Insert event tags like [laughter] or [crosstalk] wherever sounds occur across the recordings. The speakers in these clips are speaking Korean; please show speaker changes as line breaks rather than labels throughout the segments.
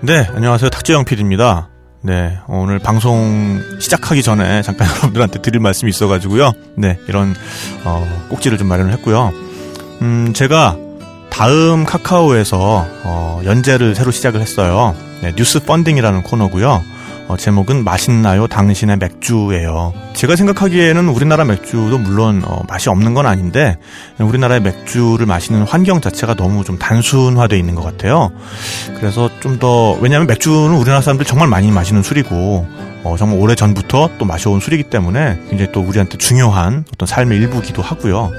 네, 안녕하세요. 탁재영 PD입니다. 네, 오늘 방송 시작하기 전에 잠깐 [laughs] 여러분들한테 드릴 말씀이 있어가지고요. 네, 이런, 어, 꼭지를 좀 마련을 했고요. 음, 제가 다음 카카오에서, 어, 연재를 새로 시작을 했어요. 네, 뉴스 펀딩이라는 코너고요. 어, 제목은 맛있나요 당신의 맥주예요. 제가 생각하기에는 우리나라 맥주도 물론 어, 맛이 없는 건 아닌데 우리나라의 맥주를 마시는 환경 자체가 너무 좀 단순화돼 있는 것 같아요. 그래서 좀 더 왜냐하면 맥주는 우리나라 사람들 정말 많이 마시는 술이고 어, 정말 오래 전부터 또 마셔온 술이기 때문에 굉장히 또 우리한테 중요한 어떤 삶의 일부기도 하고요.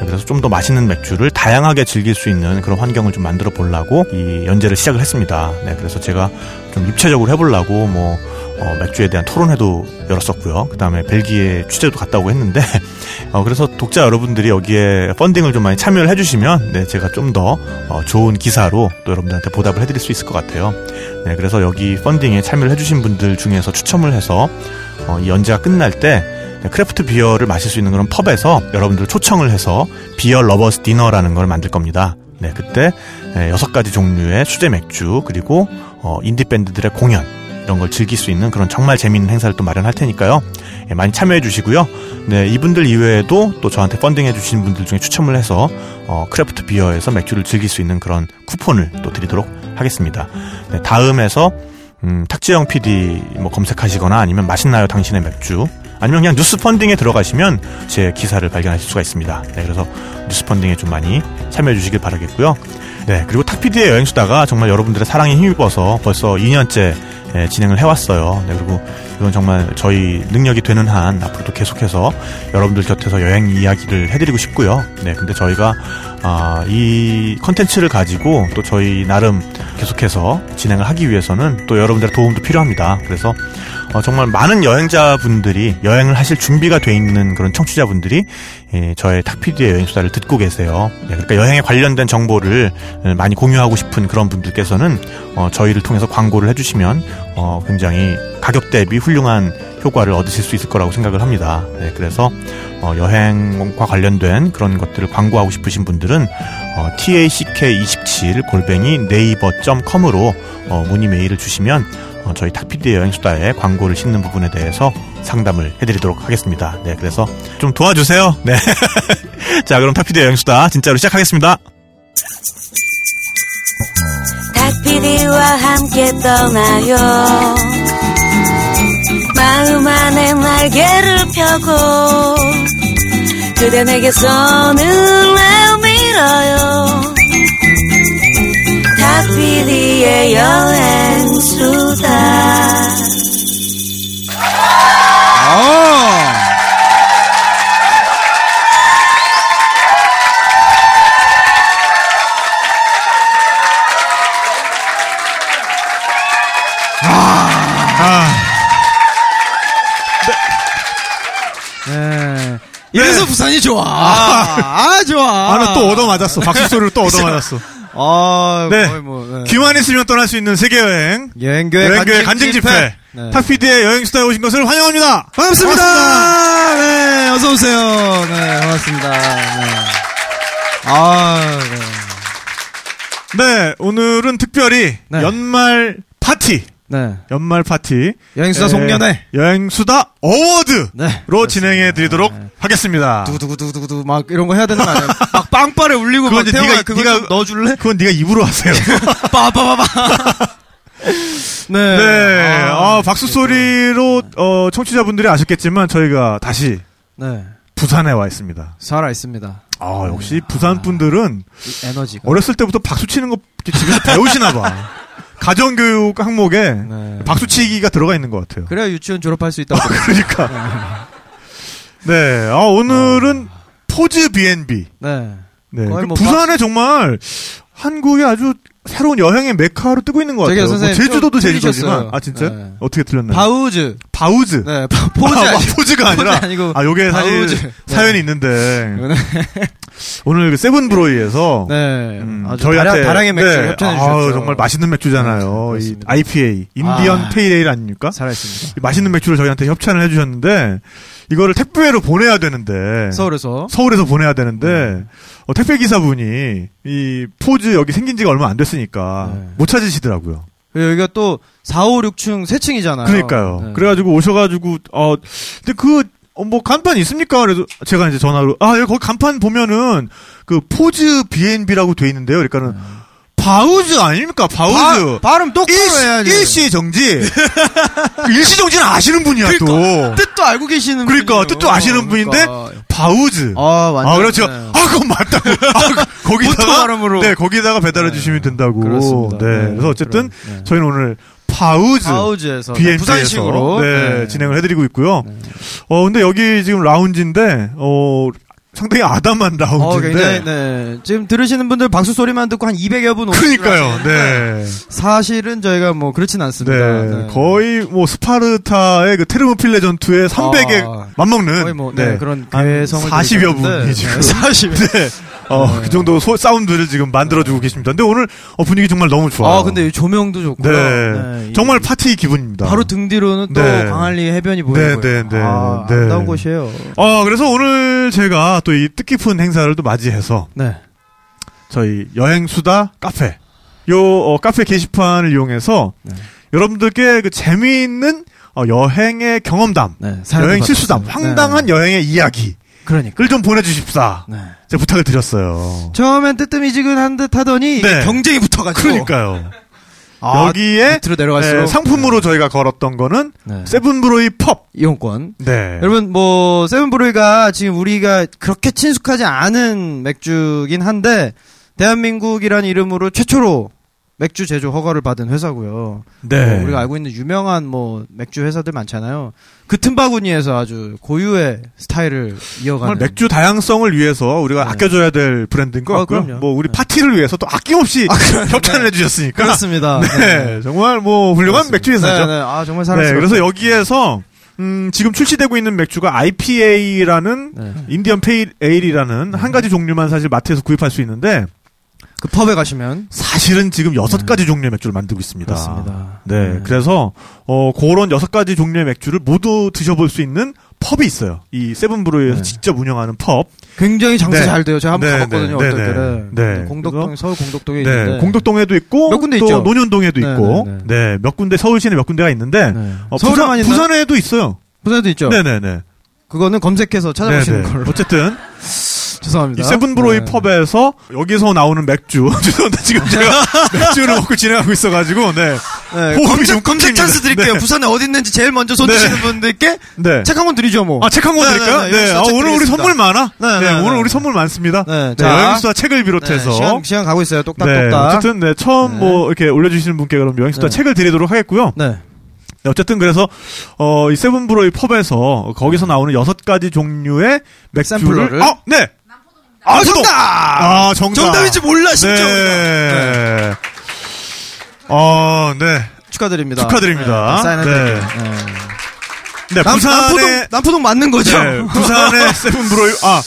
네, 그래서 좀 더 맛있는 맥주를 다양하게 즐길 수 있는 그런 환경을 좀 만들어 보려고 이 연재를 시작을 했습니다. 네, 그래서 제가 좀 입체적으로 해보려고 뭐 어, 맥주에 대한 토론회도 열었었고요. 그 다음에 벨기에 취재도 갔다 오고 했는데 [laughs] 어, 그래서 독자 여러분들이 여기에 펀딩을 좀 많이 참여를 해주시면 네, 제가 좀 더 좋은 기사로 또 여러분들한테 보답을 해드릴 수 있을 것 같아요. 네, 그래서 여기 펀딩에 참여를 해주신 분들 중에서 추첨을 해서 어, 이 연재가 끝날 때 크래프트 비어를 마실 수 있는 그런 펍에서 여러분들 초청을 해서 비어 러버스 디너라는 걸 만들 겁니다. 네, 그때 여섯 가지 종류의 수제 맥주 그리고 어, 인디 밴드들의 공연 이런 걸 즐길 수 있는 그런 정말 재미있는 행사를 또 마련할 테니까요. 네, 많이 참여해 주시고요. 네, 이분들 이외에도 또 저한테 펀딩해 주신 분들 중에 추첨을 해서 어, 크래프트 비어에서 맥주를 즐길 수 있는 그런 쿠폰을 또 드리도록 하겠습니다. 네, 다음에서 음, 탁재영 PD 뭐 검색하시거나 아니면 맛있나요 당신의 맥주 아니면 그냥 뉴스펀딩에 들어가시면 제 기사를 발견하실 수가 있습니다. 네, 그래서 뉴스펀딩에 좀 많이 참여해 주시길 바라겠고요. 네, 그리고 탁피디의 여행수다가 정말 여러분들의 사랑에 힘입어서 벌써 2년째 예, 진행을 해왔어요. 네, 그리고 이건 정말 저희 능력이 되는 한 앞으로도 계속해서 여러분들 곁에서 여행 이야기를 해드리고 싶고요. 네, 근데 저희가 아, 이 컨텐츠를 가지고 또 저희 나름 계속해서 진행을 하기 위해서는 또 여러분들의 도움도 필요합니다. 그래서 어, 정말 많은 여행자분들이 여행을 하실 준비가 돼 있는 그런 청취자분들이 예, 저의 탁피디의 여행 수다를 듣고 계세요. 네, 그러니까 여행에 관련된 정보를 많이 공유하고 싶은 그런 분들께서는 어, 저희를 통해서 광고를 해주시면 어, 굉장히 가격 대비 훌륭한 효과를 얻으실 수 있을 거라고 생각을 합니다. 네, 그래서 어, 여행과 관련된 그런 것들을 광고하고 싶으신 분들은 어, tack27 골뱅이 네이버.com으로 어, 문의 메일을 주시면 어, 저희 탁피디의 여행수다에 광고를 싣는 부분에 대해서 상담을 해드리도록 하겠습니다. 네, 그래서 좀 도와주세요. 네. [laughs] 자, 그럼 탁피디의 여행수다 진짜로 시작하겠습니다.
닭피디와 함께 떠나요 마음 안에 날개를 펴고 그대 내게서 눈을 밀어요 닭피디의 여행수다
아,
아, 네.
이래서 부산이 좋아. 아,
아, 좋아.
아, 나 또 얻어맞았어. 박수 소리로 또
[laughs]
얻어맞았어.
아,
네.
거의 뭐, 네.
귀만 있으면 떠날 수 있는 세계 여행.
여행교회
여행교회 간증 집회.
네.
탁피디의 여행수다에 오신 것을 환영합니다.
반갑습니다.
반갑습니다.
네, 어서 오세요. 네, 반갑습니다. 네. 아, 네.
네, 오늘은 특별히
네.
연말 파티.
네.
연말 파티.
여행수다
에,
송년회.
여행수다 어워드로
네.
진행해 드리도록
네.
하겠습니다.
두구두구두구두구 막 이런 거 해야 되는 거 아니야? 막 빵빠레 울리고
그건
막
이제
태영아
네가-
그거
네가-
좀 넣어줄래?
그건 네가 입으로
[laughs]
하세요.
빠빠빠빠. 네.
네. 아, 박수 소리로 어, 청취자분들이 아셨겠지만 저희가 다시
네.
부산에 와 있습니다.
살아 있습니다. 네.
아, 역시 부산 분들은
이 에너지가.
어렸을 때부터 박수 치는 거 집에서 배우시나
[laughs]
봐. 가정교육 항목에
네.
박수 치기가 들어가 있는 것 같아요.
그래야 유치원 졸업할 수 있다고.
그러니까.
그
네. 아, 오늘은 포즈 B&B.
네.
네.
거의 뭐
부산에 정말 한국의 아주 새로운 여행의 메카로 뜨고 있는 것
저기요,
같아요. 뭐
선생님,
제주도도
좀
제주도지만.
틀리셨어요.
아, 진짜?
네.
요 어떻게 틀렸나요?
바우즈.
바우즈.
네. 바- 포즈
아,
아니
포즈가 아니라.
아니고.
아, 요게 사실
바우즈. 네.
사연이 있는데.
이거는 [laughs]
오늘 그 세븐브로이에서
네.
음,
아주 다량, 다량의 맥주를
네.
협찬해
아우,
주셨죠.
정말 맛있는 맥주잖아요.
네,
이
그렇습니다.
IPA 인디언
아.
테이레일 아닙니까?
살아있습니다. 네.
이 맛있는 맥주를 저희한테 협찬을 해주셨는데 이거를 택배로 보내야 되는데
서울에서 네.
서울에서 보내야 되는데 어, 택배 기사분이 이 포즈 여기 생긴 지가 얼마 안 됐으니까
네.
못 찾으시더라고요.
그리고 여기가 또 4, 5, 6층 세 층이잖아요. 네.
그러니까요. 그래가지고 오셔가지고 어 근데 그 어, 뭐, 간판 있습니까? 그래서, 제가 이제 전화로, 아, 여기 거기 간판 보면은, 그, 포즈 B&B라고 돼 있는데요. 그러니까는, 바우즈 아닙니까? 바우즈.
네. 바, 발음 똑바로 해야지. 네.
일시, 일시정지. 그 일시정지는 아시는 분이야, 또.
그러니까 뜻도 알고 계시는
그러니까,
분이에요.
뜻도 아시는 분인데,
그러니까.
바우즈.
아, 완전.
아, 그렇죠.
네.
아, 그건
[laughs]
맞다고. 아, 그-
본토
[laughs] 거기다가
발음으로.
네, 거기다가 배달해
네.
주시면 된다고.
그렇습니다.
네.
네,
그래서 어쨌든
그런, 네.
저희는 오늘 파우즈
파우즈에서 네,
B&B에서
부산식으로
네,
네.
진행을 해드리고 있고요. 어, 근데 여기 지금 라운지인데 어 상당히 아담한
어,
라운지인데.
굉장히, 네. 지금 들으시는 분들 박수 소리만 듣고 한 200여 분 오신 줄
그러니까요.
아시는데
네.
사실은 저희가 뭐 그렇진
네.
않습니다. 네.
거의 뭐 스파르타의 그 테르모필레 전투의 300에
아.
맞먹는
거의 뭐, 네, 그런
한
괴성을
40여 여
들으셨는데,
분이
[laughs]
지금.
네, 40.
네. 어, 그 정도 소, 사운드를 지금 만들어주고 계십니다. 근데 오늘 어, 분위기 정말 너무 좋아요.
아, 근데 이 조명도 좋고요.
네.
이-
정말 파티 기분입니다.
바로 등 뒤로는 또
네.
광안리 해변이
네,
보이고요.
네, 네,
아,
네.
아름다운 곳이에요.
어, 그래서 오늘 제가 또 이 뜻깊은 행사를 또 맞이해서
네.
저희 여행수다 카페. 요, 어, 카페 게시판을 이용해서
네.
여러분들께 그 재미있는 어, 여행의 경험담,
네. 사연도
여행 실수담,
받았어요.
황당한
네.
여행의 이야기를
그러니까.
좀 보내주십사.
네.
제가 부탁을 드렸어요.
처음엔 뜨뜻미지근한 듯 하더니 이게
네.
경쟁이 붙어가지고
그러니까요.
아,
여기에
밑으로 내려갈수록
네, 상품으로 저희가 걸었던 거는
네.
세븐브로이 펍.
이용권.
네.
여러분 뭐 세븐브루이가 지금 우리가 그렇게 친숙하지 않은 맥주긴 한데 대한민국이라는 이름으로 최초로 맥주 제조 허가를 받은 회사고요.
네.
뭐 우리가 알고 있는 유명한 뭐 맥주 회사들 많잖아요. 그 틈바구니에서 아주 고유의 스타일을 이어가는
정말 맥주 [laughs] 다양성을 위해서 우리가
네.
아껴줘야 될 브랜드인 것
아,
같고요.
그럼요.
뭐 우리
네.
파티를 위해서 또 아낌없이 협찬을 해주셨으니까.
[laughs] 그렇습니다.
네, 정말 뭐 훌륭한
그렇습니다.
맥주 회사죠.
네, 네. 아 정말
네,
사랑스럽
그래서 여기에서 음, 지금 출시되고 있는 맥주가 IPA라는
네.
인디언 페일 에일이라는 한 가지 종류만 사실 마트에서 구입할 수 있는데
그 펍에 가시면 네.
사실은 지금 여섯 가지 종류의 맥주를 만들고 있습니다.
그렇습니다.
네, 그래서 어 그런 여섯 가지 종류의 맥주를 모두 드셔볼 수 있는 펍이 있어요. 이 세븐브루에서
네.
직접 운영하는 펍.
굉장히 장사
네.
잘 돼요. 제가 한번
네,
가봤거든요.
네,
어떨
네,
때는
네.
네, 공덕동 서울 공덕동에
네,
있는데
공덕동에도 있고
몇 군데
또
있죠?
논현동에도
네,
있고
네,
네, 몇 군데 서울시내 몇 군데가 있는데
네.
어, 부산,
서울에만 있나?
부산에도 있어요.
부산에도 있죠.
네, 네, 네.
그거는 검색해서 찾아보시는 걸로
어쨌든
[laughs] 죄송합니다.
이 세븐브로이
네.
펍에서 여기서 나오는 맥주 [laughs] 죄송합니다 지금
[laughs]
제가 맥주를 먹고 진행하고 있어가지고 네,
네,
호흡이 좀
검색, 검색
끊깁니다.
찬스 드릴게요.
네.
부산에 어디 있는지 제일 먼저 손
네.
드시는 분들께
네.
책 한 권 드리죠 뭐.
아, 책 한 권
네,
드릴까요? 네,
네, 네, 여기서
아,
책
오늘 우리
드리겠습니다.
선물 많아. 네,
네, 네,
오늘
네.
우리 선물 많습니다.
네,
네,
자.
여행수다 책을
네,
비롯해서
시간, 시간 가고 있어요.
네,
똑딱똑딱.
어쨌든 네, 처음
네.
뭐 이렇게 올려주시는 분께 그럼 여행수다
네.
책을 드리도록 하겠고요.
네.
네, 어쨌든 그래서 어, 이 세븐브로이 펍에서 거기서 나오는 여섯 가지 종류의 맥주를
네. 샘플러를.
어, 네. 아, 정답. 아, 정답.
정답인지 몰라
네.
심지어. 우리가. 네.
어, 네.
축하드립니다.
축하드립니다.
네, 사인해드릴게요. 네.
네,
남,
부산에
남포동 남포동 맞는 거죠?
네,
[laughs]
부산의 세븐브로이 아,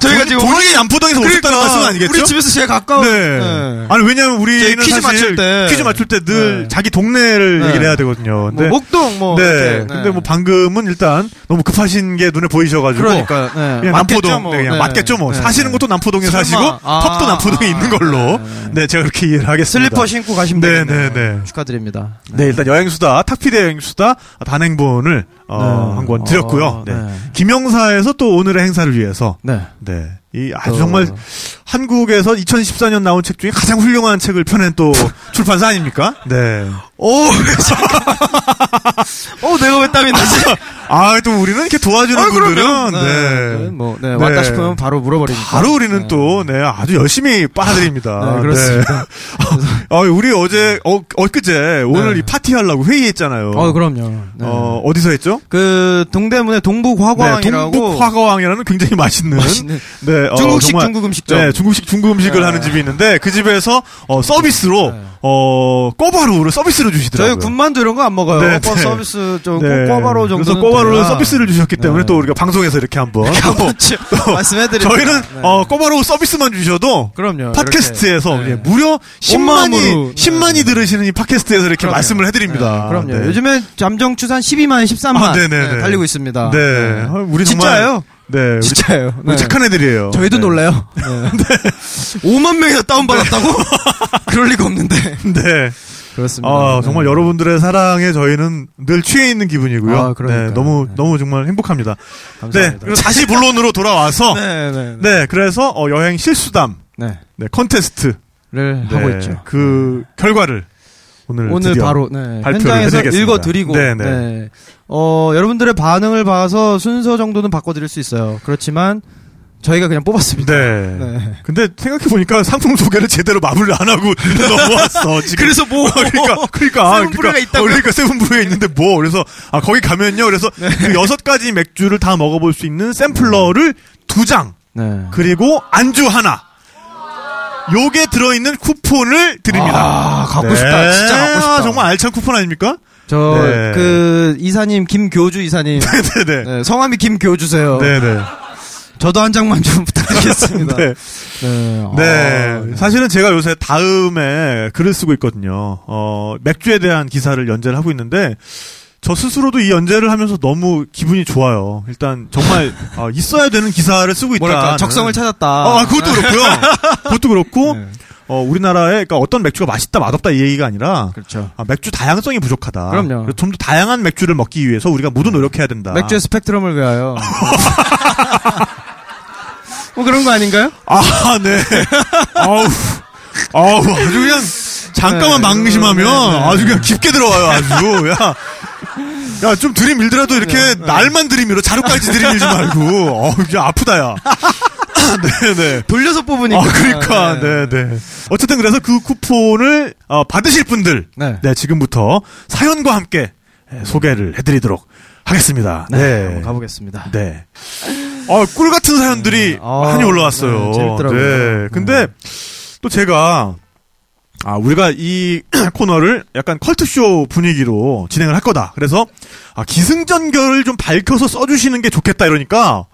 저희가
본-
지금 그러니까
본인이 남포동에서 오셨다는 말씀은 아니겠죠?
우리 집에서 제일 가까운.
네.
네.
아니 왜냐면 우리는
저희
사실
퀴즈 맞출 때.
퀴즈 맞출 때 늘
네.
자기 동네를
네.
얘기를 해야 되거든요.
뭐
근데
목동 뭐.
네.
이렇게, 네.
근데 뭐 방금은 일단 너무 급하신 게 눈에 보이셔가지고
그러니까 네.
그냥
맞겠죠,
남포동
뭐.
네, 그냥
네.
맞겠죠 뭐
네.
사시는 것도 남포동에
설마.
사시고
아,
펍도 남포동에
아,
있는 걸로
네.
네, 제가 그렇게 이해를 하겠습니다.
슬리퍼 신고 가시면
네,
되겠네요.
네, 네.
축하드립니다. 네.
네 일단 여행수다 탁피디 여행수다 단행본을 어,
네.
한 권 드렸고요.
어,
네.
네.
김영사에서 또 오늘의 행사를 위해서
네.
네. 이 아주
또-
정말 한국에서 2014년 나온 책 중에 가장 훌륭한 책을 펴낸
[laughs]
또 출판사 아닙니까? 네.
오, 어, 왜 잠깐. 오, 내가 왜 땀이 나지?
[laughs] 아, 또 우리는 이렇게 도와주는
아, 그럼요.
분들은
네.
네.
뭐, 네,
네.
왔다 싶으면 바로 물어버리니까.
바로 우리는
네.
또, 네, 아주 열심히 빠드립니다.
네, 그렇습니다.
아, 우리 [laughs] 어제, 어, 엊그제, 오늘
네.
이 파티 하려고 회의했잖아요.
어, 그럼요. 네.
어, 어디서 했죠? 네,
그, 동대문에 동북화광이라고.
동북 화가왕이라는 굉장히 맛있는,
맛있는
네, 어,
중국식
정말-
중국 음식점.
네,
[laughs]
중국식 중국 음식을
네.
하는 집이 있는데 그 집에서 어, 서비스로
네.
어, 꼬바로우를 서비스로 주시더라고요.
저희 군만두 이런 거 안 먹어요.
네,
꼬-
네.
서비스 좀
네.
꼬바로
그래서
정도는
꼬바로는
때문에.
서비스를 주셨기 때문에
네.
또 우리가 방송에서 이렇게 한번
한
또
번쯤 말씀해드리죠.
어, 저희는
네.
어, 꼬바로 서비스만 주셔도
그럼요.
[laughs] 팟캐스트에서
이렇게.
예,
네.
무려 10만이
마음으로. 네.
10만이 들으시는 이 팟캐스트에서 이렇게
그럼요.
말씀을 해드립니다.
네, 그럼요.
네.
요즘에 잠정 추산 12만, 13만
아, 네네네.
네, 달리고 있습니다.
네, 어, 우리 정말
진짜예요?
네, 우리
진짜예요.
우리
네.
착한 애들이에요.
저희도
네.
놀라요.
[laughs]
네. 5만 명이나 다운받았다고? 그럴 리가 없는데.
[laughs] 네,
그렇습니다.
아
네.
정말 여러분들의 사랑에 저희는 늘 취해 있는 기분이고요.
아, 그러니까요.
네, 너무
네.
너무 정말 행복합니다. 네,
감사합니다.
그리고 다시 본론으로 돌아와서 네,
네, 네, 네.
그래서 어, 여행 실수담
네.
네, 컨테스트
를
네,
하고 있죠. 네.
그 결과를 오늘
오늘
드디어
바로 네,
발표를
현장에서
해드리겠습니다.
읽어드리고
네,
네,
네.
어, 여러분들의 반응을 봐서 순서 정도는 바꿔드릴 수 있어요. 그렇지만 저희가 그냥 뽑았습니다.
네.
네.
근데 생각해 보니까 상품 소개를 제대로 마무리 안 하고 [laughs] 넘어왔어. 지금.
그래서 뭐 [laughs]
그러니까 그러니까
세븐 브루가
그러니까
있다고요?
그러니까 세븐브루에 있는데 뭐 그래서 아 거기 가면요. 그래서
네.
그 여섯 가지 맥주를 다 먹어볼 수 있는 샘플러를 두 장
네.
그리고 안주 하나. 요게 들어있는 쿠폰을 드립니다.
아, 갖고 싶다. 진짜 갖고 싶다.
아, 정말 알찬 쿠폰 아닙니까? 네.
저 그 이사님 김교주 이사님
[laughs] 네네.
네, 성함이 김교주세요.
네네.
저도 한 장만 좀 [laughs] 부탁드리겠습니다.
네.
네.
네.
아,
사실은 제가 요새 다음에 글을 쓰고 있거든요. 어, 맥주에 대한 기사를 연재를 하고 있는데, 저 스스로도 이 연재를 하면서 너무 기분이 좋아요. 일단, 정말, 어, 있어야 되는 기사를 쓰고 있다.
뭐랄까 적성을 찾았다.
네. 아, 아, 그것도 그렇고요. 그것도 그렇고,
네,
어, 우리나라에, 그러니까 어떤 맥주가 맛있다, 맛없다 이 얘기가 아니라,
그렇죠.
아, 맥주 다양성이 부족하다.
그럼요. 네.
좀 더 다양한 맥주를 먹기 위해서 우리가 모두 노력해야 된다.
맥주의 스펙트럼을 외워요. 뭐 그런 거 아닌가요?
아, 네. 아우. 아우, 아주 그냥, 잠깐만
네,
방심하면
네, 네, 네.
아주 그냥 깊게 들어와요, 아주. 야. 야, 좀 들이밀더라도 이렇게
네,
날만 들이밀어. 자루까지
[laughs]
들이밀지 [laughs] 말고. 어우, 야, 아프다, 야. [laughs] 네네.
돌려서 뽑으니까.
아, 그러니까, 네네. 어쨌든 그래서 그 쿠폰을 어, 받으실 분들,
네.
네, 지금부터 사연과 함께 예, 소개를 해드리도록 하겠습니다.
네, 한번 가보겠습니다.
네. 아, 꿀 같은 사연들이
네. 아,
많이 올라왔어요.
네, 재밌더라고요.
네. 근데 또 제가 아, 우리가 이 [clears throat] 코너를 약간 컬트쇼 분위기로 진행을 할 거다. 그래서 아, 기승전결을 좀 밝혀서 써 주시는 게 좋겠다 이러니까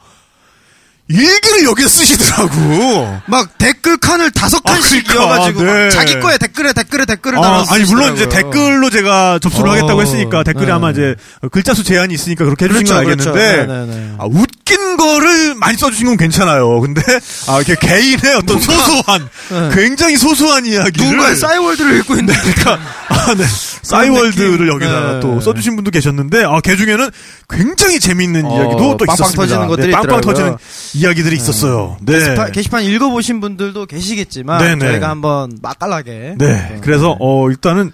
일기를 여기에 쓰시더라고.
막 댓글 칸을 다섯
아,
칸씩
그러니까,
이어가지고 막
네.
자기 거에 댓글에 댓글에 댓글을
아,
달아서
아니 물론 이제
쓰시더라고요.
댓글로 제가 접수를
어,
하겠다고 했으니까 댓글이
네.
아마 이제 글자 수 제한이 있으니까 그렇게 해주신
그렇죠,
건 알겠는데
그렇죠. 네, 네, 네.
아, 웃긴 거를 많이 써주신 건 괜찮아요. 근데, 아, 이렇게 개인의 어떤 소소한,
네.
굉장히 소소한 이야기를.
누군가의 싸이월드를 읽고 있는데
그러니까, 아, 네. 싸이월드를
느낌.
여기다가
네.
또 써주신 분도 계셨는데, 아, 개 중에는 굉장히 재밌는
어,
이야기도 또
빵빵
있었습니다.
터지는 것들이
네, 빵빵
있더라고요.
터지는 이야기들이 있었어요. 네.
게시판, 게시판 읽어보신 분들도 계시겠지만
네, 네.
저희가 한번 맛깔나게
네.
어,
그래서, 어, 일단은,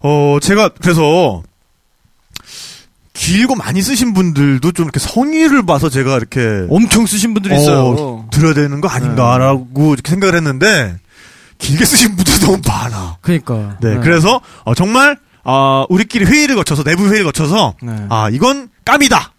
어, 제가, 그래서, 길고 많이 쓰신 분들도 좀 이렇게 성의를 봐서 제가 이렇게
엄청 쓰신 분들이 있어요. 네.
들어야 되는 거 아닌가라고 이렇게 생각을 했는데 길게 쓰신 분들이 너무 많아.
그러니까.
네, 그래서 어, 정말 아, 우리끼리 회의를 거쳐서 내부 회의를 거쳐서
네.
아 이건 깜이다,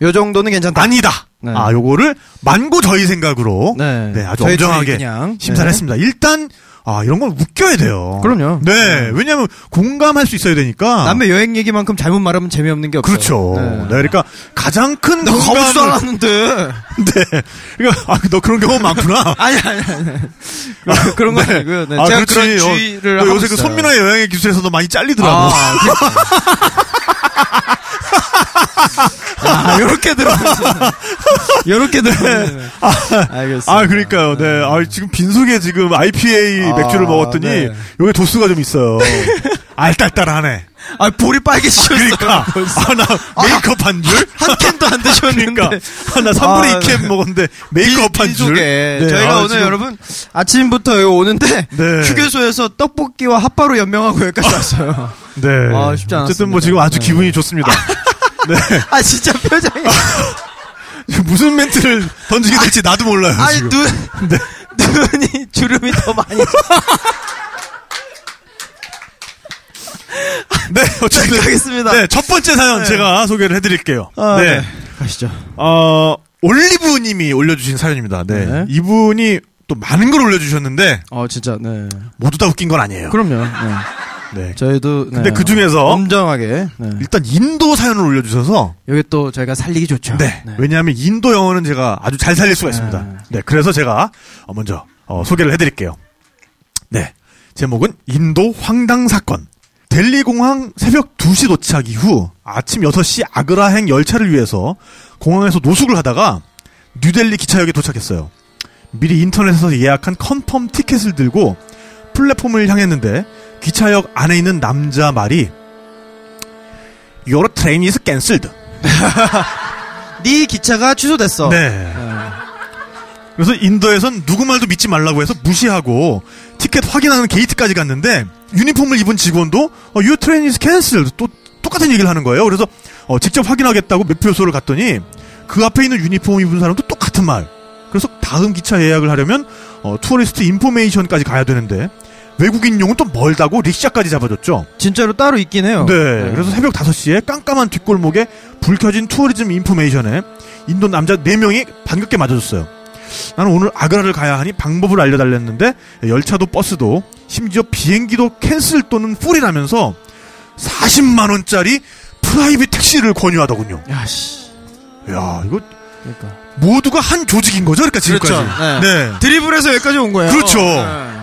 요 정도는 괜찮다.
아니다.
네.
아 요거를 만고 저희 생각으로 네,
네.
아주
저희
엄정하게
둘이 그냥,
심사를
네.
했습니다. 일단 아 이런 건 웃겨야 돼요.
그럼요.
네, 왜냐하면 공감할 수 있어야 되니까.
남의 여행 얘기만큼 잘못 말하면 재미없는 게 없어요.
그렇죠. 네.
네.
그러니까 가장 큰
나 가보지도
공감을
않았는데.
[laughs] 네. 그러니까 아, 너 그런 경험 많구나.
[laughs] 아니 아니 아니. 그런- 그런 거 아니고요. 네, 제가
그렇지.
그런
어,
주의를
너
하고
요새 그
있어요.
손민아 여행의 기술에서도 많이 잘리더라고.
아,
[laughs]
아, 요렇게 들어. 요렇게 들어. 알겠습니다.
네. 아, 그러니까요. 네. 아, 지금 빈속에 지금 IPA
아,
맥주를 먹었더니
네.
요게 도수가 좀 있어요. 알딸딸하네.
아, 볼이 [laughs] 빨개지셨어.
그러니까 아, 나 메이크업 한 줄?
한 캔도 안 드셨는데.
그러니까 아, 나 3분의
아,
2캔 먹었는데 메이크업 한 줄.
빈속에
네,
저희가
아,
오늘
지금-
여러분 아침부터 여기 오는데
네.
휴게소에서 떡볶이와 핫바로 연명하고 여기까지 왔어요.
[laughs] 네.
아, 쉽지
어쨌든 뭐
않았습니다.
지금 아주
네.
기분이
[laughs]
좋습니다. 네.
아 진짜 표정이
[laughs] 무슨 멘트를 던지게 될지 나도 몰라요.
아니
지금.
눈
[laughs]
눈이 주름이 더 많이
네, 어쨌든
하겠습니다.
네, 첫 번째 사연 제가 소개를 해드릴게요.
아,
네.
네. 가시죠.
어, 올리브님이 올려주신 사연입니다. 네.
네.
이분이 또 많은 걸 올려주셨는데
어 진짜 네.
모두 다 웃긴 건 아니에요.
그럼요.
네.
저희도
근데
네,
그 중에서
엄정하게 네.
일단 인도 사연을 올려주셔서
여기 또 저희가 살리기 좋죠.
네. 왜냐하면 인도 영어는 제가 아주 잘 살릴 수가
네.
있습니다. 네. 그래서 제가 어, 먼저 어, 소개를 해드릴게요. 네. 제목은 인도 황당 사건. 델리 공항 새벽 2시 도착 이후 아침 6시 아그라행 열차를 위해서 공항에서 노숙을 하다가 뉴델리 기차역에 도착했어요. 미리 인터넷에서 예약한 컨펌 티켓을 들고 플랫폼을 향했는데 기차역 안에 있는 남자 말이 Your train is cancelled.
[laughs] 네 기차가 취소됐어.
네. 그래서 인도에선 누구 말도 믿지 말라고 해서 무시하고 티켓 확인하는 게이트까지 갔는데 유니폼을 입은 직원도 어, your train is cancelled 또 똑같은 얘기를 하는 거예요. 그래서 어, 직접 확인하겠다고 매표소를 갔더니 그 앞에 있는 유니폼 입은 사람도 똑같은 말. 그래서 다음 기차 예약을 하려면 어, 투어리스트 인포메이션까지 가야 되는데 외국인용은 또 멀다고 릭샤까지 잡아줬죠.
진짜로 따로 있긴 해요.
네, 그래서 새벽 5시에 깜깜한 뒷골목에 불 켜진 투어리즘 인포메이션에 인도 남자 4명이 반갑게 맞아줬어요. 나는 오늘 아그라를 가야 하니 방법을 알려달랬는데 열차도 버스도 심지어 비행기도 캔슬 또는 풀이라면서 40만 원짜리 프라이빗 택시를 권유하더군요.
야씨.
야, 이거
그러니까
모두가 한 조직인 거죠? 그러니까 지금까지.
그렇죠.
네.
드리블에서 여기까지 온 거예요. 네.
그렇죠.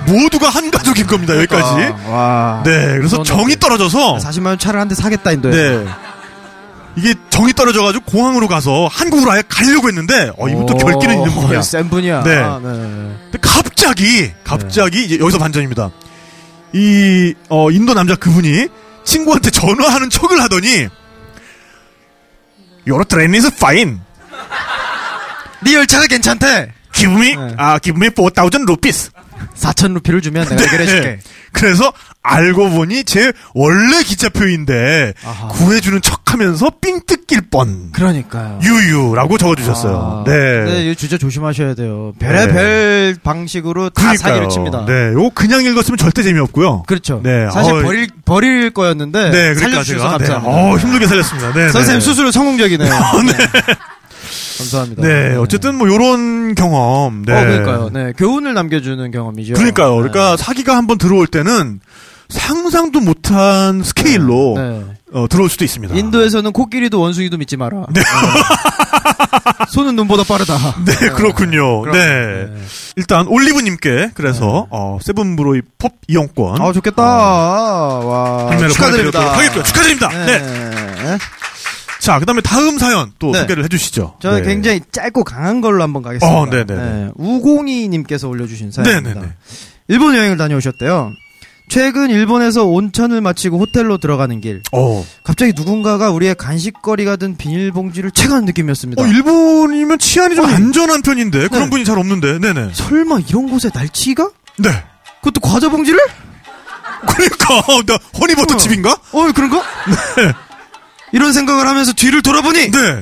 모두가 한 가족인 겁니다. 여기까지.
그러니까. 와.
네, 그래서
그건
정이
어때?
떨어져서
40만 원 차를 한 대 사겠다 인도에.
네. 이게 정이 떨어져가지고 공항으로 가서 한국으로 아예 가려고 했는데, 어, 이분 또
오,
결기는 있는 거야.
어, 센 분이야.
네.
아, 네.
근데 갑자기, 갑자기, 이제 여기서 반전입니다. 이, 어, 인도 남자 그분이 친구한테 전화하는 척을 하더니, Your train is fine.
네 열차가 괜찮대.
Give me,
네.
아, give me 4,000 rupees.
4천 루피를 주면 내가
네.
해결해 줄게.
그래서 알고 보니 제 원래 기차표인데,
아하.
구해주는 척 하면서 삥 뜯길 뻔.
그러니까요.
유유라고 적어주셨어요.
아, 네, 이 주제 조심하셔야 돼요.
네.
별의별 방식으로 다
그러니까요.
사기를 칩니다.
네, 요거 그냥 읽었으면 절대 재미없고요.
그렇죠.
네,
사실
어,
버릴 버릴 거였는데
네, 그러니까
살려주셔서
제가 네,
감사합니다.
어, 힘들게 살렸습니다. 네,
선생님
네. [laughs]
스스로 성공적이네요. 네. 감사합니다.
네, 어쨌든 뭐 요런 경험. 네.
어, 그러니까요. 네, 교훈을 남겨주는 경험이죠.
그러니까요.
네.
그러니까 사기가 한번 들어올 때는 상상도 못한 스케일로
네.
어, 들어올 수도 있습니다.
인도에서는 코끼리도 원숭이도 믿지 마라. 네. 손은 눈보다 빠르다.
[laughs] 네, 그렇군요. 네.
네.
일단 올리브님께 그래서 어, 세븐브로이 펍 이용권 어.
아
[laughs]
좋겠다. 와
판매를
아, 축하드립니다.
보내드리도록 하겠고요. 축하드립니다. 네.
네.
자, 그다음에 다음 사연 또
네.
소개를 해주시죠.
저는
네.
굉장히 짧고 강한 걸로 한번 가겠습니다.
어, 네네네.
우공이님께서 올려주신 사연입니다.
네네네.
일본 여행을 다녀오셨대요. 최근 일본에서 온천을 마치고 호텔로 들어가는 길,
어.
갑자기 누군가가 우리의 간식거리가 된 비닐봉지를 채간 느낌이었습니다.
어, 일본이면 치안이 좀 네. 어,
어, 예.
안전한 편인데 그런 분이 잘 없는데, 네네.
설마 이런 곳에 날치기가?
네.
그것도 과자 봉지를?
그러니까 나 허니버터
어.
집인가?
어, 그런가?
[laughs]
이런 생각을 하면서 뒤를 돌아보니
네.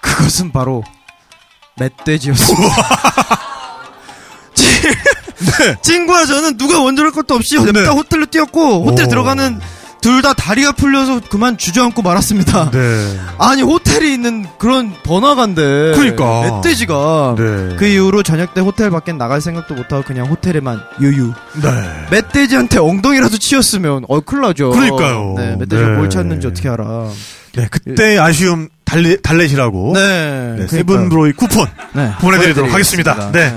그것은 바로 멧돼지였습니다. [laughs] 지-
네.
친구와 저는 누가 원조할 것도 없이 냅다
네.
호텔로 뛰었고 호텔
오.
들어가는 둘 다 다리가 풀려서 그만 주저앉고 말았습니다.
네.
아니 호텔이 있는 그런 번화가인데
그러니까.
멧돼지가
네.
그 이후로 저녁 때 호텔 밖엔 나갈 생각도 못하고 그냥 호텔에만 유유
네.
멧돼지한테 엉덩이라도 치였으면 어 큰일 나죠
그러니까요.
네, 멧돼지가
네.
뭘 찾는지 어떻게 알아 예.
네. 그때 아쉬움 달래 달래시라고. 네.
네, 그러니까요.
세븐브로이 쿠폰
네,
보내드리도록 하겠습니다. 네.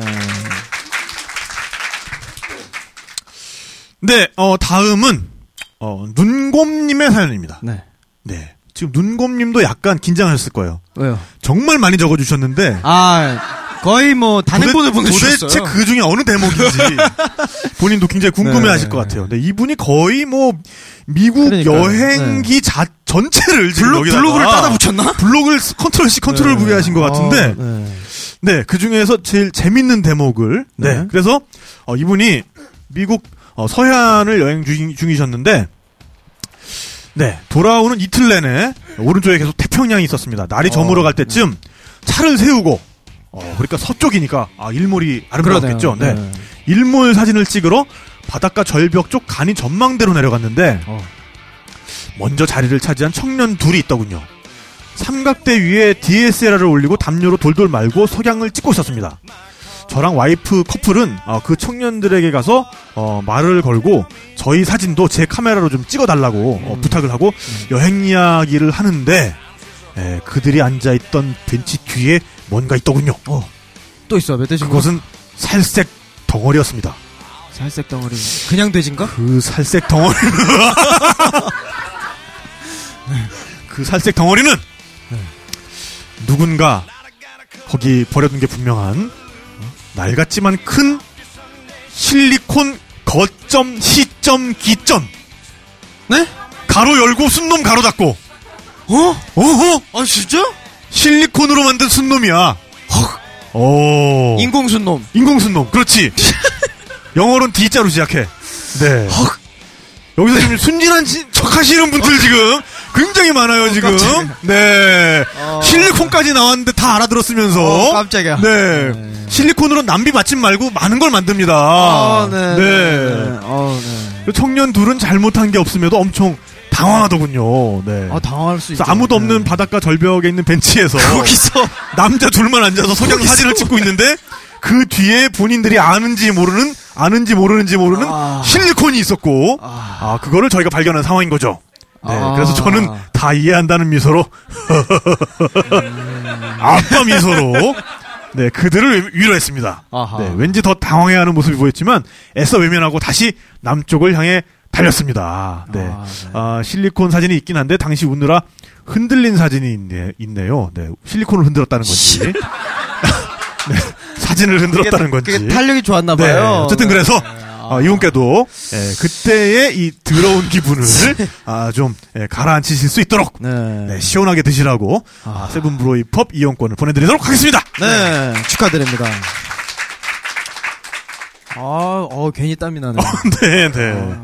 네. 어 다음은 어 눈곰님의 사연입니다.
네.
네. 지금 눈곰님도 약간 긴장하셨을 거예요.
왜요?
정말 많이 적어주셨는데
아 거의 뭐 단행본을
도대-
보내주셨어요
도대체 그 중에 어느 대목인지
[laughs]
본인도 굉장히 궁금해하실
네.
것 같아요. 근데 이분이 거의 뭐 미국
그러니까요. 네.
여행기 자 전체를 지금
블로,
여기다가 아,
블로그를 따다 붙였나? 네.
블로그를 스- 컨트롤 C 컨트롤 V 하신 것 같은데
아, 네.
네 그 중에서 제일 재밌는 대목을 네,
네.
그래서 어, 이분이 미국 어, 서해안을 여행 중이- 중이셨는데 네 돌아오는 이틀 내내 오른쪽에 계속 태평양이 있었습니다. 날이 저물어 갈 때쯤 차를 세우고 어, 그러니까 서쪽이니까 아 일몰이 아름다웠겠죠.
그러네요.
네. 일몰 사진을 찍으러 바닷가 절벽 쪽 간이 전망대로 내려갔는데
어.
먼저 자리를 차지한 청년 둘이 있더군요. 삼각대 위에 DSLR을 올리고 담요로 돌돌 말고 석양을 찍고 있었습니다. 저랑 와이프 커플은 어, 그 청년들에게 가서 어, 말을 걸고 저희 사진도 제 카메라로 좀 찍어달라고 어, 부탁을 하고
음.
여행 이야기를 하는데 에, 그들이 앉아있던 벤치 뒤에 뭔가 있더군요.
어, 또 있어 몇 대신
그것은 살색 덩어리였습니다.
살색 덩어리 그냥 돼지인가?
그 살색 덩어리는 [laughs] 그 살색 덩어리는 누군가 거기 버려둔 게 분명한 어, 날같지만 큰 실리콘 거점 시점 기점
네?
가로 열고 순놈 가로 닫고
어?
어허
아 진짜?
실리콘으로 만든 순놈이야 어
인공순놈
인공순놈
[laughs]
그렇지 영어로는 D자로 시작해 네
헉.
여기서 지금 순진한 지- 척 하시는 분들 지금 굉장히 많아요 지금 네
어.
실리콘까지 나왔는데 다 알아들었으면서
어, 깜짝이야
네. 실리콘으로 남비 맞춤 말고 많은 걸 만듭니다
아,
네.
네. 네. 어, 네.
청년 둘은 잘못한 게 없음에도 엄청 당황하더군요 네
아, 당황할 수 있어.
그래서 아무도 없는 바닷가 절벽에 있는 벤치에서
거기서
남자 둘만 앉아서 성향 사진을 찍고 있는데 그 뒤에 본인들이 아는지 모르는 아는지 모르는지 모르는
아.
실리콘이 있었고
아.
아 그거를 저희가 발견한 상황인 거죠. 네,
아.
그래서 저는 다 이해한다는 미소로
음.
아빠 미소로 네 그들을 위로했습니다.
아하.
네, 왠지 더 당황해하는 모습이 보였지만 애써 외면하고 다시 남쪽을 향해 달렸습니다. 네.
아, 네.
아, 실리콘 사진이 있긴 한데 당시 웃느라 흔들린 사진이 있네, 있네요. 네, 실리콘을 흔들었다는
[laughs]
건지 네, 사진을 흔들었다는 건지.
그게 탄력이 좋았나
네,
봐요.
어쨌든 그래서 아, 이분께도 예, 그때의 이 더러운
[laughs]
기분을 아, 좀 예, 가라앉히실 수 있도록
네.
네, 시원하게 드시라고
아.
세븐브로이 펍 이용권을 보내드리도록 하겠습니다.
네, 축하드립니다. 아, 어, 괜히 땀이 나네.
[laughs] 네, 네.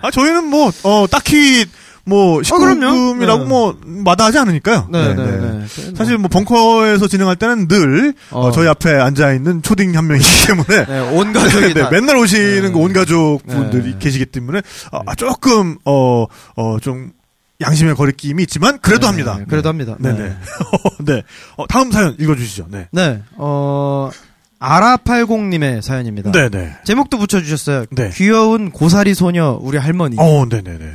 아, 저희는 뭐, 어, 딱히, 뭐, 식구금이라고
그럼요. 어, 네.
뭐, 마다하지 않으니까요.
네, 네, 네. 네.
사실 뭐, 벙커에서 진행할 때는 늘, 어,
어.
저희 앞에 앉아있는 초딩 한
[laughs]
명이기 때문에,
네, 온
네,
가족이
[laughs] 네,
다
맨날 오시는 그 온 가족
네.
분들이 계시기 때문에, 아, 조금, 어, 어, 좀, 양심의 거리낌이 있지만, 그래도
네,
합니다.
네, 그래도 합니다.
네네. 네. [laughs]
네.
네. 어, 다음 사연 읽어주시죠. 네.
네, 어, 아라팔공님의 사연입니다.
네네.
제목도 붙여주셨어요.
네.
귀여운 고사리 소녀, 우리 할머니.
어, 네네네.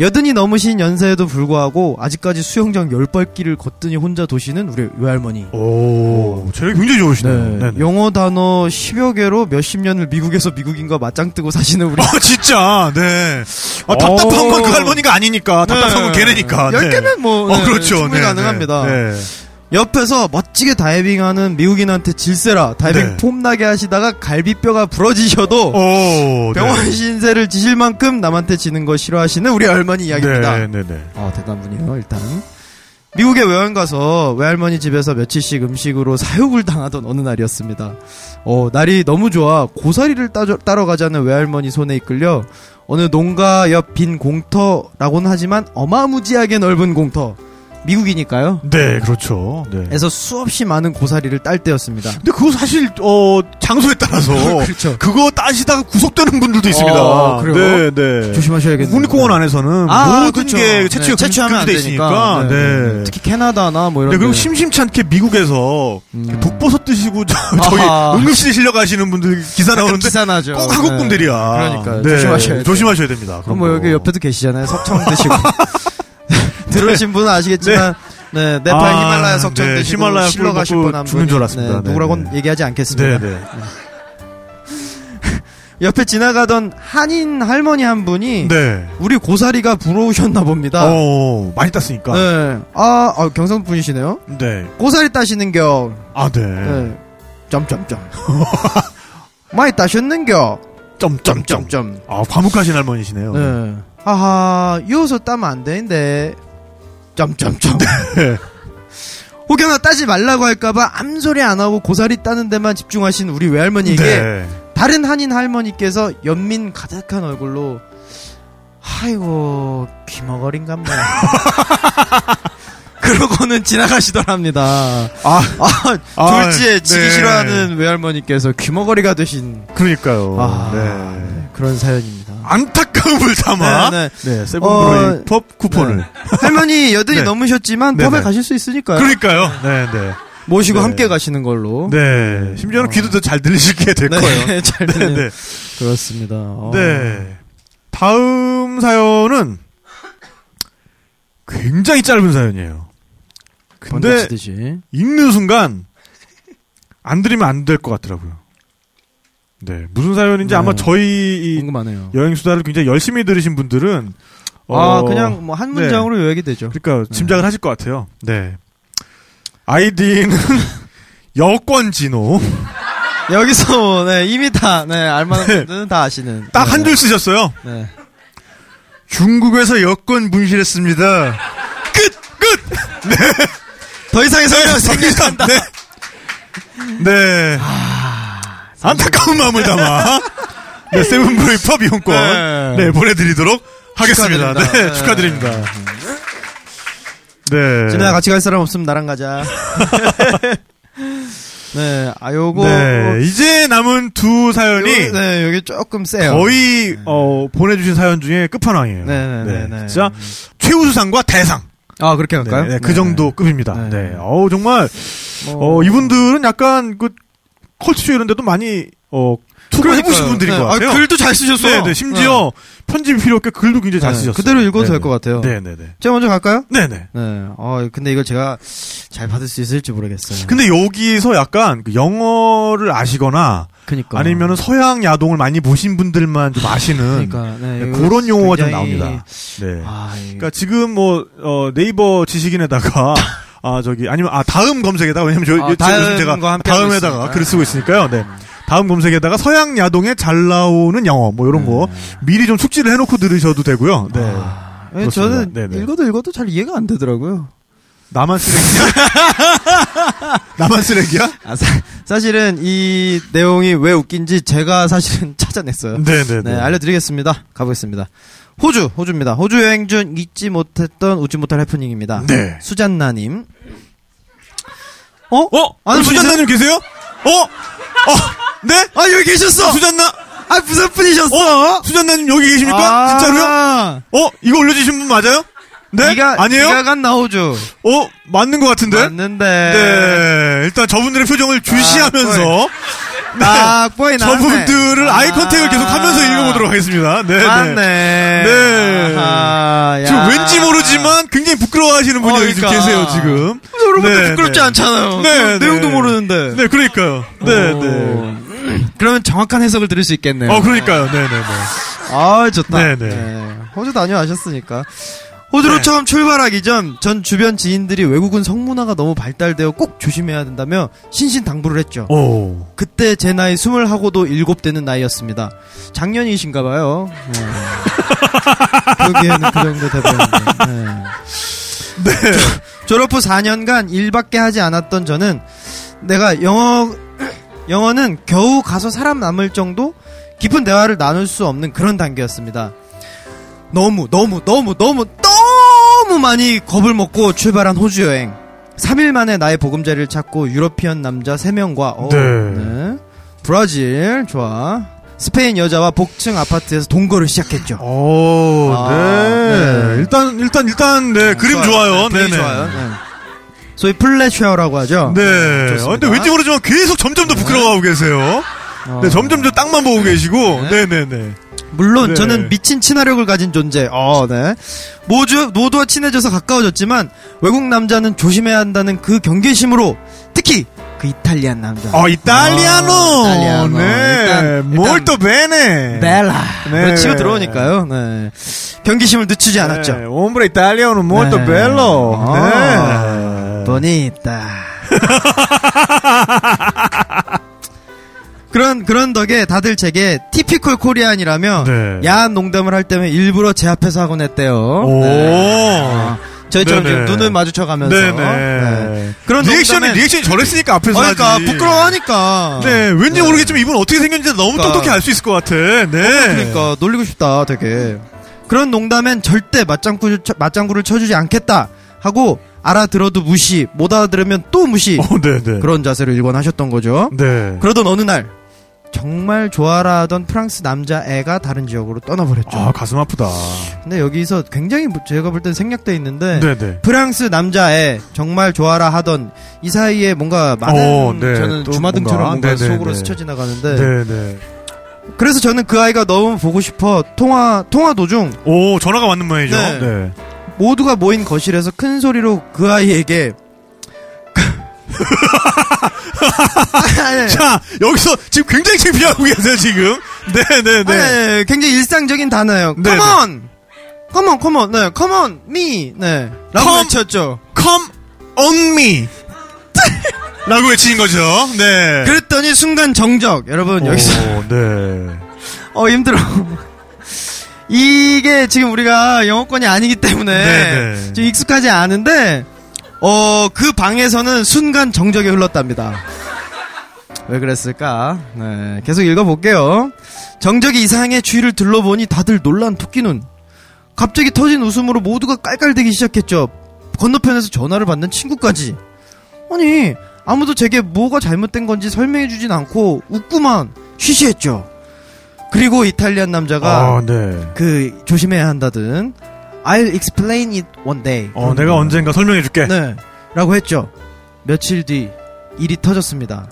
여든이 넘으신 연세에도 불구하고, 아직까지 수영장 열벌길을 거뜬히 혼자 도시는 우리 외할머니.
오, 체력이 굉장히 좋으시네요.
네.
네네.
영어 단어 10여 개로 몇십 년을 미국에서 미국인과 맞짱 뜨고 사시는 우리. 어,
아 진짜 네. 아,
오.
답답한 건 그 할머니가 아니니까 답답한 건 걔네니까. 네.
네. 10개면 뭐.
어
네,
그렇죠.
충분히
네,
가능합니다.
네.
옆에서 멋지게 다이빙하는 미국인한테 질세라 다이빙
네.
폼나게 하시다가 갈비뼈가 부러지셔도
오. 네.
병원 신세를 지실 만큼 남한테 지는 거 싫어하시는 우리 할머니 이야기입니다.
네, 네, 네.
어, 대단분이에요, 일단. 미국에 외환 가서 외할머니 집에서 며칠씩 음식으로 사육을 당하던 어느 날이었습니다. 어, 날이 너무 좋아 고사리를 따 따라가자는 외할머니 손에 이끌려 어느 농가 옆 빈 공터라고는 하지만 어마무지하게 넓은 공터. 미국이니까요.
네, 그렇죠.
[laughs]
네.
에서 수없이 많은 고사리를 딸 때였습니다.
근데 그거 사실 어 장소에 따라서
그렇죠.
그거 따시다가 구속되는 분들도 있습니다.
아,
네,
그래요?
네.
조심하셔야겠네요. 아, 그렇죠. 네,
국립공원 안에서는 모든 게 아, 네, 채취가
음,
그
채취하면 안
금지돼
되니까.
있으니까. 네. 네.
특히 캐나다나 뭐 이런.
그리고
데.
심심찮게 미국에서
음.
독버섯 드시고 저, 저기
아하.
응급실에 실려 가시는 분들 기사 나오는데
기사 나죠.
꼭 한국분들이야.
네.
네.
그러니까요. 조심하셔야 돼요.
조심하셔야 됩니다.
그럼 뭐 여기 옆에도 계시잖아요. 석청
[laughs]
드시고. 들어오신 분은 아시겠지만, 네,
네.
네팔
아,
히말라야 석청
네,
드시고
히말라야
실러
꿀
가실
먹고
뻔한
죽는
분.
줄 알았습니다. 네,
누구라고는
네.
얘기하지 않겠습니다.
네네. 네.
[laughs] 옆에 지나가던 한인 할머니 한 분이
네.
우리 고사리가 부러우셨나 봅니다.
어 많이 땄으니까. 네.
네. 아, 아, 경상 분이시네요. 고사리 따시는겨.
아 네.
네. 점점점. [laughs] 많이 따셨는겨.
점점점.
점점.
아 과묵하신 할머니시네요.
네. 하하, 이어서 따면 안 되는데. 점점점.
네.
혹여나 따지 말라고 할까봐 암소리 안 하고 고사리 따는 데만 집중하신 우리 외할머니에게
네.
다른 한인 할머니께서 연민 가득한 얼굴로 아이고
[laughs]
귀머거린가 뭐 그러고는 지나가시더랍니다.
아
아,
아,
졸지에
네.
지기 싫어하는 외할머니께서 귀머거리가 되신
그러니까요.
아,
네.
그런 사연입니다.
안타까움을 담아
네,
세븐브로이
어,
펍 쿠폰을.
할머니 여든이
네. [laughs]
넘으셨지만
네,
법에
네.
가실 수 있으니까요.
그러니까요. 네 네.
모시고
네.
함께 가시는 걸로.
네. 심지어는
어.
귀도 더 잘 들리시게 될 거예요.
[laughs] 잘
네,
들리네요.
네.
그렇습니다. 어.
네. 다음 사연은 굉장히 짧은 사연이에요. 근데
번데치듯이.
읽는 순간 안 들으면 안 될 것 같더라고요. 네. 무슨 사연인지
네.
아마 저희 이
궁금하네요.
여행 수다를 굉장히 열심히 들으신 분들은
아,
어,
그냥 뭐 한
네.
문장으로 요약이 되죠.
그러니까
네.
짐작을 하실 것 같아요. 네. 아이디는 [laughs] 여권 진호
여기서 네, 이미 다 네, 알만한 분들은 다 아시는.
딱 한
네.
줄 쓰셨어요.
네.
중국에서 여권 분실했습니다. [laughs]
더 이상의 설명 생각한다.
네. 네.
아,
안타까운 마음을 담아 네, 세븐브레이 펍 이용권 네.
네.
보내드리도록 하겠습니다.
축하드립니다.
네,
네.
축하드립니다. 네.
진호야 같이 갈 사람 없으면 나랑 가자. [laughs] 네, 아 요거
네, 이제 남은 두 사연이
요, 네, 여기 조금 세요.
거의 어, 보내주신 사연 중에 끝판왕이에요.
네, 네, 네, 네.
진짜 최우수상과 대상
아 그렇게
네,
할까요?
네, 그 정도 급입니다. 네.
네. 뭐
어우 정말 어, 이분들은 약간 그 컬투쇼 이런 데도 많이 어, 투고 해보신 분들인 것 같아요.
네. 글도 잘 쓰셨어요. 네.
네, 네, 심지어 편집이 필요 없게 글도 굉장히 잘 쓰셨어요.
그대로 읽어도 될 것 같아요.
네, 네, 네.
제가 먼저 갈까요?
네, 네.
네. 어, 근데 이걸 제가 잘 받을 수 있을지 모르겠어요.
근데 여기서 약간 그 영어를 아시거나
그니까.
아니면 서양 야동을 많이 보신 분들만 좀 아시는
그러니까 네,
네,
이거
그런 용어가 좀
굉장히-
나옵니다. 네.
아, 이거-
그러니까 지금 뭐 어, 네이버 지식인에다가 아 저기 아니면 아 다음 검색에다가 왜냐면 저,
아,
저-
다음과
요즘 제가
함께 하고
다음에다가
있으니까.
글을 쓰고 있으니까요. 네. 다음 검색에다가 서양 야동에 잘 나오는 영어 뭐 이런 거 미리 좀 숙지를 해놓고 들으셔도 되고요. 네.
음. 아, 예,
그렇습니다.
저는
네네.
읽어도 읽어도 잘 이해가 안 되더라고요.
나만 쓰레기야? [laughs] 나만 쓰레기야?
아, 사, 사실은 이 내용이 왜 웃긴지 제가 사실은 [laughs] 찾아냈어요.
네네네.
네, 알려드리겠습니다. 가보겠습니다. 호주, 호주입니다. 호주 여행 중 잊지 못했던 웃지 못할 해프닝입니다.
네.
수잔나님. 어?
어?
아는
어, 수잔나님 계세요? 어? 어? 네?
아, 여기 계셨어!
수잔나?
아, 부산 분이셨어!
어? 수잔나님 여기 계십니까?
아,
진짜로요? 어? 이거 올려주신 분 맞아요? 네?
네가,
아니에요?
네가 간 나호주.
어? 맞는 것 같은데?
맞는데.
네, 일단 저분들의 표정을 주시하면서 네,
아, 보이 나.
저분들을 아이 컨택을 계속 하면서 읽어보도록 하겠습니다. 네,
맞네.
네. 네.
아하, 야.
지금 왠지 모르지만 굉장히 부끄러워하시는 분이
어,
여기 지금
그러니까.
계세요 지금.
여러분들
네,
부끄럽지
네.
않잖아요.
네,
내용도
네.
모르는데.
네, 그러니까요. 네, 네.
오. 그러면 정확한 해석을 들을 수 있겠네요.
어, 그러니까요. 네, 네, 네.
아, 좋다.
네, 네.
호주 다녀와셨으니까. 호주로
네.
처음 출발하기 전 전 주변 지인들이 외국은 성문화가 너무 발달되어 꼭 조심해야 된다며 신신 당부를 했죠.
오,
그때 제 나이 스물 하고도 일곱 되는 나이였습니다. 작년이신가 봐요. 네.
[laughs]
보기에는 그 정도 되보였는데. 네.
네.
[laughs] 졸업 후 4년간 일밖에 하지 않았던 저는 내가 영어 영어는 겨우 가서 사람 남을 정도 깊은 대화를 나눌 수 없는 그런 단계였습니다. 너무 너무 너무 너무 너무 많이 겁을 먹고 출발한 호주 여행. 3일 만에 나의 보금자리를 찾고 유러피언 남자 3명과 어,
네.
브라질 좋아. 스페인 여자와 복층 아파트에서 동거를 시작했죠.
오,
아,
네.
네.
일단, 일단, 일단, 네. 그림 좋아요. 네,
분위기
네.
좋아요. 네. 소위 플랫 쉐어라고 하죠.
네.
좋습니다.
어, 근데 왠지 모르지만 계속 점점 더 부끄러워하고 계세요.
어.
네, 점점 더 땅만 보고 계시고. 네, 네, 네.
물론
네.
저는 미친 친화력을 가진 존재. 어, 네. 모두 모두와 친해져서 가까워졌지만 외국 남자는 조심해야 한다는 그 경계심으로 특히 그 이탈리안 남자.
어, 이탈리아노.
어, 이탈리아노.
네.
일단-
몰to bene.
벨라.
네.
네. 치고 들어오니까요. 네. 경계심을 늦추지 않았죠.
네, Hombre italiano molto
네.
bello.
아,
네.
보니타. [laughs] 그런 그런 덕에 다들 제게 티피컬 코리안이라며
네.
야한 농담을 할 때면 일부러 제 앞에서 하곤 했대요.
오.
아, 저희처럼
네네.
지금 눈을 마주쳐가면서
네네.
네. 그런
리액션이
농담에-
리액션이 저랬으니까 앞에서
어, 그러니까
하지.
부끄러워하니까.
네, 왠지 모르겠지만 이분 어떻게 생겼는지 너무
그러니까.
똑똑히 알 수 있을 것 같아. 네.
그러니까 놀리고 싶다, 되게. 그런 농담엔 절대 맞장구 맞장구를 쳐주지 않겠다 하고 알아들어도 무시, 못 알아들으면 또 무시
어, 네, 네.
그런 자세로 일관하셨던 거죠.
네.
그러던 어느 날 정말 좋아라 하던 프랑스 남자 애가 다른 지역으로 떠나버렸죠.
아 가슴 아프다.
근데 여기서 굉장히 제가 볼 땐 생략돼 있는데
네네.
프랑스 남자애 정말 좋아라 하던 이 사이에 뭔가 많은
어, 네.
저는
또
주마등처럼
뭔가, 네,
뭔가,
네,
속으로
네.
스쳐 지나가는데
네네.
그래서 저는 그 아이가 너무 보고 싶어 통화 통화 도중
오 전화가 왔는 모양이죠.
네.
네.
모두가 모인 거실에서 큰 소리로 그 아이에게 아니, 아니,
[laughs] 자 여기서 지금 굉장히 창피하고 계세요 지금. 네네네.
아니, 아니, 굉장히 일상적인 단어예요.
네,
Come on, come on, come on, 네, come on, me, 네, 라고
Come-
외쳤죠.
Come on me. 라고 외치는 거죠. 네.
그랬더니 순간 정적. 여러분 여기서 [laughs]
오, 네.
어 [laughs] 힘들어. 이게 지금 우리가 영어권이 아니기 때문에
네네.
지금 익숙하지 않은데 어 그 방에서는 순간 정적이 흘렀답니다. 왜 그랬을까? 네, 계속 읽어볼게요. 정적이 이상해 주위를 둘러보니 다들 놀란 토끼는 갑자기 터진 웃음으로 모두가 깔깔대기 시작했죠. 건너편에서 전화를 받는 친구까지. 아니 아무도 제게 뭐가 잘못된 건지 설명해주진 않고 웃고만 쉬쉬했죠. 그리고 이탈리안 남자가
아, 네.
그 조심해야 한다든 I'll explain it one day.
어, 내가 언젠가 설명해줄게.
네. 라고 했죠. 며칠 뒤 일이 터졌습니다.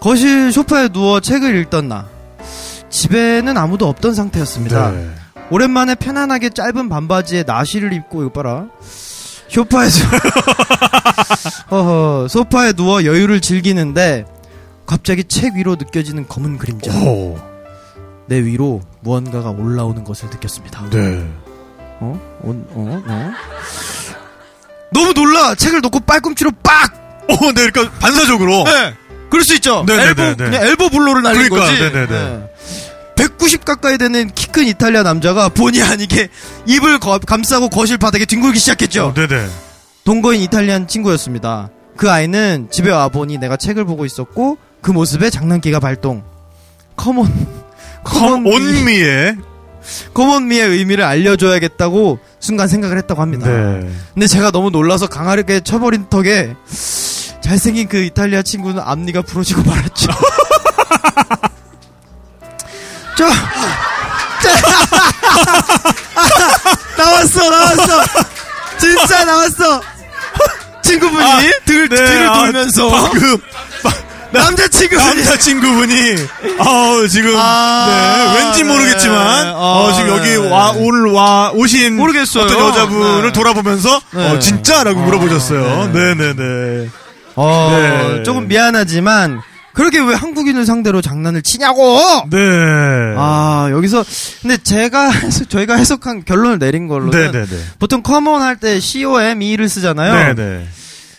거실 소파에 누워 책을 읽던 나. 집에는 아무도 없던 상태였습니다.
네.
오랜만에 편안하게 짧은 반바지에 나시를 입고 이거 봐라. 소파에서 [laughs] 허허, 소파에 누워 여유를 즐기는데 갑자기 책 위로 느껴지는 검은 그림자.
오,
내 위로 무언가가 올라오는 것을 느꼈습니다.
네.
어? 온, 어? 어? 너무 놀라! 책을 놓고 빨꿈치로 빡! [laughs] 어,
오, 네, 그러니까 반사적으로.
네! 그럴 수 있죠!
네, 네,
엘보,
네, 네.
그냥 엘보 블로를 날린
그러니까,
거지.
네, 네, 네.
190 가까이 되는 키 큰 이탈리아 남자가 본의 아니게 입을 거- 감싸고 거실 바닥에 뒹굴기 시작했죠.
어, 네네.
동거인 이탈리안 친구였습니다. 그 아이는 집에 와보니 내가 책을 보고 있었고 그 모습에 장난기가 발동. 컴온.
Come on me의.
컴온미의 의미를 알려줘야겠다고 순간 생각을 했다고 합니다.
네.
근데 제가 너무 놀라서 강하게 쳐버린 턱에 잘생긴 그 이탈리아 친구는 앞니가 부러지고 말았죠. [laughs] 저, 저- [laughs] 나왔어, 나왔어. 진짜 나왔어. 친구분이
아,
들, 뒤를
아,
돌면서 그
방금
남자친구분이
남자친구분이, 어, 지금,
아,
네, 왠지
네.
모르겠지만, 어,
아,
지금 여기
네.
와, 오늘 와, 오신
모르겠어요.
어떤 여자분을
네.
돌아보면서,
네.
어, 진짜? 라고 물어보셨어요.
네.
네네네.
어,
네.
조금 미안하지만 그렇게 왜 한국인을 상대로 장난을 치냐고
네.
아 여기서 근데 제가 [laughs] 해석- 저희가 해석한 결론을 내린 걸로는
네네네.
보통 커먼 할 때 C O M E를 쓰잖아요.
네네.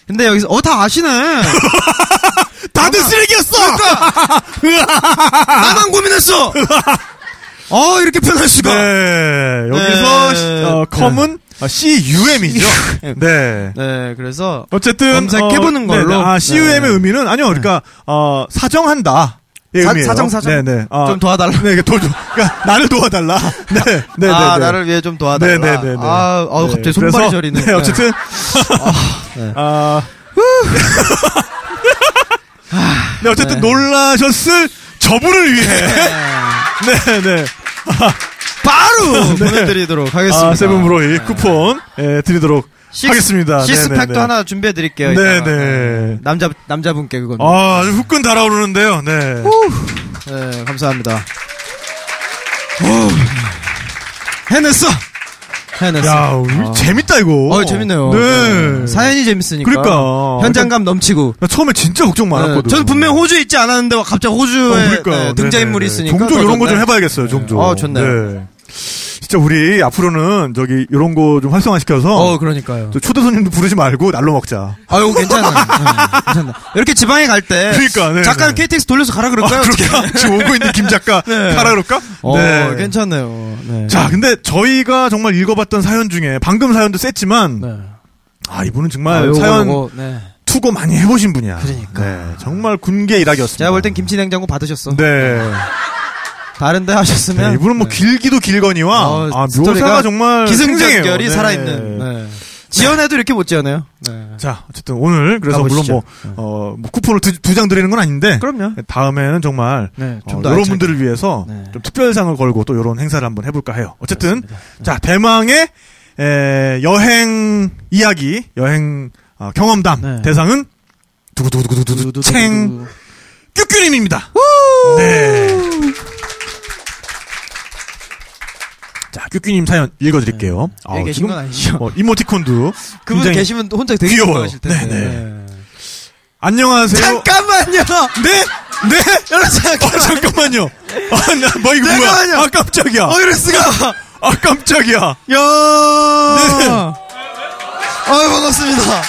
근데 여기서 어 다 아시네.
[laughs] 다들 쓰레기였어!
그러니까!
[laughs]
나만 고민했어. 어 이렇게 표현할 수가.
네. 여기서,
네.
시- 어, 컴은 CUM이죠. 네.
네, 그래서
어쨌든.
검색해보는
어,
걸로.
네네. 아,
네.
CUM의 의미는, 아니요. 그러니까, 어, 사정한다. 의
사-
의미예요.
사정, 사정.
네네. 아,
좀 도와달라.
네, 이게 도, 그러니까 나를
[laughs]
도와달라. 네, 네, 네.
아
네.
나를 위해 좀 도와달라.
네네네네.
아, 어
네,
갑자기
그래서,
손발이 저리네.
네, 어쨌든.
네.
아. [laughs] 네, 어쨌든 놀라셨을 저분을 위해. [laughs] 네, 네.
바로 보내드리도록 하겠습니다. 네.
아, 세븐브로이 쿠폰 예, 드리도록
식스-
하겠습니다. 네,
식스팩도 하나 준비해 드릴게요.
네네. 네네.
남자 남자분께 그건.
아, 아주 후끈 달아오르는데요. 네.
네, 감사합니다. 해냈어. 해냈어.
야, 우리
아.
재밌다 이거.
어, 재밌네요.
네.
네. 사연이 재밌으니까.
그러니까
현장감 넘치고.
나 처음에 진짜 걱정 많았거든.
네, 저는 분명 호주 있지 않았는데 갑자기
어,
호주에
그러니까.
네, 등장인물이
네네네.
있으니까.
종종
더
이런 거 좀
좋네.
해봐야겠어요. 종종.
어, 좋네요.
네. 진짜 우리 앞으로는 저기 이런 거 좀 활성화시켜서
어, 그러니까요.
저 초대 손님도 부르지 말고 날로 먹자.
아유, 괜찮아요. 네, 괜찮아. 이렇게 지방에 갈 때.
그러니까, 네, 네.
잠깐 KTX 돌려서 가라
아,
그럴까요?
그럴까? 지금 오고 있는 김 작가
[laughs] 네.
가라 그럴까?
어, 괜찮네요. 네.
자, 근데 저희가 정말 읽어봤던 사연 중에 방금 사연도 셌지만
네.
아 이분은
아,
정말
요거,
사연
요거, 네.
투고 많이 해보신 분이야.
그러니까.
네, 정말 군계 일학이었습니다.
제가 볼 땐 김치 냉장고 받으셨어.
네.
다른데
네,
하셨으면.
이분은 뭐
네.
길기도 길거니와
어,
아,
스토리가
묘사가 정말
기승전결이
생생해요. 네.
살아있는. 네. 지연해도 이렇게 못 지연해요. 네.
자, 어쨌든 오늘 그래서 물론
가보시죠. 네.
뭐, 어, 뭐 쿠폰을 두 장 드리는 건 아닌데
그럼요.
다음에는 정말
네,
어,
좀더
이런 분들을 위해서
네.
좀 특별상을 걸고 또 이런 행사를 한번 해볼까 해요. 어쨌든
그렇습니다.
자 대망의 에, 여행 이야기, 여행 어, 경험담
네.
대상은 두구두구두구두구 챙 뀨뀨님입니다. 네. 자 뀨뀨님 사연 읽어드릴게요. 아우,
여기 네. 계신 건 아니죠?
뭐 이모티콘도
[laughs] 그분
굉장히-
계시면 또 혼자 되게
귀여워요.
좋아하실 텐데.
네네. 안녕하세요.
잠깐만요.
네? 네?
여러분 잠깐.
아, 잠깐만요. 아, 나, 뭐, 이거
잠깐만요.
뭐야? 아, 깜짝이야.
어 이럴 수가.
아, 깜짝이야. 네.
야. 아 반갑습니다.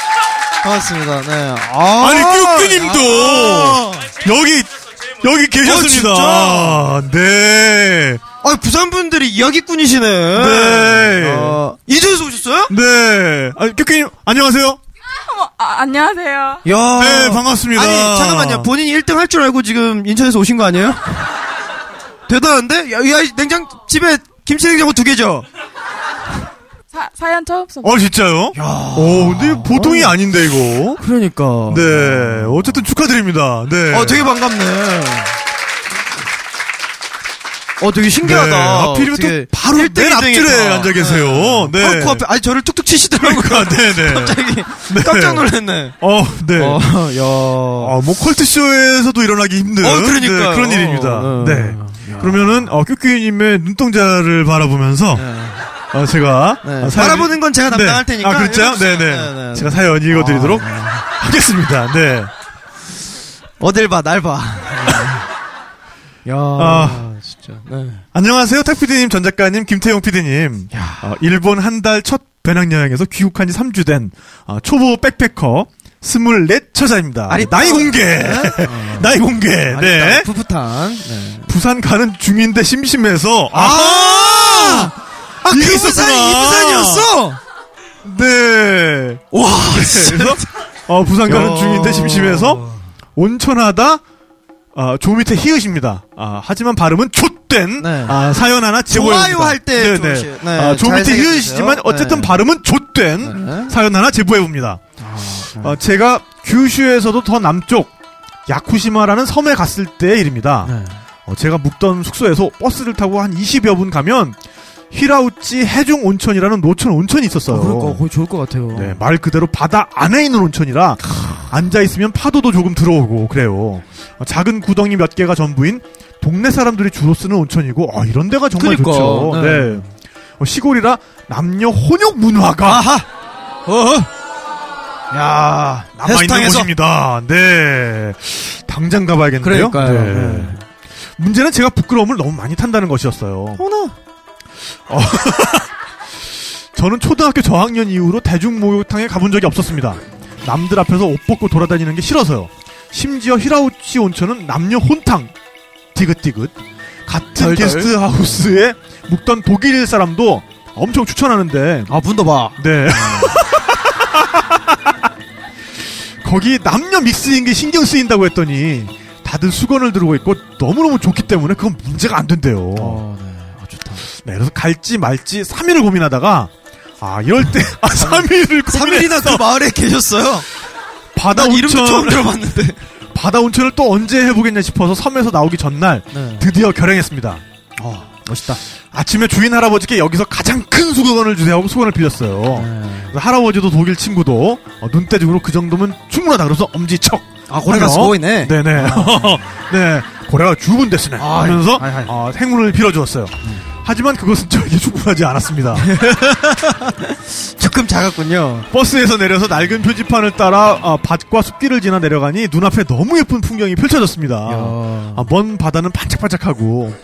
반갑습니다. 네. 아,
아니, 뀨뀨님도
아.
여기, 여기 계셨습니다.
어,
네.
아 부산 분들이 이야기꾼이시네.
네.
어, 이주에서 오셨어요?
네. 아, 뀨뀨님, 안녕하세요.
아, 안녕하세요.
야.
네, 반갑습니다.
아니 잠깐만요. 본인이 1등 할 줄 알고 지금 인천에서 오신 거 아니에요? [laughs] 대단한데? 야, 야 이 냉장 집에 김치 냉장고 두 개죠.
사, 사연 처음 써.
어, 진짜요? 오, 근데 보통이 아닌데, 이거.
그러니까.
네. 어쨌든 축하드립니다. 네.
어, 되게 반갑네. 어, 되게 신기하다.
네, 하필이면 또
되게
바로 맨
1등,
앞줄에
2등이다.
앉아 계세요. 네.
바로 코앞에, 아니, 저를 툭툭 치시더라고요.
그러니까, 네네.
[laughs] 갑자기. 깜짝 놀랐네.
어, 네.
어, 야.
아, 뭐 컬트쇼에서도 일어나기 힘든
어, 그러니까요.
네, 그런 일입니다.
어,
네.
야.
그러면은 어, 큐큐님의 눈동자를 바라보면서
네.
어, 제가
네.
어, 사연-
바라보는 건 제가 담당할
네.
테니까.
아, 그렇죠?
읽어주세요.
네네.
네, 아, 네.
제가 사연 읽어드리도록 하겠습니다. 네.
어딜 봐, 날 봐. 야.
아.
진짜. 네.
안녕하세요, 탁 PD님, 전 작가님, 김태용 PD님. 어, 일본 한 달 첫 배낭여행에서 귀국한 지 3주 된 어, 초보 백패커 24 처자입니다.
아니,
나이
또-
공개! [laughs] 나이 공개! 네.
아니다, 풋풋한. 네.
부산 가는 중인데 심심해서
아! 아,
이게
그
있었구나.
부산이 이 부산이었어!
네.
와,
[laughs] 그래서 어, 부산 가는
야.
중인데 심심해서 온천하다 아, 조 밑에 히읗입니다. 아, 하지만 발음은 좆된
네.
아, 사연 하나 제보해
좋아요 할때 좋으시- 네,
아, 조
잘
밑에
생각해
히읗이지만
주세요.
어쨌든
네.
발음은 좆된
네.
사연 하나 제보해 봅니다.
아,
어, 제가 규슈에서도 더 남쪽 야쿠시마라는 섬에 갔을 때의 일입니다.
네.
어, 제가 묵던 숙소에서 버스를 타고 한 20여 분 가면 히라우치 해중 온천이라는 노천 온천이 있었어요.
그러니까 거의 좋을 것 같아요.
네, 말 그대로 바다 안에 있는 온천이라 앉아 있으면 파도도 조금 들어오고 그래요. 어, 작은 구덩이 몇 개가 전부인 동네 사람들이 주로 쓰는 온천이고 어, 이런 데가 정말
그러니까,
좋죠.
네.
네. 어, 시골이라 남녀 혼욕 문화가 야 남아 있는
해수탕에서?
곳입니다. 네, 당장 가봐야겠는데요.
그러니까요.
네.
네.
문제는 제가 부끄러움을 너무 많이 탄다는 것이었어요.
어나.
[laughs] 저는 초등학교 저학년 이후로 대중목욕탕에 가본 적이 없었습니다. 남들 앞에서 옷 벗고 돌아다니는 게 싫어서요. 심지어 히라우치 온천은 남녀 혼탕 디귿디귿 같은
덜덜.
게스트하우스에 묵던 독일 사람도 엄청 추천하는데
아, 분도 봐.
네 [laughs] 거기 남녀 믹스인 게 신경 쓰인다고 했더니 다들 수건을 들고 있고 너무너무 좋기 때문에 그건 문제가 안 된대요.
어, 네. 아, 좋다.
네, 그래서 갈지 말지 3일을 고민하다가 아 이럴 때 아, 3일을
3일이나 그
고민해서
마을에 계셨어요?
바다
난 이름도 처음
온천
들어봤는데.
[laughs] 바다 온천을 또 언제 해보겠냐 싶어서 섬에서 나오기 전날
네.
드디어 결행했습니다.
어, 멋있다.
아침에 주인 할아버지께 여기서 가장 큰 수건을 주세요 하고 수건을 빌렸어요.
네.
그래서 할아버지도 독일 친구도 어, 눈대중으로 그 정도면 충분하다 그래서 엄지척
아, 고래가
하며,
스고이네.
네네. [laughs] 네. 고래가 주문 됐으네.
아,
하면서
아이, 음. 아이.
어, 행운을 빌어주었어요. 하지만 그것은 저에게 충분하지
[laughs]
않았습니다.
조금 작았군요.
버스에서 내려서 낡은 표지판을 따라 아, 밭과 숲길을 지나 내려가니 눈앞에 너무 예쁜 풍경이 펼쳐졌습니다.
야.
아, 먼 바다는 반짝반짝하고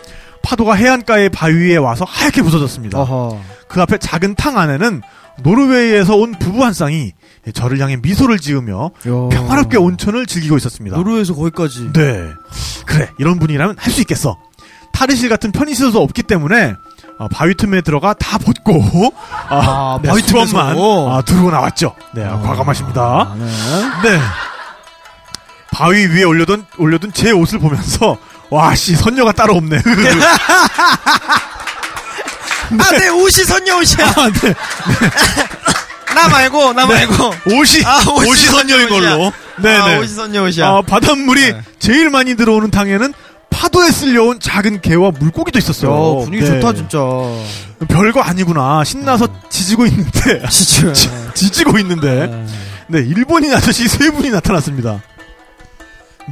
파도가 해안가의 바위에 와서 하얗게 부서졌습니다.
어허.
그 앞에 작은 탕 안에는 노르웨이에서 온 부부 한 쌍이 저를 향해 미소를 지으며
야.
평화롭게 온천을 즐기고 있었습니다.
노르웨이에서 거기까지.
네. 그래, 이런 분이라면 할 수 있겠어. 탈의실 같은 편의 시설도 없기 때문에 어, 바위 틈에 들어가 다 벗고 아,
아, 바위 틈에서.
수건만 아, 들고 나왔죠. 네, 아, 과감하십니다.
아, 네.
네. 바위 위에 올려둔 올려둔 제 옷을 보면서 와 씨 선녀가 따로 없네. [laughs]
아, 내 옷이 선녀 옷이야.
아, 네.
나 말고 나 말고.
오시
아, 오시-
오시선녀인 걸로.
아,
네네.
오시선녀 오시야.
아, 바닷물이
네.
제일 많이 들어오는 당에는 파도에 쓸려온 작은 개와 물고기도 있었어요.
야, 분위기
네.
좋다 진짜. 네.
별거 아니구나. 신나서 지지고 있는데
[laughs] 진짜.
지, 지지고 있는데. 네, 일본인 아저씨 세 분이 나타났습니다.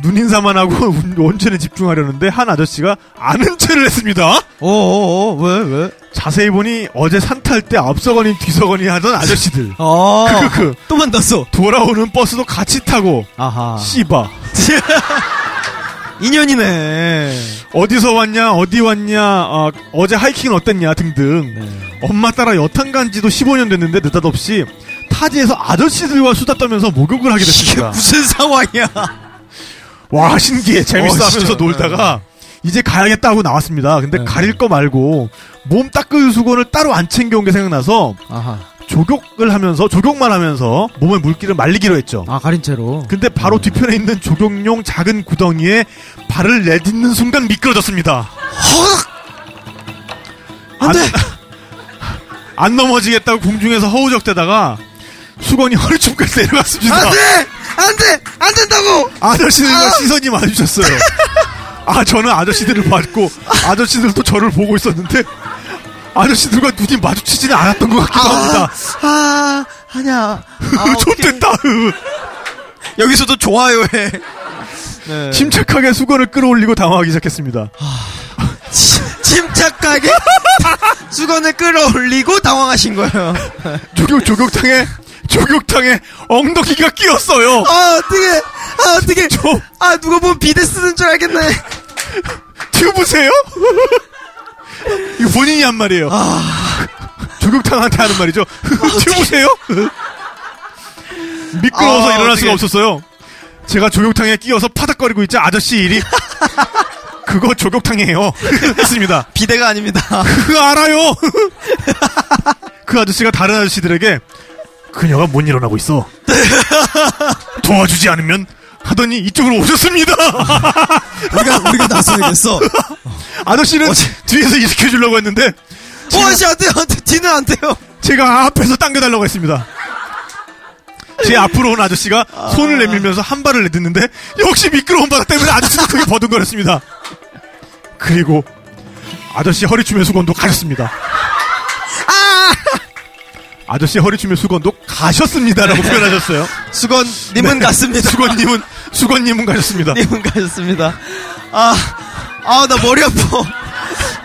눈인사만 하고 [laughs] 운- 원천에 집중하려는데 한 아저씨가 아는 체를 했습니다.
어, 어어어 왜 왜?
자세히 보니 어제 산탈 때 앞서거니 뒤서거니 하던 아저씨들.
어.
크크크.
또 만났어.
돌아오는 버스도 같이 타고
아하. [laughs]
씨바
인연이네.
어디서 왔냐 어디 왔냐 아, 어제 하이킹은 어땠냐 등등
네.
엄마 따라 여탕 간지도 15년 됐는데 느닷없이 타지에서 아저씨들과 수다 떠면서 목욕을 하게
이게
됐습니다.
무슨 상황이야?
와 신기해 재밌어
어,
하면서
진짜.
놀다가 이제 가야겠다 하고 나왔습니다. 근데
네.
가릴 거 말고 몸 닦을 수건을 따로 안 챙겨온 게 생각나서
아하.
조격을 하면서 조격만 하면서 몸에 물기를 말리기로 했죠.
아 가린 채로. 음.
근데 바로 뒤편에 있는 조경용 작은 구덩이에 발을 내딛는 순간 미끄러졌습니다. 안, [laughs]
안돼.
안 넘어지겠다고 공중에서 허우적대다가 수건이 [laughs] 허리춤까지 내려갔습니다.
안돼. 안돼. 안 된다고.
아저씨들과 시선이 마주쳤어요. 아 저는 아저씨들을 봤고 아저씨들도 저를 보고 있었는데 아저씨들과 눈이 마주치지는 않았던 것 같기도 합니다.
아 아니야.
그 좋됐다.
여기서도 좋아요 해. 네.
침착하게 수건을 끌어올리고 당황하기 시작했습니다.
아,
[laughs]
침착하게 수건을 네, 끌어올리고 당황하신 거예요.
조격 조격탕에 조격탕에 엉덩이가 끼었어요.
아 어떻게? 아 어떻게? 아 누가 보면 비데 쓰는 줄 알겠네.
튜브세요? [laughs] 이거 본인이 한 말이에요.
아.
조격탕한테 하는 말이죠. 튜브세요? 미끄러워서
아,
일어날
어떡해.
수가 없었어요. 제가 조격탕에 끼어서 파닥거리고 있자 아저씨
[laughs]
일이 그거 조격탕이에요. 했습니다.
비데가 아닙니다.
그 알아요. 그 아저씨가 다른 아저씨들에게 그녀가 못 일어나고 있어.
네.
도와주지 않으면 하더니 이쪽으로 오셨습니다.
[laughs] 우리가 우리가 나서야겠어.
[laughs] 아저씨는 뒤에서 일으켜 주려고 했는데
오씨 어, 안 돼요. 안 돼. 뒤는 안 돼요.
제가 앞에서 당겨달라고 했습니다. 제 앞으로 온 아저씨가 손을 내밀면서 한 발을 내딛는데 역시 미끄러운 바닥 때문에 아저씨도 크게 버둥거렸습니다. 그리고 아저씨 허리춤의 수건도 가셨습니다.
아!
아저씨 허리춤의 수건도 가셨습니다라고
네. [laughs]
표현하셨어요.
수건님은 갔습니다.
네. 수건님은 수건님은 가셨습니다.
님은 가셨습니다. 아, 아, 나 머리 아파.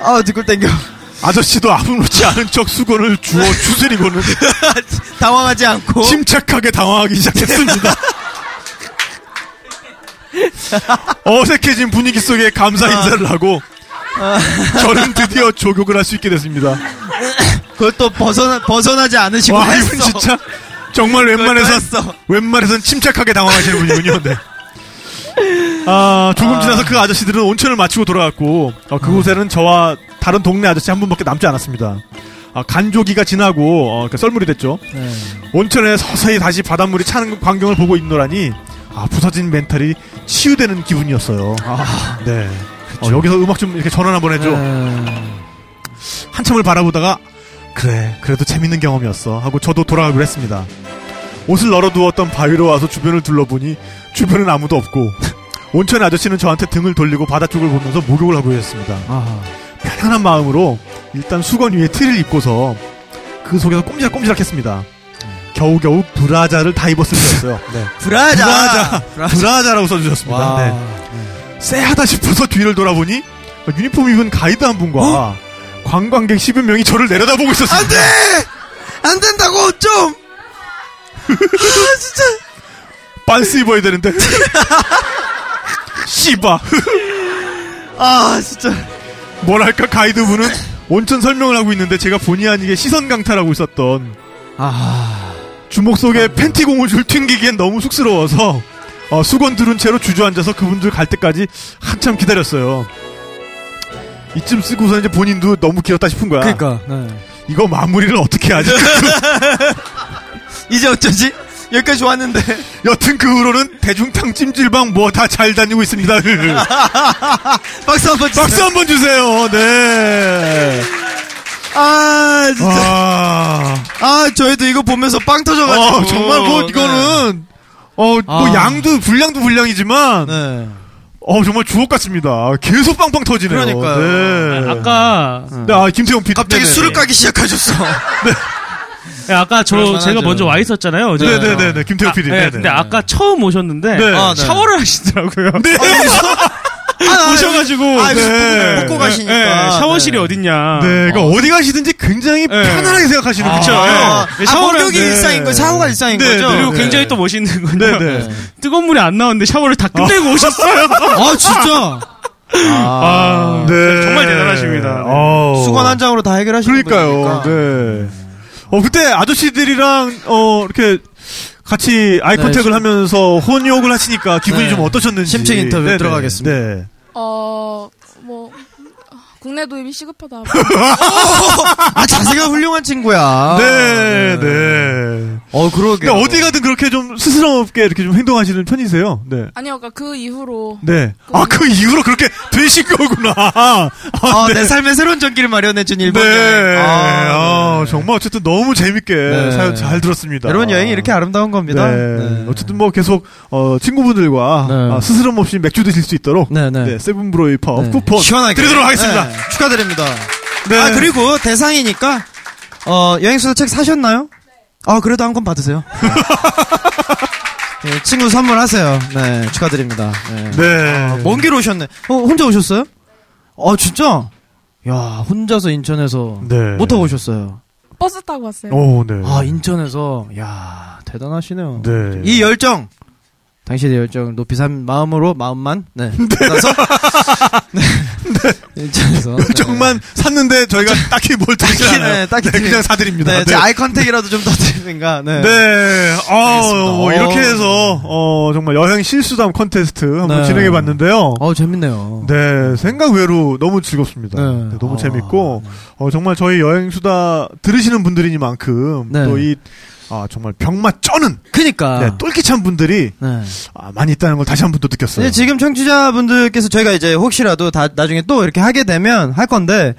아, 뒷골 땡겨. 네.
아저씨도 아무렇지 않은 척 수건을 주워 주스리고는
[laughs] 당황하지 않고.
침착하게 당황하기 시작했습니다. 어색해진 분위기 속에 감사
아.
인사를 하고 [laughs] [laughs] 저는 드디어 조격을 할 수 있게 됐습니다.
그걸 또 벗어나, 벗어나지 않으시고.
와
했어.
이분 진짜 정말
했어.
웬만해선 웬만해선 침착하게 당황하시는 분이군요. 네. 아 조금 지나서 그 아저씨들은 온천을 마치고 돌아갔고 어,
음.
그곳에는 저와 다른 동네 아저씨 한 분밖에 남지 않았습니다. 아, 간조기가 지나고 어, 그러니까 썰물이 됐죠.
네.
온천에 서서히 다시 바닷물이 차는 광경을 보고 있노라니 아 부서진 멘탈이 치유되는 기분이었어요. 네. 어, 여기서 음악 좀 이렇게 전환 한번 해줘. 한참을 바라보다가 그래 그래도 재밌는 경험이었어 하고 저도 돌아가기로 했습니다. 옷을 널어두었던 바위로 와서 주변을 둘러보니 주변은 아무도 없고 [laughs] 온천 아저씨는 저한테 등을 돌리고 바다 쪽을 보면서 목욕을 하고 계셨습니다. 편안한 마음으로 일단 수건 위에 틀을 입고서 그 속에서 꼼지락꼼지락 했습니다. 겨우겨우 브라자를 다 입었을 [laughs] 때였어요.
불하자.
불하자. 네. 브라자라고 써주셨습니다.
와.
네. 쎄하다 싶어서 뒤를 돌아보니 유니폼 입은 가이드 한 분과
어?
관광객 10여 명이 저를 내려다보고 있었습니다.
안 된다고,
[laughs]
좀! 아,
반스 입어야
[laughs]
되는데. 씨바.
아, 진짜.
뭐랄까 가이드분은 온천 설명을 하고 있는데 제가 본의 아니게 시선 강탈하고 있었던
아.
주목 속에 팬티 고무줄 튕기기엔 너무 쑥스러워서 어, 수건 두른 채로 주저앉아서 그분들 갈 때까지 한참 기다렸어요. 이쯤 쓰고서 이제 본인도 너무 길었다 싶은 거야.
그니까. 네.
이거 마무리를 어떻게 하지?
[laughs] 이제 어쩌지? 여기까지 좋았는데.
여튼 그 후로는 대중탕 찜질방 뭐 다 잘 다니고 있습니다.
[laughs] 박수 한번 주세요.
박수 한번 주세요. 네.
아, 진짜.
아,
아, 저희도 이거 보면서 빵 터져가지고. 네.
어, 정말 뭐 이거는 어 뭐
아.
양도 분량도 분량이지만
네.
어 정말 주옥 같습니다. 계속 빵빵 터지네요.
그러니까요.
네.
아, 아까
음.
네, 아, 김태형 PD
갑자기
네네.
술을 까기 시작하셨어.
[laughs]
네, 아까 저
그럴만하죠.
제가 먼저 와 있었잖아요. 어제.
네네네 네. 김태형
아,
PD.
네,
네네.
근데 아까 처음 오셨는데
네.
아, 네.
샤워를 하시더라고요.
아,
오셔가지고
아,
네.
네. 먹고 가시니까.
네, 샤워실이
네.
어딨냐. 네.
네, 그러니까 어. 디 가시든지 굉장히 편안하게 생각하시는
그쵸.
분이에요.
아,
네,
아,
샤워를
목욕이
네.
일상인 거죠? 샤워가 일상인
네,
거죠?
그리고
네.
굉장히 또 멋있는 건데
네, 네.
[laughs] 뜨거운 물이 안 나오는데 샤워를 다 끝내고 오셨어요.
아,
[laughs]
진짜.
아,
네.
정말 대단하십니다. 네.
어.
수건 한 장으로 다 해결하시는
그러니까요.
거니까.
네. 어 그때 아저씨들이랑 어 이렇게 같이 아이
네,
컨택을
심-
하면서 혼욕을 하시니까 아, 기분이
네.
좀 어떠셨는지
심층 인터뷰
네네.
들어가겠습니다.
네.
어, 뭐, 국내 도입이
[laughs]
시급하다.
아, 자세가 훌륭한 친구야.
네, 네.
어, 그러게.
근데 어디 가든 그렇게 좀 스스럼없게 이렇게 좀 행동하시는 편이세요? 네.
아니요, 그러니까 그 이후로.
네. 아, 그 이후로 그렇게 되신 거구나. 아,
아, 내 삶의 새로운 전기를 마련해준 일본
네.
여행. 아,
아, 정말 어쨌든 너무 재밌게
네.
사연 잘 들었습니다.
여러분 여행이 이렇게 아름다운 겁니다.
네. 어쨌든 뭐 계속 어, 친구분들과
네.
아, 스스럼 없이 맥주 드실 수 있도록
네, 네.
네, 세븐브로이 파업
네.
쿠폰
시원하게
드리도록 하겠습니다.
네, 축하드립니다.
네.
아 그리고 대상이니까 어, 여행수다 책 사셨나요? 아 그래도 한 권 받으세요. 네, [laughs] 친구 선물하세요. 네 축하드립니다. 네.
네.
먼 길 오셨네. 어, 혼자 오셨어요? 아 진짜? 야 혼자서 인천에서
네.
못 타고 오셨어요.
버스 타고 왔어요.
오, 네.
아 인천에서 야 대단하시네요.
네.
이 열정 당신의 열정을 높이 산 마음으로 마음만
[laughs]
네 받아서 [laughs] 네 인천에서
[laughs] 정만 샀는데
[laughs]
저희가 딱히 뭘 드리지
딱히,
않아요.
네,
네,
딱히
그냥
드리-
사드립니다.
네, 제 아이컨택이라도 좀 더드리든가 네.
네, 어,
알겠습니다.
뭐
어.
이렇게 해서 어 정말 여행 실수담 컨테스트 한번
네.
진행해봤는데요.
어 재밌네요.
네, 생각 외로 너무 즐겁습니다.
네.
네, 너무
아,
재밌고 어 정말 저희 여행 수다 들으시는 분들이니만큼
네.
또 이 아, 정말 병맛 쩌는
그니까.
네, 똘끼찬 분들이
네.
아, 많이 있다는 걸 다시 한 번 또 느꼈어요.
근데 지금 청취자분들께서 저희가 이제 혹시라도 다 나중에 또 이렇게 하게 되면 할 건데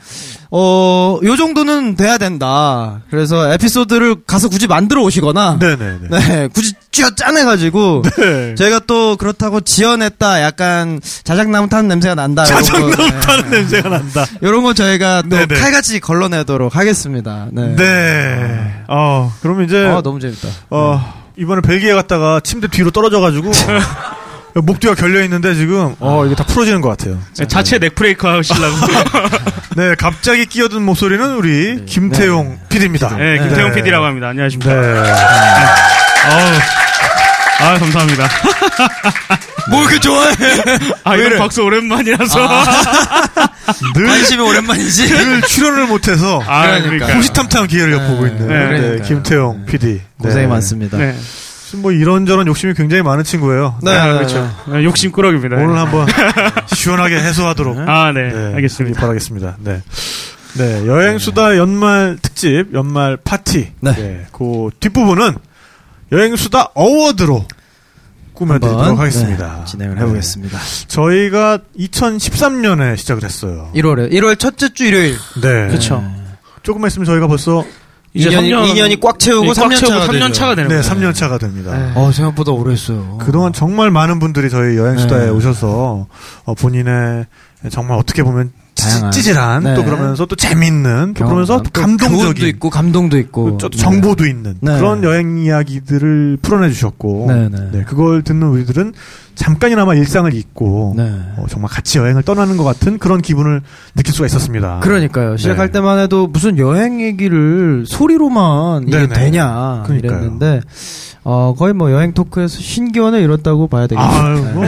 어요 정도는 돼야 된다. 그래서 에피소드를 가서 굳이 만들어 오시거나 네,
네, 네, 네.
굳이 쥐어 짜내 가지고
네.
저희가 또 그렇다고 지어냈다 약간 자작나무 타는 냄새가 난다 이런 거,
짜장면
네.
타는 냄새가 난다.
이런 거 저희가 또
네네.
칼같이 걸러내도록 하겠습니다. 네.
네. 어, 그러면 이제
아 너무 재밌다. 네.
어, 이번에 벨기에 갔다가 침대 뒤로
[laughs]
떨어져가지고 목 뒤가 결려 있는데 지금 어 이게 다 풀어지는 것 같아요.
네, 자체 넥브레이크 하시려고.
[laughs] 네, 갑자기 끼어든 목소리는 우리
네.
김태용 PD입니다.
네, 김태용
네.
PD라고 합니다. 안녕하십니까.
네.
아우. 아, 감사합니다.
[laughs] 뭐 이렇게 좋아해?
아, 이런 박수 오랜만이라서. 아, [laughs]
늘,
관심이 오랜만이지. 아,
늘 출연을 못해서
그러니까.
호시탐탐 기회를 엿보고 있는
네,
네,
그러니까요.
김태용 PD. 네.
고생이 많습니다.
네.
뭐 이런저런 욕심이 굉장히 많은 친구예요.
네,
아, 그렇죠. 아, 욕심꾸러기입니다.
오늘
[laughs]
한번 시원하게 해소하도록
아, 네.
네,
알겠습니다.
바라겠습니다. 네. 네, 여행수다 연말 특집, 연말 파티.
네.
네, 그 뒷부분은 여행수다 어워드로 꾸며드리도록
한번,
하겠습니다.
네, 진행을 해보겠습니다.
네. 저희가 2013년에 시작을 했어요.
1월에 1월 첫째 주 일요일.
네.
그쵸.
조금만 있으면 저희가 벌써
이제
2년이,
삼 년- 예,
꽉 채우고 3년 차가 되죠.
되는
네,
거예요.
3년 차가 됩니다.
네.
어, 생각보다 오래 했어요.
그동안 정말 많은 분들이 저희 여행수다에
네.
오셔서 어, 본인의 정말 어떻게 보면 찌-
다양한.
찌질한
네.
또 그러면서 또 재밌는 또 그러면서
경험담. 또 교훈도
감동적인
있고 감동도 있고
또 정보도 있는
네.
그런 여행 이야기들을 풀어내 주셨고
네, 네.
네, 그걸 듣는 우리들은 잠깐이나마 일상을 잊고
네.
어, 정말 같이 여행을 떠나는 것 같은 그런 기분을 느낄 수가 있었습니다.
그러니까요. 시작할
아. 네.
때만 해도 무슨 여행 얘기를 소리로만 이게
네네.
되냐
그러니까요.
이랬는데 어, 거의 뭐 여행 토크에서 신기원을 잃었다고 봐야 되겠네요.
아유, 뭐.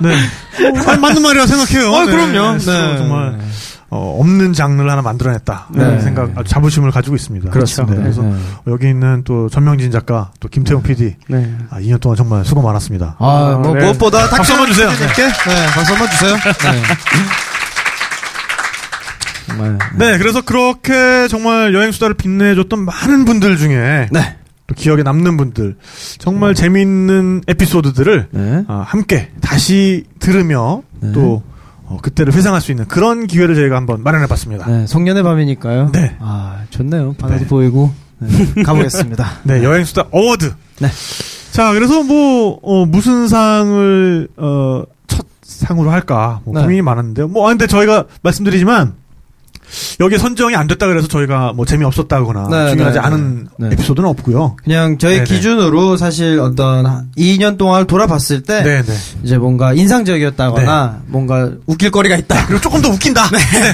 네. 뭐, 말- 맞는 말이라 생각해요.
아,
네.
그럼요.
스스로
네.
정말, 어, 없는 장르를 하나 만들어냈다.
네.
라는 생각, 아주 자부심을 가지고 있습니다.
그렇습니다.
네. 그래서
네.
여기 있는 또 전명진 작가, 또 김태용 PD.
네.
아, 2년 동안 정말 수고 많았습니다.
아,
아,
뭐
네.
무엇보다
박수 한번 주세요. 네.
네. 네, 박수 한번 주세요. 네. 정말.
네, 그래서 그렇게 정말 여행수다를 빛내줬던 많은 분들 중에
네.
또 기억에 남는 분들, 정말 재미있는 에피소드들을
네.
아, 함께 다시 들으며
네.
또 어, 그때를 회상할 수 있는 그런 기회를 저희가 한번 마련해봤습니다.
네, 송년의 밤이니까요.
네.
아, 좋네요. 바다도
네.
보이고.
[laughs]
네, 가보겠습니다.
네, 여행수다 어워드.
네.
자, 그래서 뭐, 어, 무슨 상을, 어, 첫 상으로 할까. 뭐
네.
고민이 많았는데요. 뭐, 아, 근데 저희가 말씀드리지만, 여기 에 선정이 안 됐다 그래서 저희가 뭐 재미없었다거나
네,
중요하지
네, 네.
않은
네.
에피소드는 없고요.
그냥 저희
네네.
기준으로 사실 어떤 한 2년 동안 돌아봤을 때
네, 네.
이제 뭔가 인상적이었다거나 뭔가 웃길 거리가 있다. 네.
그리고 조금 더 웃긴다.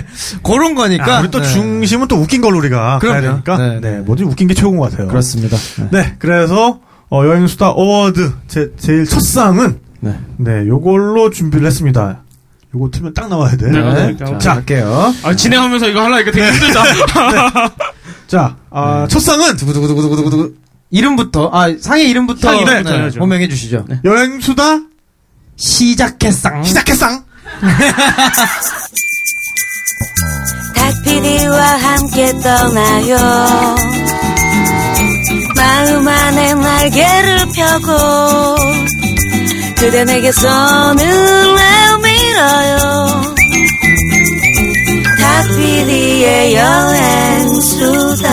[laughs]
그런 거니까.
아, 우리 또
네.
중심은 또 웃긴 걸로 우리가 가야
그럼요.
되니까. 네,
네, 네.
뭐든 웃긴 게 최고인 것 같아요.
그렇습니다. 네.
네, 그래서 어, 여행수다 어워드 제, 제일 첫 상은
네.
네. 요걸로 준비를 했습니다. 요거 틀면 딱 나와야 돼.
네,
네.
네.
자,
자.
갈게요.
아, 진행하면서 이거 하려니까
네.
되게 힘들다.
자, 아, 첫 상은
네. 두구두구두구두구두구. 이름부터 아 상의 이름부터
상의 이름.
네,
해야죠.
호명해 주시죠.
여행수다
시작했상.
시작해상.
[laughs] 닭피디와 함께 떠나요 마음 안에 날개를 펴고 그대 내게서 눈을 밀어요 닭피디의 여행수다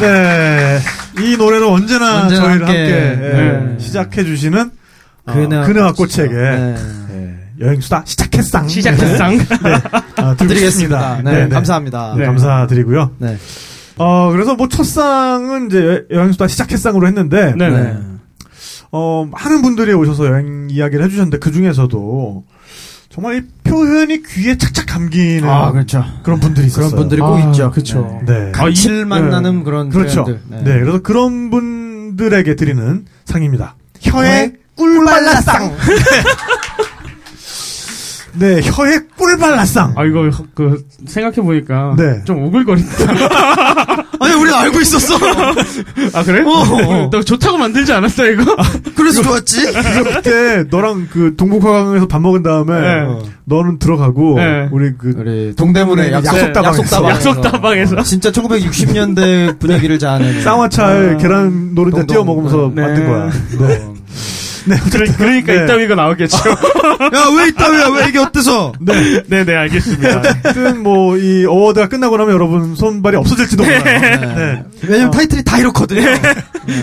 네, 이 노래를 언제나,
언제나
저희를 함께,
함께,
예,
네.
시작해 주시는 어,
그네와
그네와, 꽃에게
네.
예, 여행수다 시작해상
시작했상.
아,
드리겠습니다. 네, 감사합니다.
네, 감사드리고요.
네.
어, 그래서 뭐 첫상은 이제 여행수다 시작해상으로 했는데
네. 네.
어, 많은 분들이 오셔서 여행 이야기를 해주셨는데 그 중에서도 정말 이 표현이 귀에 착착 감기는
아 그렇죠.
그런 분들이 있었어요.
그런 분들이 꼭
아,
있죠.
그쵸.
네.
네.
아, 이-
감칠맛
네.
나는 그런
그렇죠.
표현들.
네. 그래서 그런 분들에게 드리는 상입니다. 혀에
꿀발라상.
[laughs] 네, 혀에 꿀 발라상.
아, 이거, 그, 생각해보니까.
네.
좀 오글거린다.
아니 우리
음,
알고 있었어.
아, 그래?
어.
너 좋다고 만들지 않았어, 이거?
아,
그래서
[laughs]
좋았지.
그때 너랑 그 동북화강에서 밥 먹은 다음에
네.
너는 들어가고
네.
우리 그
우리 동대문의 약속
약속 다방에서.
약속다방.
약속다방에서.
어, 진짜 1960년대 분위기를 자아내는
[laughs] 쌍화차에 계란 노른자
동동.
띄워 먹으면서
네.
만든 거야. 네. 네.
그러, 그러니까
네. 아,
이따위가 나오겠죠.
야 왜 있다며 왜 이게 어때서?
네. 네네, 알겠습니다.
어쨌든 뭐 이 어워드가 끝나고 나면 여러분 손발이 없어질지도 몰라요. 네.
왜냐면 타이틀이 다 이렇거든요.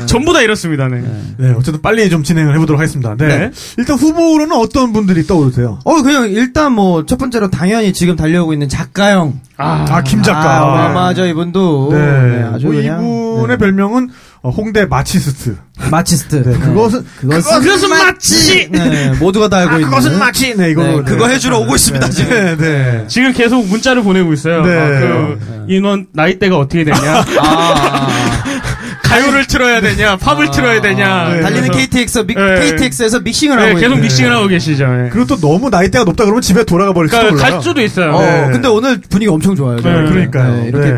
전부 다 이렇습니다, 네.
네, 어쨌든 빨리 좀 진행을 해보도록 하겠습니다. 네.
네.
일단 후보로는 어떤 분들이 떠오르세요?
어 그냥 일단 뭐 첫 번째로 당연히 지금 달려오고 있는 작가형.
아,
아, 김 작가.
아, 마저 이분도
네.
네, 아주
뭐
그냥
이분의 별명은 어, 홍대 마치스트.
네. 마치스트. 네,
그것은, 아,
그것은,
그것은 마치!
네, 모두가 다 알고 있는.
마치! 네, 이거.
네, 그거 해주러 오고
있습니다, 지금. 네, 네.
지금 계속 문자를 보내고 있어요.
네.
아, 그 인원 나이대가 어떻게 되냐?
[laughs] 아,
가요를 틀어야 되냐? 팝을 틀어야 되냐?
네.
달리는
그래서-
KTX, 믹,
네.
KTX에서 믹싱을
네,
하고
계속
있는.
믹싱을 하고 계시죠. 예.
그리고 또 너무 나이대가 높다 그러면 집에 돌아가 버릴 수도
그러니까
몰라요.
갈 수도 있어요.
어,
네.
근데 오늘 분위기 엄청 좋아요.
네,
네,
저는.
그러니까요.
네, 이렇게
네.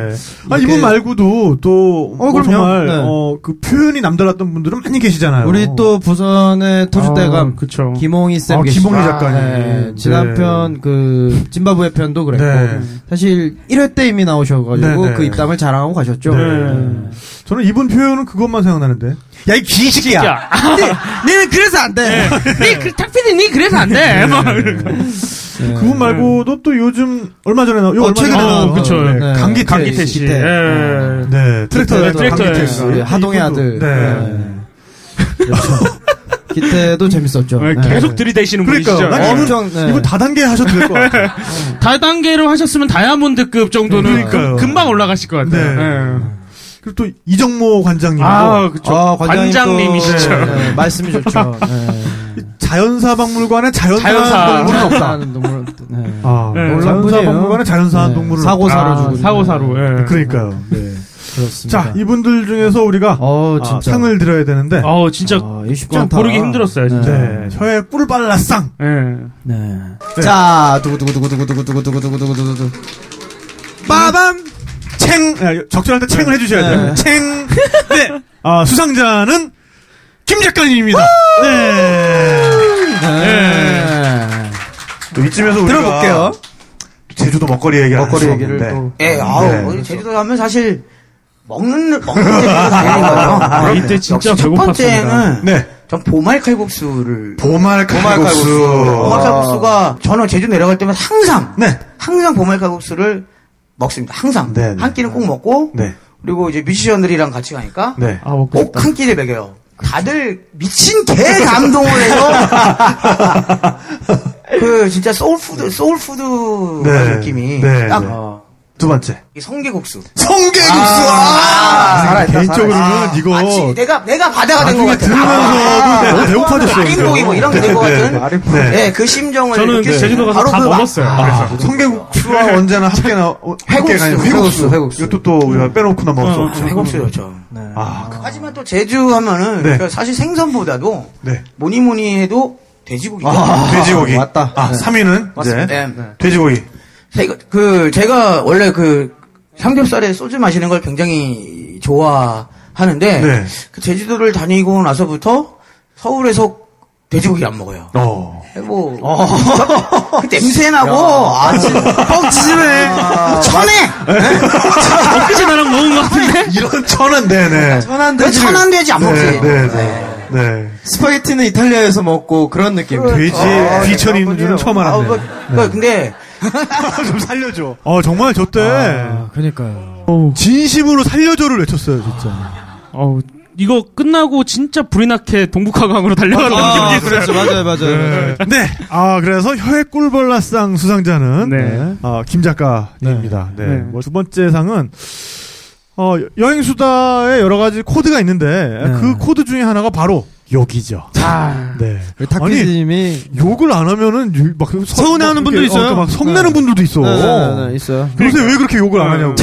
아,
이렇게-
이분 말고도 또,
어,
뭐
그럼요.
정말,
네.
어, 그 표현이 남달랐던 분들은 많이 계시잖아요.
우리 또 부산의
아,
토주대감
그쵸.
김홍희 쌤
아,
계시죠.
김홍희 작가님. 네.
지난 편 그 짐바브웨 편도 그랬고
네.
사실 1회 때 이미 나오셔가지고
네, 네.
그 입담을 자랑하고 가셨죠.
네. 저는 이분 표현은 그것만 생각나는데. 야, 이 기식이야!
야,
니는 아, 네. 그래서 안 돼.
탁피디 니 그래서 안 돼. 뭐 막
네.
이러고.
네.
그분 말고도 또 요즘, 얼마 전에 나온, 요
어,
얼마 전에
최근에
나온-
나온
어, 그쵸.
네.
네.
감기,
강기
감기
태씨.
씨.
이때.
예.
네, 트랙터
네,
트랙터예요.
강기태씨.
하동의 아들.
네.
기태도 재밌었죠.
예,
네.
계속 들이대시는
그러니까요.
분이시죠.
난
어,
이분-
엄청 네.
이분 다단계 하셔도 될 것 같아요.
[laughs] 다단계로 하셨으면 다이아몬드급 정도는
그러니까요.
금- 금방 올라가실 것 같아요.
네.
예.
그리고 또 이정모 관장님도
아, 그쵸.
아, 관장님
관장님이시죠.
또, 네, 네, 말씀이
[laughs]
좋죠. 네.
자연사 박물관에 자연사
자연사.
동물은 없다.
하는 동물은 없다. 네.
아,
네.
자연사
놀라운 분이에요.
박물관에 자연사
네.
동물은
사고
없다.
사로
아,
주고
사고사로. 예.
그러니까요.
네. 그렇습니다.
자, 이분들 중에서 우리가
어,
아,
진짜.
상을 드려야 되는데
어, 진짜
아, 이거 쉽지
좀
않다.
고르기 힘들었어요, 진짜.
네, 혀에 꿀 발라쌍.
예.
네. 네. 자, 두구두구두구두구두구두구두구두구두구두구.
빠밤 챙 아, 적절할 때 챙을 해주셔야 돼요.
네.
챙. 네. 아 수상자는 김 작가님입니다. 네.
네.
또 이쯤에서 우리가
들어볼게요.
제주도 먹거리 얘기를 안
먹거리
했었는데.
얘기를 또.
예, 아우,
네.
우리 제주도 하면 사실 먹는 먹는 제주도 당연인 거죠. 그럼
이때 진짜
역시 첫
배고팠습니다.
번째는
네.
전 보말 칼국수를
보말
보말
칼국수.
칼국수가 저는 제주 내려갈 때면 항상
네.
항상 보말 칼국수를
먹습니다. 항상
네, 네.
한 끼는 꼭 먹고
네.
그리고 이제 뮤지션들이랑 같이 가니까
네.
아 먹고
꼭
싶다.
한 끼를 먹여요.
아,
다들 미친 개
[laughs]
감동을 해서 그 진짜 소울푸드 소울푸드
네.
느낌이
네,
딱 어.
네. 두 번째.
이 성게국수.
성계국수!
아, 살아있다,
개인적으로는
살아있다.
이거
마치 내가 내가 바다가 된 것
나중에
같아. 아,
들으면서도 너무 배고파졌어요.
아린고기 뭐 이런 게 된 것
네,
같은.
네.
네, 그 심정을
저는
느낄 수
제주도
있는 바로
가서 다
그 마-
먹었어요.
아,
그래서.
성계국수와 언제나 함께 나 어, 함께
회국수,
가는
회국수, 회국수.
이것도 또 우리가 빼놓고나 먹을 수 없죠. 음.
해국수였죠.
어, 그렇죠. 아, 그-
하지만 또 제주 하면은
네.
그 사실 생선보다도 [laughs]
네.
뭐니 뭐니 해도 돼지고기가
아,
아, 네.
돼지고기.
맞다.
아, 3위는
맞습니다.
이제
네.
돼지고기.
제가, 그, 제가 원래 그 삼겹살에 소주 마시는 걸 굉장히 좋아하는데,
네.
그 제주도를 다니고 나서부터 서울에서 돼지고기 안 먹어요.
어.
뭐, 그 냄새나고, 아, 진짜. 아.
뻥치지네.
천해! 네.
엊그제 나랑 먹은 것 같은데?
이런 천은 네네.
편한
그 천안 돼지 안 먹지.
네, 네, 네. 네.
스파게티는 이탈리아에서 먹고 그런 느낌.
돼지 귀천이 있는 줄은 처음
아,
알았네.
그, 그, 근데,
좀 살려줘. 어 정말 저때 네.
아, 그니까요.
어우,
진심으로 살려줘를 외쳤어요 진짜.
어우, 이거 끝나고 진짜 불이 나게 동북아강으로 달려가는
아,
기분이
그렇죠. 맞아요,
있어요.
맞아요. 맞아요.
네. 아 그래서 혀의 꿀벌라상 수상자는
네.
아, 김 작가님입니다. 네.
네.
뭐두 번째 상은 어, 여행 수다에 여러 가지 코드가 있는데
네.
그 코드 중에 하나가 바로 욕이죠. 네. 아니,
우리 탁피디님이
욕을 안 하면은 유- 막
서운해하는
막
분도
이렇게,
있어요.
어, 막 성내는
네.
분들도 있어.
네, 네, 네, 있어요.
요새 왜 그렇게 욕을 안 하냐고.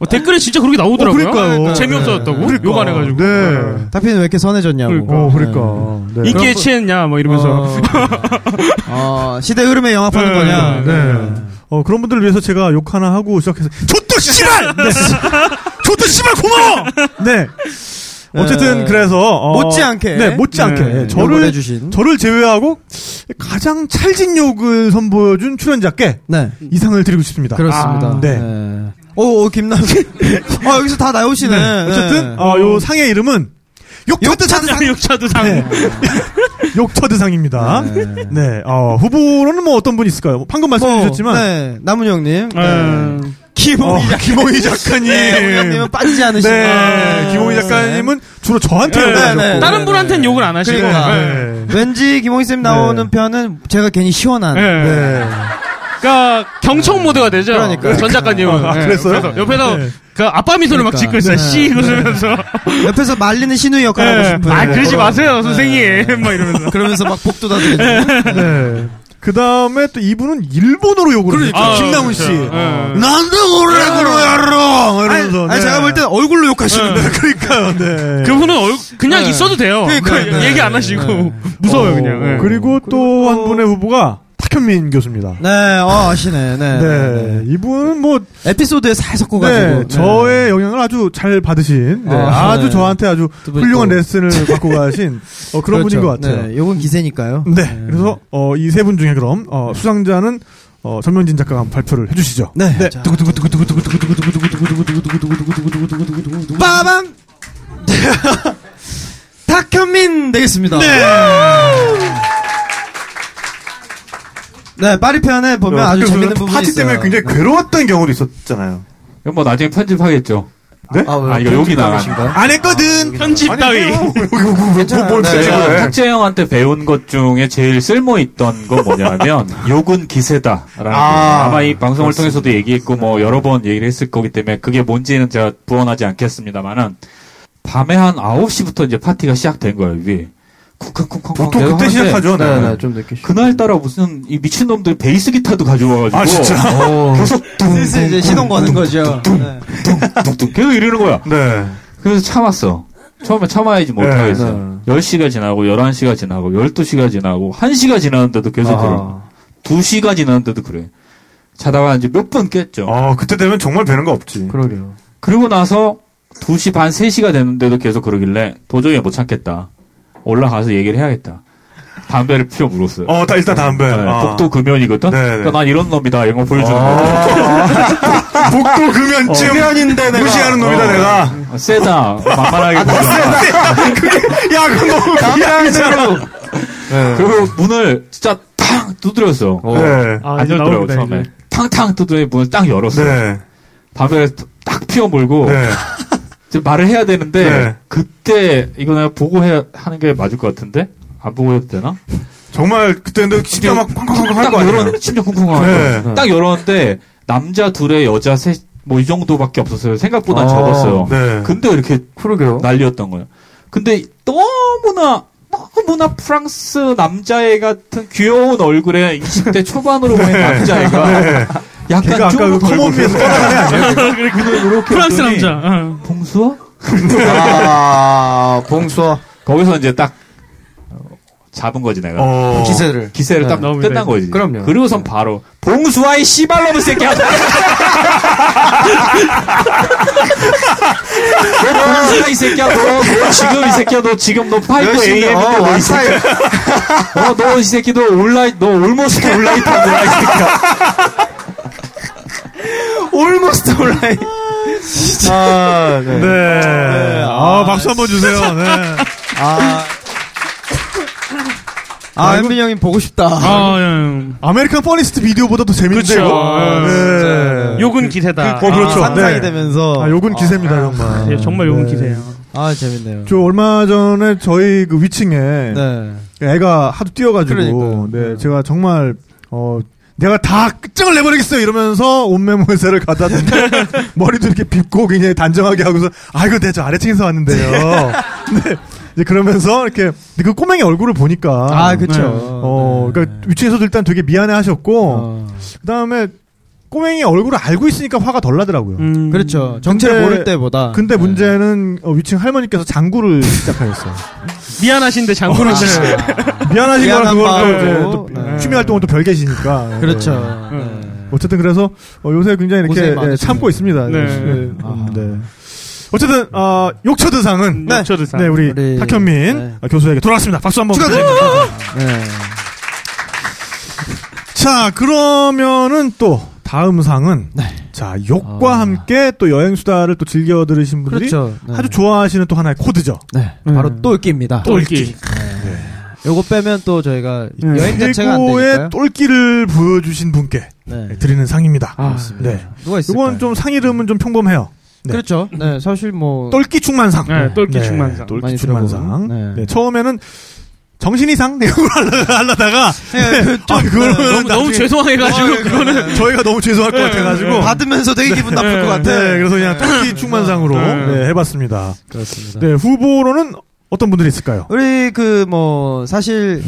어, 댓글에 진짜 그렇게
어,
나오더라고요.
그러니까요.
재미없어졌다고?
그러니까.
욕 안 해가지고.
네.
탁피디는 왜 이렇게 선해졌냐고.
그러니까.
어, 그러니까. 네.
인기에 취했냐, 뭐 [laughs] 이러면서.
어, 어, 시대 흐름에 영합하는
네,
거냐.
네. 어, 그런 분들을 위해서 제가 욕 하나 하고 시작해서, 저또 씨발! 네. 저또 씨발 고마워! 네. 어쨌든,
네.
그래서. 어,
못지않게.
네, 못지않게.
네.
네,
저를
저를,
해주신.
저를 제외하고 가장 찰진 욕을 선보여준 출연자께
네,
이 상을 드리고 싶습니다.
그렇습니다.
아, 네.
오, 오 김남. 아 여기서 다 나오시네.
네. 어쨌든,
네.
어, 요 상의 이름은 욕처드상!
육차도 상.
네. 욕처드상입니다.
네.
네. 어, 후보로는 뭐 어떤 분이 있을까요? 방금 말씀해 주셨지만.
네, 남은 형님. 네.
네.
[laughs] 김홍희 작가님. 김홍희 작가님.
네, 남은 형님은 빠지지 않으시고. 아,
네, 김홍희 작가님은 주로 저한테
네,
욕을
네,
하셨고.
네.
다른 분한테는 욕을 안 하시고.
그러니까.
네.
왠지 김홍희 쌤 나오는 편은 제가 괜히 시원한.
네.
네.
그러니까 경청 모드가 되죠.
그러니까요.
전 작가님은.
아, 그랬어요?
그래서 옆에서
네.
그 아빠 미소를 막 짓고 있어요.
네.
씨 그러면서.
옆에서 말리는 신우 역할 하고 싶은. 네.
아 그러지 마세요, [laughs] 선생님. 막 이러면서.
그러면서 막 복도 다드리는.
네. 그 다음에 또 이분은 일본어로 욕을
그러니까요.
했죠. 김남훈
아,
씨.
그렇죠. 네.
난데 오래그로 야로! 이러면서.
어.
네.
아니, 제가 볼 땐 얼굴로 욕하시는데.
네.
그러니까요, 네.
그분은 얼- 그냥
네.
있어도 돼요.
그러니까요.
그냥
네.
얘기 안 하시고
어.
무서워요 그냥. 네.
그리고 또 한 분의 후보가 탁현민 교수입니다.
네, 어, 아시네. 네.
네. 이분은 뭐,
에피소드에 살 섞어가지고.
네, 저의 영향을 아주 잘 받으신, 네,
아,
아, 주
네.
저한테 아주
두 분이
훌륭한
또.
레슨을
[laughs]
받고 가신 어, 그런 분인 것 같아요.
네, 요건 기세니까요.
네. 그래서 어, 이 세 분 중에 그럼 어, 수상자는 어, 전명진 작가가 한번 발표를 해주시죠.
네.
네.
자. 빠밤! 탁현민 되겠습니다. 네, 파리편에 보면 아주 재밌는 부분이
파티
있어요. 네.
때문에 굉장히 괴로웠던 경우도 있었잖아요.
이건 뭐 나중에 편집하겠죠.
네?
아, 왜
아, 이거 여기 나가.
안 했거든.
편집 따위.
괜찮아요.
뭘
네.
편집을
제가
해?
탁재 형한테 배운 것 중에 제일 쓸모 있던
[laughs]
건 뭐냐면 욕은 기세다라는
아,
아, 마이 방송을 통해서도 얘기했고 뭐 여러 번 얘기를 했을 거기 때문에 그게 뭔지는 제가 부언하지 않겠습니다만은 밤에 한 9시부터 이제 파티가 시작된 거예요, 위에. 쿵쾅쿵쾅
보통 그때 시작하죠. 네.
네, 좀 늦게.
그날따라 무슨 이 미친놈들 베이스 기타도 가져와가지고
아, 진짜?
계속
슬슬 이제 시동 거는 거죠. 네.
뚝뚝 계속 이러는 거야.
네.
그래서 참았어. 처음에 참아야지
네,
못하겠어요. 10시가 지나고, 11시가 지나고, 12시가 지나고, 1시가 지나는데도 계속
아.
그래. 2시가 지나는데도 그래. 자다가 이제 몇 번 깼죠.
아, 그때 되면 정말 배는 거 없지.
그러게요.
그리고 나서 2시 반, 3시가 됐는데도 계속 그러길래 도저히 못 참겠다. 올라가서 얘기를 해야겠다. 담배를 피워 물었어요.
어, 다, 일단 담배.
네,
아.
복도 금연이거든?
네, 어, 네.
그러니까 난 이런 놈이다. 이런 거 보여주는 거.
아. 복도 금연증.
어, 금연인데 내가.
무시하는 놈이다,
어.
내가.
어, 세다.
아,
만만하게 보자.
야, 그건 너무 비약이잖아.
그리고 문을 진짜 탕 두드렸어.
네.
아,
안
이제
열더라고
네.
나옵니다,
처음에
이제.
탕탕 두드려 문을 딱 열었어요.
네.
담배를 딱 피워 물고
네.
[laughs] 이제 말을 해야 되는데
네.
그때 이거 내가 보고 해야 하는 게 맞을 것 같은데 안 보고 해도 되나?
정말 그때 너 진짜 막 쾅쾅쾅
딱
할거 아니야?
열었는데 심장 쿵쿵한
네.
거. 어, 딱 열었는데 남자 둘에 여자 셋 뭐 이 정도밖에 없었어요. 생각보다
아,
적었어요.
네.
근데 이렇게
그러게요.
난리였던 거예요. 근데 너무나 너무나 프랑스 남자애 같은 귀여운 얼굴에 20대 초반으로
[laughs]
보인 남자애가
네. 걔가
약간
아까 그
좀
커먼비에서
[laughs]
떠나간 애 아니에요?
프랑스
그러니까. 프랑스 남자. 어.
봉수아?
아, 봉수어.
거기서 이제 딱 어, 잡은 거지 내가.
어.
기세를.
기세를 딱
너무
끝난 거지.
그럼요.
그리고선 바로 봉수아이 씨발놈의 새끼야. 너 봉수아 이 새끼야. 너, 너 지금 이 새끼야. 너 지금 너 파이브
열심히,
AM인데
어,
너이
왔어요.
새끼야. [laughs] 어, 너이 새끼 너 온라인 너 올모스트 온라인 타구나 이 새끼야.
올모스트 온라인. 아, 네.
네. 아, 박수 한번 주세요. 네.
아. 아, 엠빈 형님 보고 싶다.
아, 예.
아메리칸 퍼니스트 비디오보다도 재밌는데
그렇죠.
이거.
아,
네.
욕은 기세다.
어, 그렇죠.
상상이
네.
되면서.
아, 욕은 기세입니다,
아,
정말.
예, 정말 욕은
네.
기세요.
아, 재밌네요.
저 얼마 전에 저희 그 위층에
네.
애가 하도 뛰어가지고
그러니까요.
네,
네.
제가 정말 어 내가 다 끝장을 내버리겠어요 이러면서 온몸 회사를 갖다 대 [laughs] 머리도 이렇게 빗고 굉장히 단정하게 하고서 아이고 내저 아래층에서 왔는데요. [laughs] 네. 이제 그러면서 이렇게 근데 그 꼬맹이 얼굴을 보니까
아, 그쵸.
어,
네.
그러니까 위층에서도 일단 되게 미안해 하셨고
어.
그다음에 꼬맹이 얼굴을 알고 있으니까 화가 덜 나더라고요.
음.
그렇죠. 정체를
근데-
모를 때보다.
근데
네.
문제는 어, 위층 할머니께서 장구를 [laughs] 시작하셨어요. 아,
미안하신데 장군은
어.
네.
미안하신 거라 그걸
미안한
이제
마음으로.
또
네.
취미 활동은 또 별개시니까.
[laughs] 그렇죠.
네.
네.
어쨌든 그래서 어, 요새 굉장히
고생이
이렇게 예,
많으시네요.
참고 있습니다.
네.
음,
아하.
네. 어쨌든 어, 욕처드상은
네. 욕처드상.
네, 우리,
우리-
탁현민
네.
아, 교수에게 돌아왔습니다. 박수 한번 축하드립니다.
네.
자 그러면은 또 다음 상은
네.
자 욕과
아.
함께 또 여행 수다를 또 즐겨 들으신 분들이
그렇죠. 네.
아주 좋아하시는 또 하나의 코드죠.
네.
네.
바로 똘끼입니다.
똘끼.
아,
네.
네. 요거 빼면 또 저희가 네. 여행 자체가 안 되니까요.
최고의 똘끼를 보여주신 분께
네.
드리는 상입니다.
아,
네.
누가 있을까요?
이건 좀 상 이름은 좀 평범해요. 네.
그렇죠. 네, 사실 뭐
똘끼 충만상.
네, 똘끼 충만상.
똘끼
많이
충만상.
들어보고. 네.
네, 처음에는 정신이상 [laughs] 내용을 하려- 하려다가
네,
아, 그거는
너무, 너무
나중에 아, 네,
죄송해가지고 그거는
[laughs] 저희가 너무 죄송할
네,
것 같아가지고
받으면서 되게 기분 나쁠 것 같아.
네, 그래서 그냥 똘끼 충만상으로
네.
네, 해봤습니다.
그렇습니다.
네, 후보로는 어떤 분들이 있을까요?
우리 그 뭐 사실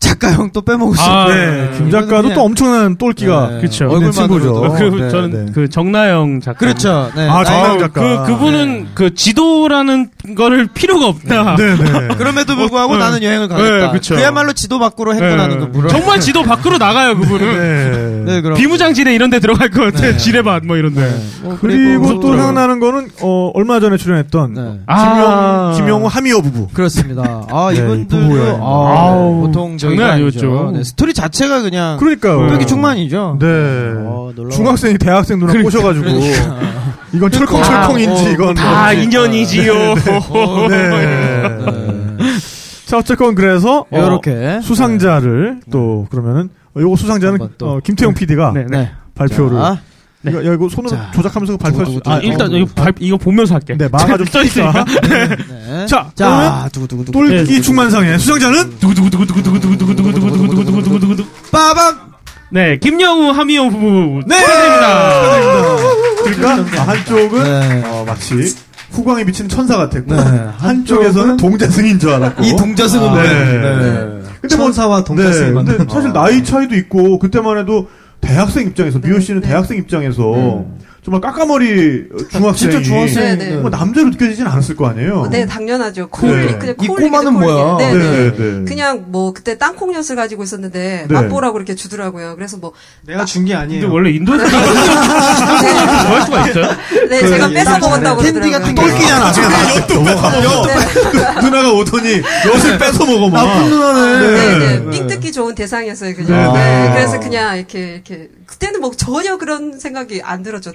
작가 형 또 빼먹을 수
아,
없고
네,
네.
김 작가도 또 엄청난 똘끼가
네.
그쵸.
친구죠.
그,
네,
저는
네.
그 정나영 작가.
그렇죠. 네.
아,
나이가-
정나영 작가.
그 그분은 그 지도라는 거를 필요가 없다.
네, 네.
그럼에도 불구하고
어, 네.
나는 여행을 가겠다.
네, 그쵸.
그야말로 지도 밖으로
네.
행군하는 그 물을.
정말 지도 밖으로 나가요 그분은.
네.
네, 그럼.
비무장지대 이런데 들어갈 것 같아. 지뢰밭 뭐 이런데.
뭐
그리고 또
뭐-
생각나는 거는 어 얼마 전에 출연했던
네.
아.
김용 김용호 하미어 부부.
그렇습니다. 아
네, 이
이분들도
부부예요.
아,
아우,
보통 저희가
장난 아니었죠.
아니죠. 네, 스토리 자체가 그냥
그러니까요.
똘끼 충만이죠.
네.
어, 놀라워.
중학생이 대학생 누나 꼬셔가지고
그러니까.
이건 철컹철컹인지
아, 어,
이건 뭐.
다
아,
인연이지요.
어,
네.
네.
자 어쨌건 그래서 어,
이렇게 네.
수상자를 또 그러면은 어, 요거 수상자는
한번 또.
어, 김태용 PD가
네, 네.
네.
발표를
자,
네.
이거, 야, 이거 손으로
자.
조작하면서 발표할 수
두고,
아,
두고,
일단
일단
어,
이거, 발- 이거 보면서 할게.
네 마가
[laughs]
좀
써 있으니까.
네.
자,
자, 두구두구 두구.
똘끼
네.
충만상의 수상자는
두구두구두구두구두구두구두구두구두구두구두구두구.
빠밤.
네, 김영우 하미영 부부
네
축하드립니다.
그러니까 한쪽은
네.
어, 마치 후광에 비치는 천사 같았고
네.
한쪽에서는 동자승인 줄 알았고
이 동자승은
아,
왜?
네.
네.
근데 뭐-
천사와 동자승이
네,
만든 아,
근데 사실 나이 차이도 있고 그때만 해도 대학생 입장에서
네,
미호 씨는 대학생 입장에서 정말 까까머리 중학생
네. 진짜 중학생.
네, 네.
뭐 남자로 느껴지진 않았을 거 아니에요.
네, 당연하죠.
어. 네.
콜, 그냥
이
콜이기도
꼬마는 뭐야?
콜이긴. 네, 네.
네.
그냥 뭐 그때 땅콩엿을 가지고 있었는데
네.
맛보라고 이렇게 주더라고요. 그래서
[laughs]
뭐
내가 준 게
근데
아니에요.
원래 인도에서
네.
좋아할 수가 있어요?
네,
그
제가 뺏어 먹었다고
캔디
그러더라고요. 네,
같은 거.
똘끼잖아. 엿도 뺏어 네. 먹어. [laughs] 누나가 오더니 엿을 뺏어 먹어 막.
네. 나쁜 누나네.
네, 네.
네.
삥 뜯기 좋은 대상이었어요. 그죠?
네,
네,
네. 네,
그래서 그냥 이렇게 이렇게 그때는 뭐 전혀 그런 생각이 안 들었죠.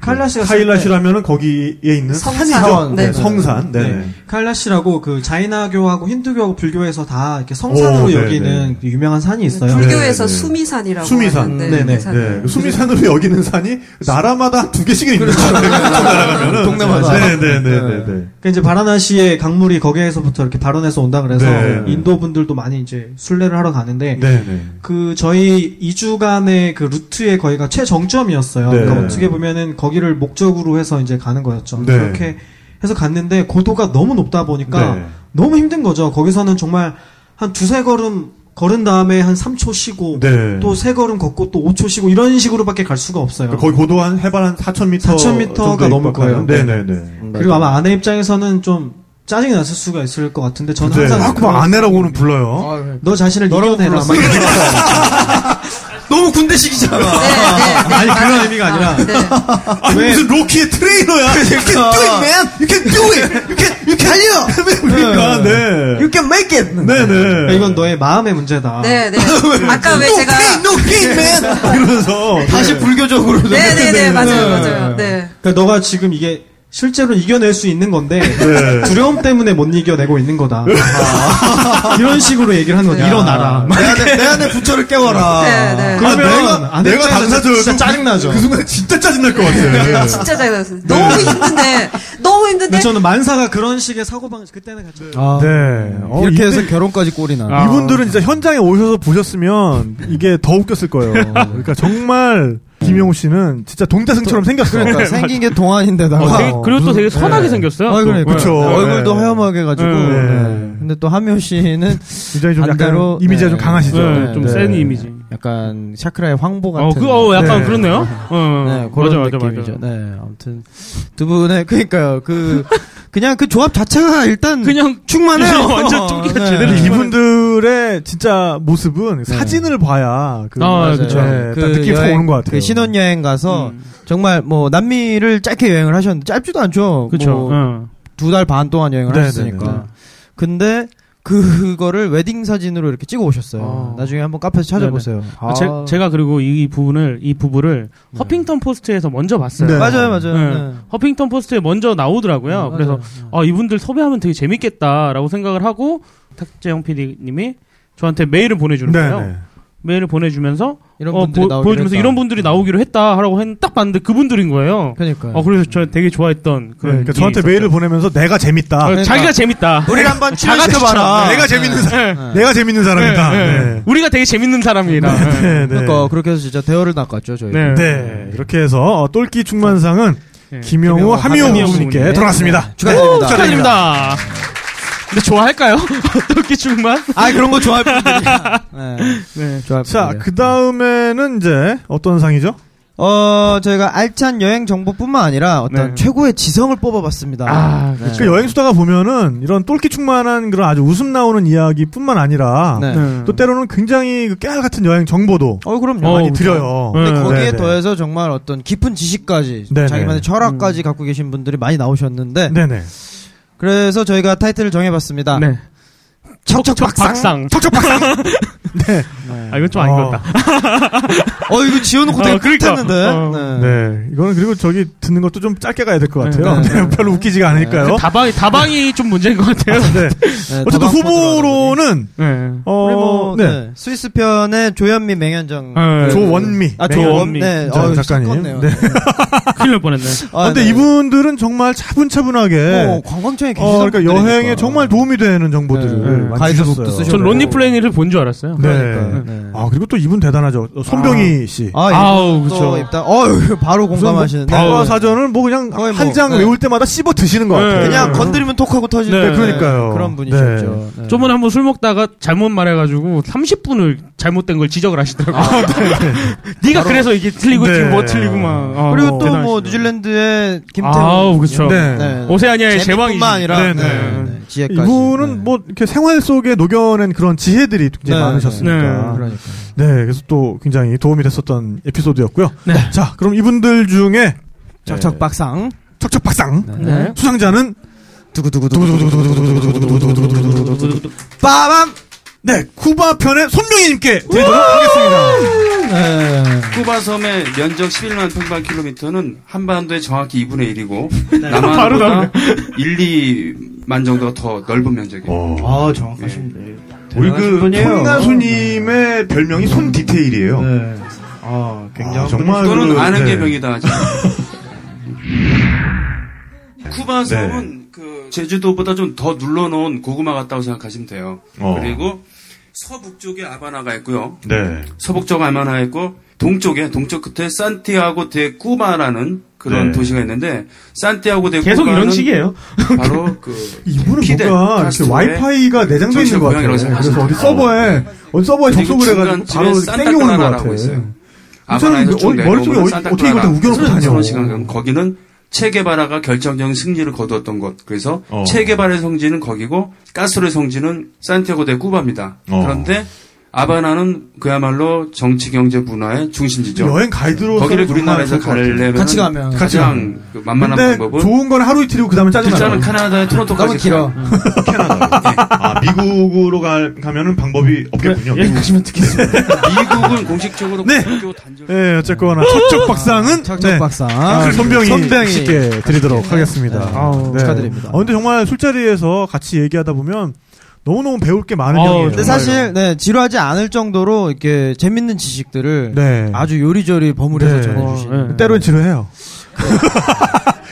카일라시가
카일라시라면은 거기에 있는 산이죠. 네, 성산. 네.
카일라시라고 그 자이나교하고 힌두교하고 불교에서 다 이렇게 성산으로
오, 네,
여기는 그 유명한 산이 있어요.
불교에서 수미산이라고
수미산.
하는데
네네.
그 산.
네. 수미산으로 [laughs] 여기는 산이 나라마다 두 개씩
[laughs]
있는
[laughs]
거예요.
그렇죠. 동남아다.
네. 네네네. 네.
그러니까 이제 바라나시의 강물이 거기에서부터 이렇게 발원해서 온다 그래서
네.
인도 분들도 많이 이제 순례를 하러 가는데
네, 네.
그 저희 2주간의 그 루트의 거기가 최정점이었어요.
네.
그러니까 어떻게 보면은 거기를 목적으로 해서 이제 가는 거였죠.
네.
그렇게 해서 갔는데 고도가 너무 높다 보니까
네.
너무 힘든 거죠. 거기서는 정말 한 두세 걸음 걸은 다음에 한 3초 쉬고
네.
또 세 걸음 걷고 또 5초 쉬고 이런 식으로밖에 갈 수가 없어요.
거의 고도 한 해발 한 4,000m
4,000m가 넘을 거예요.
네네네.
그리고 아마 아내 입장에서는 좀 짜증이 났을 수가 있을 것 같은데 저는
네.
항상
아, 그럼 아내라고는 불러요.
네. 너 자신을 이겨내라 막 이런
너무 군대식이잖아.
네, 아니 그런 의미가 아니라
아니 무슨 로키의 트레이너야.
그러니까.
You can do it. You can you can [laughs] 달려. 그러니까 네. You
can make it.
네네.
이건 너의 마음의 문제다.
[laughs]
네, 네. 아까 왜 제가
이러면서
다시 불교적으로.
네, 네, 네, 맞아요, 맞아요. 네.
그러니까 너가 지금 이게 실제로 이겨낼 수 있는 건데
네.
두려움 때문에 못 이겨내고 있는 거다. [laughs] 이런 식으로 얘기를 하는 거죠.
아.
일어나라.
내 안에, 내 안에 부처를 깨워라.
네, 네.
그러면
아, 내가 당사자여도
진짜 짜증 나죠.
그 순간 진짜 짜증 날 것
네.
같아요. 예.
진짜 잘 나왔어요. 너무 힘든데, 너무 힘든데.
근데 저는 만사가 그런 식의 사고방식 그때는 같이
네. 아. 어,
이렇게
이때-
해서 결혼까지
[laughs]
꼴이나.
이분들은 진짜 현장에 오셔서 보셨으면 이게 더 웃겼을 거예요. 그러니까 정말 김영우 씨는 진짜 동태승처럼 생겼어요. 네,
그러니까 생긴 게 동안인데다가
어, 되게- 그리고 또 되게 선하게
생겼어요.
아, 그러니까.
그쵸.
얼굴도
네.
허염하게 가지고.
네.
네. 근데 또 하미호 씨는
[laughs] 굉장히 좀
반대로
약간 이미지가
네.
좀 강하시죠.
네, 좀 센 이미지.
약간 샤크라의 황보 같은.
어, 그, 어, 약간
네. [laughs]
그렇네요. 어, 어.
네,
맞아,
그런
맞아,
느낌이죠.
맞아.
네, 아무튼 두 분의 [laughs] 그러니까요. 그 그냥 그 조합 자체가 일단
그냥
충만해요.
[laughs] 완전 쪼개가
[laughs] 네.
제대로
이분들의 진짜 모습은 사진을 봐야 그,
맞아요.
네, 딱 느낌이 확
여행,
오는 것 같아요.
그 신혼여행 가서
음.
정말 뭐 남미를 짧게 여행을 하셨는데 짧지도 않죠. 뭐
그쵸, 어. 응.
두달 반 동안 여행을
네네네.
하셨으니까. 근데 그거를 웨딩 사진으로 이렇게 찍어 오셨어요.
아.
나중에 한번 카페에서 찾아보세요.
네네. 제, 제가 그리고 이 부분을 이 부부를 허핑턴 포스트에서 먼저 봤어요.
네. 맞아요, 맞아요. 네.
허핑턴 포스트에 먼저 나오더라고요.
네,
그래서 아, 이분들 섭외하면 되게 재밌겠다라고 생각을 하고 탁재영 PD님이 저한테 메일을 보내주는
네,
거예요.
네.
메일을 보내주면서
이런
어,
분들이 나오기로
보여주면서
했다.
이런 분들이 나오기로 했다라고 했는데 딱 봤는데 그분들인 거예요.
그러니까요.
어, 그래서 저 되게 좋아했던 그런.
그러니까
게
저한테
있었죠.
메일을 보내면서 내가 재밌다.
어,
그러니까
자기가 재밌다.
우리를 한번
자가
출연시켜봐라.
좀-
내가 재밌는
네.
사람, 내가 재밌는 사람이다.
네, 네.
네.
우리가 되게 재밌는 사람이라. 네.
네, 네.
그러니까 그렇게 해서 진짜 대화를 낚았죠 저희.
네.
네, 이렇게 해서 어, 똘끼 중만상은
네.
김영우, 하미호
하미호
부부님께
부부님.
돌아왔습니다.
네.
네.
축하드립니다.
네. 오, 축하드립니다. 근데 좋아할까요? [laughs] 어떻게 중만?
아 그런 거 좋아할
[laughs]
분들이야. 네.
네.
좋아할
자,
분들이야.
그 다음에는 이제 어떤 상이죠?
어 저희가 알찬 여행 정보뿐만 아니라 어떤
네.
최고의 지성을 뽑아봤습니다.
아, 그쵸.
그 여행 수다가 보면은 이런 똘끼 충만한 그런 아주 웃음 나오는 이야기뿐만 아니라
네.
네.
또 때로는 굉장히 그 깨알 같은 여행 정보도
어 그럼요.
어,
많이
그쵸.
드려요.
네.
근데 거기에
네네.
더해서 정말 어떤 깊은 지식까지
네네.
자기만의 철학까지 갖고 계신 분들이 많이 나오셨는데
네네.
그래서 저희가 타이틀을 정해봤습니다.
네.
척척 박상.
박상. [laughs]
네.
아, 이건 좀 아닌
어.
것 같다.
[laughs] 어 이거 지어놓고 되게
어, 그러니까.
꿀탔는데.
어.
네.
네. 이거는 그리고 저기 듣는 것도 좀 짧게 가야 될 것 같아요.
네, 네,
네, [laughs] 별로 웃기지가 않으니까요.
네, 다방이, 다방이 좀 문제인 것 같아요. [laughs]
네.
네,
어쨌든
다방 코드로
후보로는
네.
어,
우리 뭐,
네.
네. 스위스 편의 조현미 맹현정.
네.
조원미.
아,
맹현정
조원미. 네. 어,
작가님.
섞었네요.
네.
[laughs] 큰일 날 뻔했네.
아,
근데
네.
이분들은 정말 차분차분하게
어, 관광청에 계시는
어, 그러니까
분들이니까.
여행에 정말 도움이 되는 정보들을
네, 네.
많이
가이드북도
주셨어요.
쓰시고.
전 론니 플레이니를 본 줄 알았어요.
네.
그러니까요. 네.
아 그리고 또 이분 대단하죠. 어, 손병희 씨.
아,
아우,
아우
그쵸.
그쵸. 일단 어 바로 공감하시는데
과 사전을 뭐 그냥
거의 뭐,
한 장
네.
외울 때마다 씹어 드시는 것 같아요.
그냥
네.
건드리면 톡하고 터지는
네,
그러니까요.
그런 분이셨죠. 네.
저번에 한번 술 먹다가 잘못 말해가지고 30분을 잘못된 걸 지적을 하시더라고요. [laughs] 네가 그래서 이게 틀리고
네.
지금 뭐 틀리고 막. 아,
그리고
대단하시더라고요.
또 뭐 뉴질랜드의 김태훈
아우, 그쵸.
네.
오세아니아의 제왕이지.
뿐만 아니라
네, 네.
네, 네, 지혜까지.
이분은
네.
뭐 이렇게 생활 속에 녹여낸 그런 지혜들이 굉장히
네,
많으셨으니까.
네.
네.
그러니까.
그래서 또 굉장히 도움이 됐었던 에피소드였고요. 자, 그럼 이분들 중에
척척 박상.
척척박상
네.
수상자는
빠밤.
네 쿠바 편의 손명희님께 드리도록 하겠습니다.
쿠바 섬의 면적 11만 평방킬로미터는 한반도의 정확히 2분의 1이고
네. [laughs] 바로
남한보다 1, 2만 정도가 더 넓은 면적이에요.
어.
아 정확하십니다.
우리 그
분이에요.
손가수님의 별명이 손 디테일이에요.
아
굉장히 정말
또는
그-
아는
네.
게 병이다. 하죠. 쿠바 섬은 그 제주도보다 좀 더 눌러놓은 고구마 같다고 생각하시면 돼요.
어.
그리고 서북쪽에 아바나가 있고요.
네.
서북쪽 알마나 있고 동쪽에 동쪽 끝에 산티아고 데 쿠바라는 그런
네.
도시가 있는데 산티아고 데
계속
쿠바는
이런 식이에요. [laughs]
바로 그
이분은
피델,
뭔가 이렇게
카스트로의
와이파이가 내장되어 있는
정신을
것 같아요. 그래서
고양이라고
어디
생각하시면
서버에 어디 서버에
그리고
뭐 접속을 해가지고
중간쯤에
바로
산타
땡겨오는 것
클라라라고
같아요.
있어요.
이 사람이
아바나에서 좀
어- 머릿속에
내려오면
어-
산타
어떻게 이걸 다
클라라.
우겨놓고
서른
다녀.
시간 가면 거기는 체게바라가 결정적인 승리를 거두었던 곳. 그래서
어.
체게바라의 성지는 거기고 까스로의 성지는 산티아고 데 쿠바입니다.
어.
그런데 아바나는 그야말로 정치 경제 문화의 중심지죠.
여행 가이드로서는
거기를
정말
우리나라에서
좋을 것 같아요.
가려면
같이 가면. 같이
가장
가면.
그 만만한
근데
방법은
좋은 건 하루 이틀이고 그 다음에 짜증나요.
진짜는 캐나다의 토론토까지 가요.
[laughs] 아, 미국으로 가, 가면은 방법이 없겠군요.
예,
네. 가시면 듣겠습니다.
미국은 공식적으로
네. 예, 어쨌거나 첫적 박상은
네. 척척 박상.
아, 선병이
선병이
쉽게 드리도록
같이
하겠습니다.
네. 아우, 축하드립니다.
아, 근데 정말 술자리에서 같이 얘기하다 보면 너무너무 배울 게 많은 형이에요.
아, 어, 근데 사실 네 지루하지 않을 정도로 이렇게 재밌는 지식들을
네.
아주 요리조리 버무려서
네.
전해주신
어, 네. 때론
[laughs]
지루해요.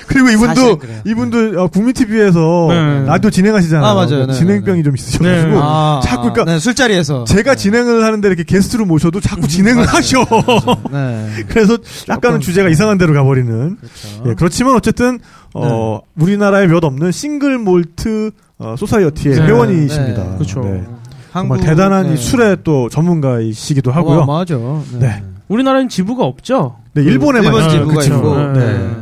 그리고
사실
이분도
그래요.
이분도 어, 국민 TV에서
네.
라디오 진행하시잖아요.
아, 맞아요. 네,
진행병이 좀 있으셔가지고
네. 아,
자꾸 그러니까
네, 술자리에서
제가 진행을 하는데 이렇게 게스트로 모셔도 자꾸 진행을 하셔. [laughs] 그래서 약간은 주제가 이상한 데로 가버리는. 그 그렇지만 어쨌든 어, 우리나라에 몇 없는 싱글 몰트 어, 소사이어티의
네.
회원이십니다.
네.
그렇죠. 정말
한국-
대단한
네.
이 술의 또 전문가이시기도 하고요.
어마어마하죠.
네.
우리나라는 지부가 없죠.
네, 일본에만
일본
있죠.
지부가
그쵸.
있고.
네.
네.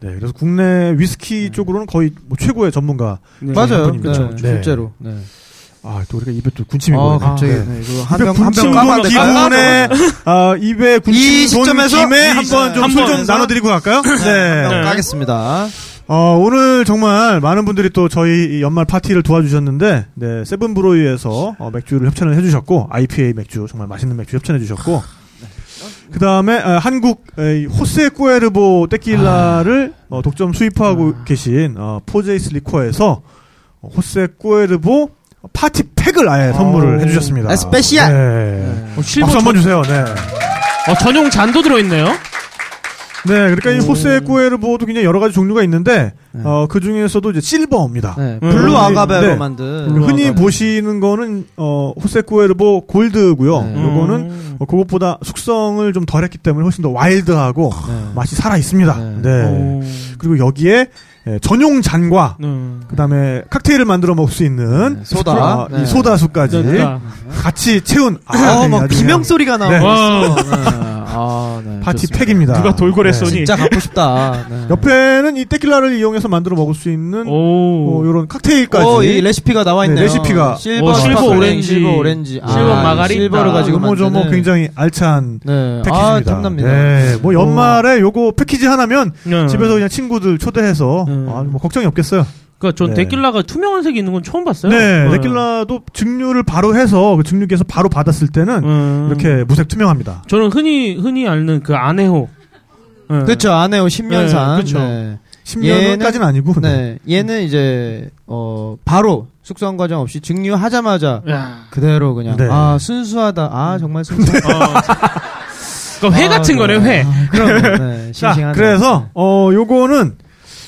네, 그래서 국내 위스키 쪽으로는 거의 뭐 최고의 전문가 중에
네. 맞아요.
한 분입니다.
네, 실제로. 네.
아, 또 우리가 입에 또 군침이
아,
고이네.
갑자기.
네.
네, 이거
입에
한 병- 한병
군침 도는
까만데
기분에
까만데.
아, 입에 군침
이
도는
시점에서
김에
이
한번 좀
시점에서
술 좀 나눠드리고 갈까요? 네.
한번 까겠습니다.
어, 오늘 정말 많은 분들이 또 저희 이 연말 파티를 도와주셨는데, 네, 세븐브로이에서 어, 맥주를 협찬을 해주셨고, IPA 맥주, 정말 맛있는 맥주 협찬해주셨고, 그 다음에 한국 에, 호세 꾸에르보 떼킬라를 어, 독점 수입하고
아.
계신 어, 포제이스 리코에서 어, 호세 꾸에르보 파티 팩을 아예 선물을 해주셨습니다.
어. 에스페시알.
네.
어, 실버
박수 한번
전-
주세요. 네.
어, 전용 잔도 들어있네요.
네, 그러니까 이 호세 꾸에르보도 굉장히 여러 가지 종류가 있는데 어, 그 중에서도 이제 실버입니다.
네. 블루
음.
아가베로
네.
만든
흔히 보시는 거는 어, 호세 꾸에르보 골드고요.
네.
요거는 어, 그것보다 숙성을 좀 덜했기 때문에 훨씬 더 와일드하고
네.
맛이 살아 있습니다. 네. 그리고 여기에 예, 전용 잔과 그다음에 칵테일을 만들어 먹을 수 있는
소다.
아,
네.
이 소다수까지
네, 소다.
같이 채운 아,
어,
네,
막
나중에.
비명 소리가 나오고
네.
있어. 네. 아, 네.
파티
좋습니다.
팩입니다.
누가 돌고래 쏘니? 진짜
[laughs]
갖고 네.
싶다. 옆에는 이 테킬라를 이용해서 만들어 먹을 수 있는 어, 요런 칵테일까지.
오, 이 레시피가 나와 있네요. 어,
네, 레시피가
실버 오, 실버 스파클링, 오렌지. 실버 오렌지. 아, 실버 마가리타. 실버를 가지고
뭐저뭐
만드는.
굉장히 알찬
네. 아,
패키지입니다.
탐납니다. 어.
네, 뭐
오.
연말에 요거 패키지 하나면
네.
집에서 그냥 친구들
네.
초대해서 아, 뭐 걱정이 없겠어요.
그러니까 전
네.
데킬라가 투명한 색이 있는 건 처음 봤어요.
네, 데킬라도 증류를 바로 해서 그 증류기에서 바로 받았을 때는
네.
이렇게 무색 투명합니다.
저는 흔히 흔히 아는 그 아네호. 네.
그렇죠. 아네오 10년산.
네, 그쵸.
10년까지는 아니고,
네. 얘는 이제 어 바로 숙성 과정 없이 증류하자마자
야.
그대로 그냥
네.
아 순수하다. 아 정말 순수하다.
어, 그러니까 회 같은 거네, 회.
그럼 네.
자,
싱싱하네.
그래서 어 요거는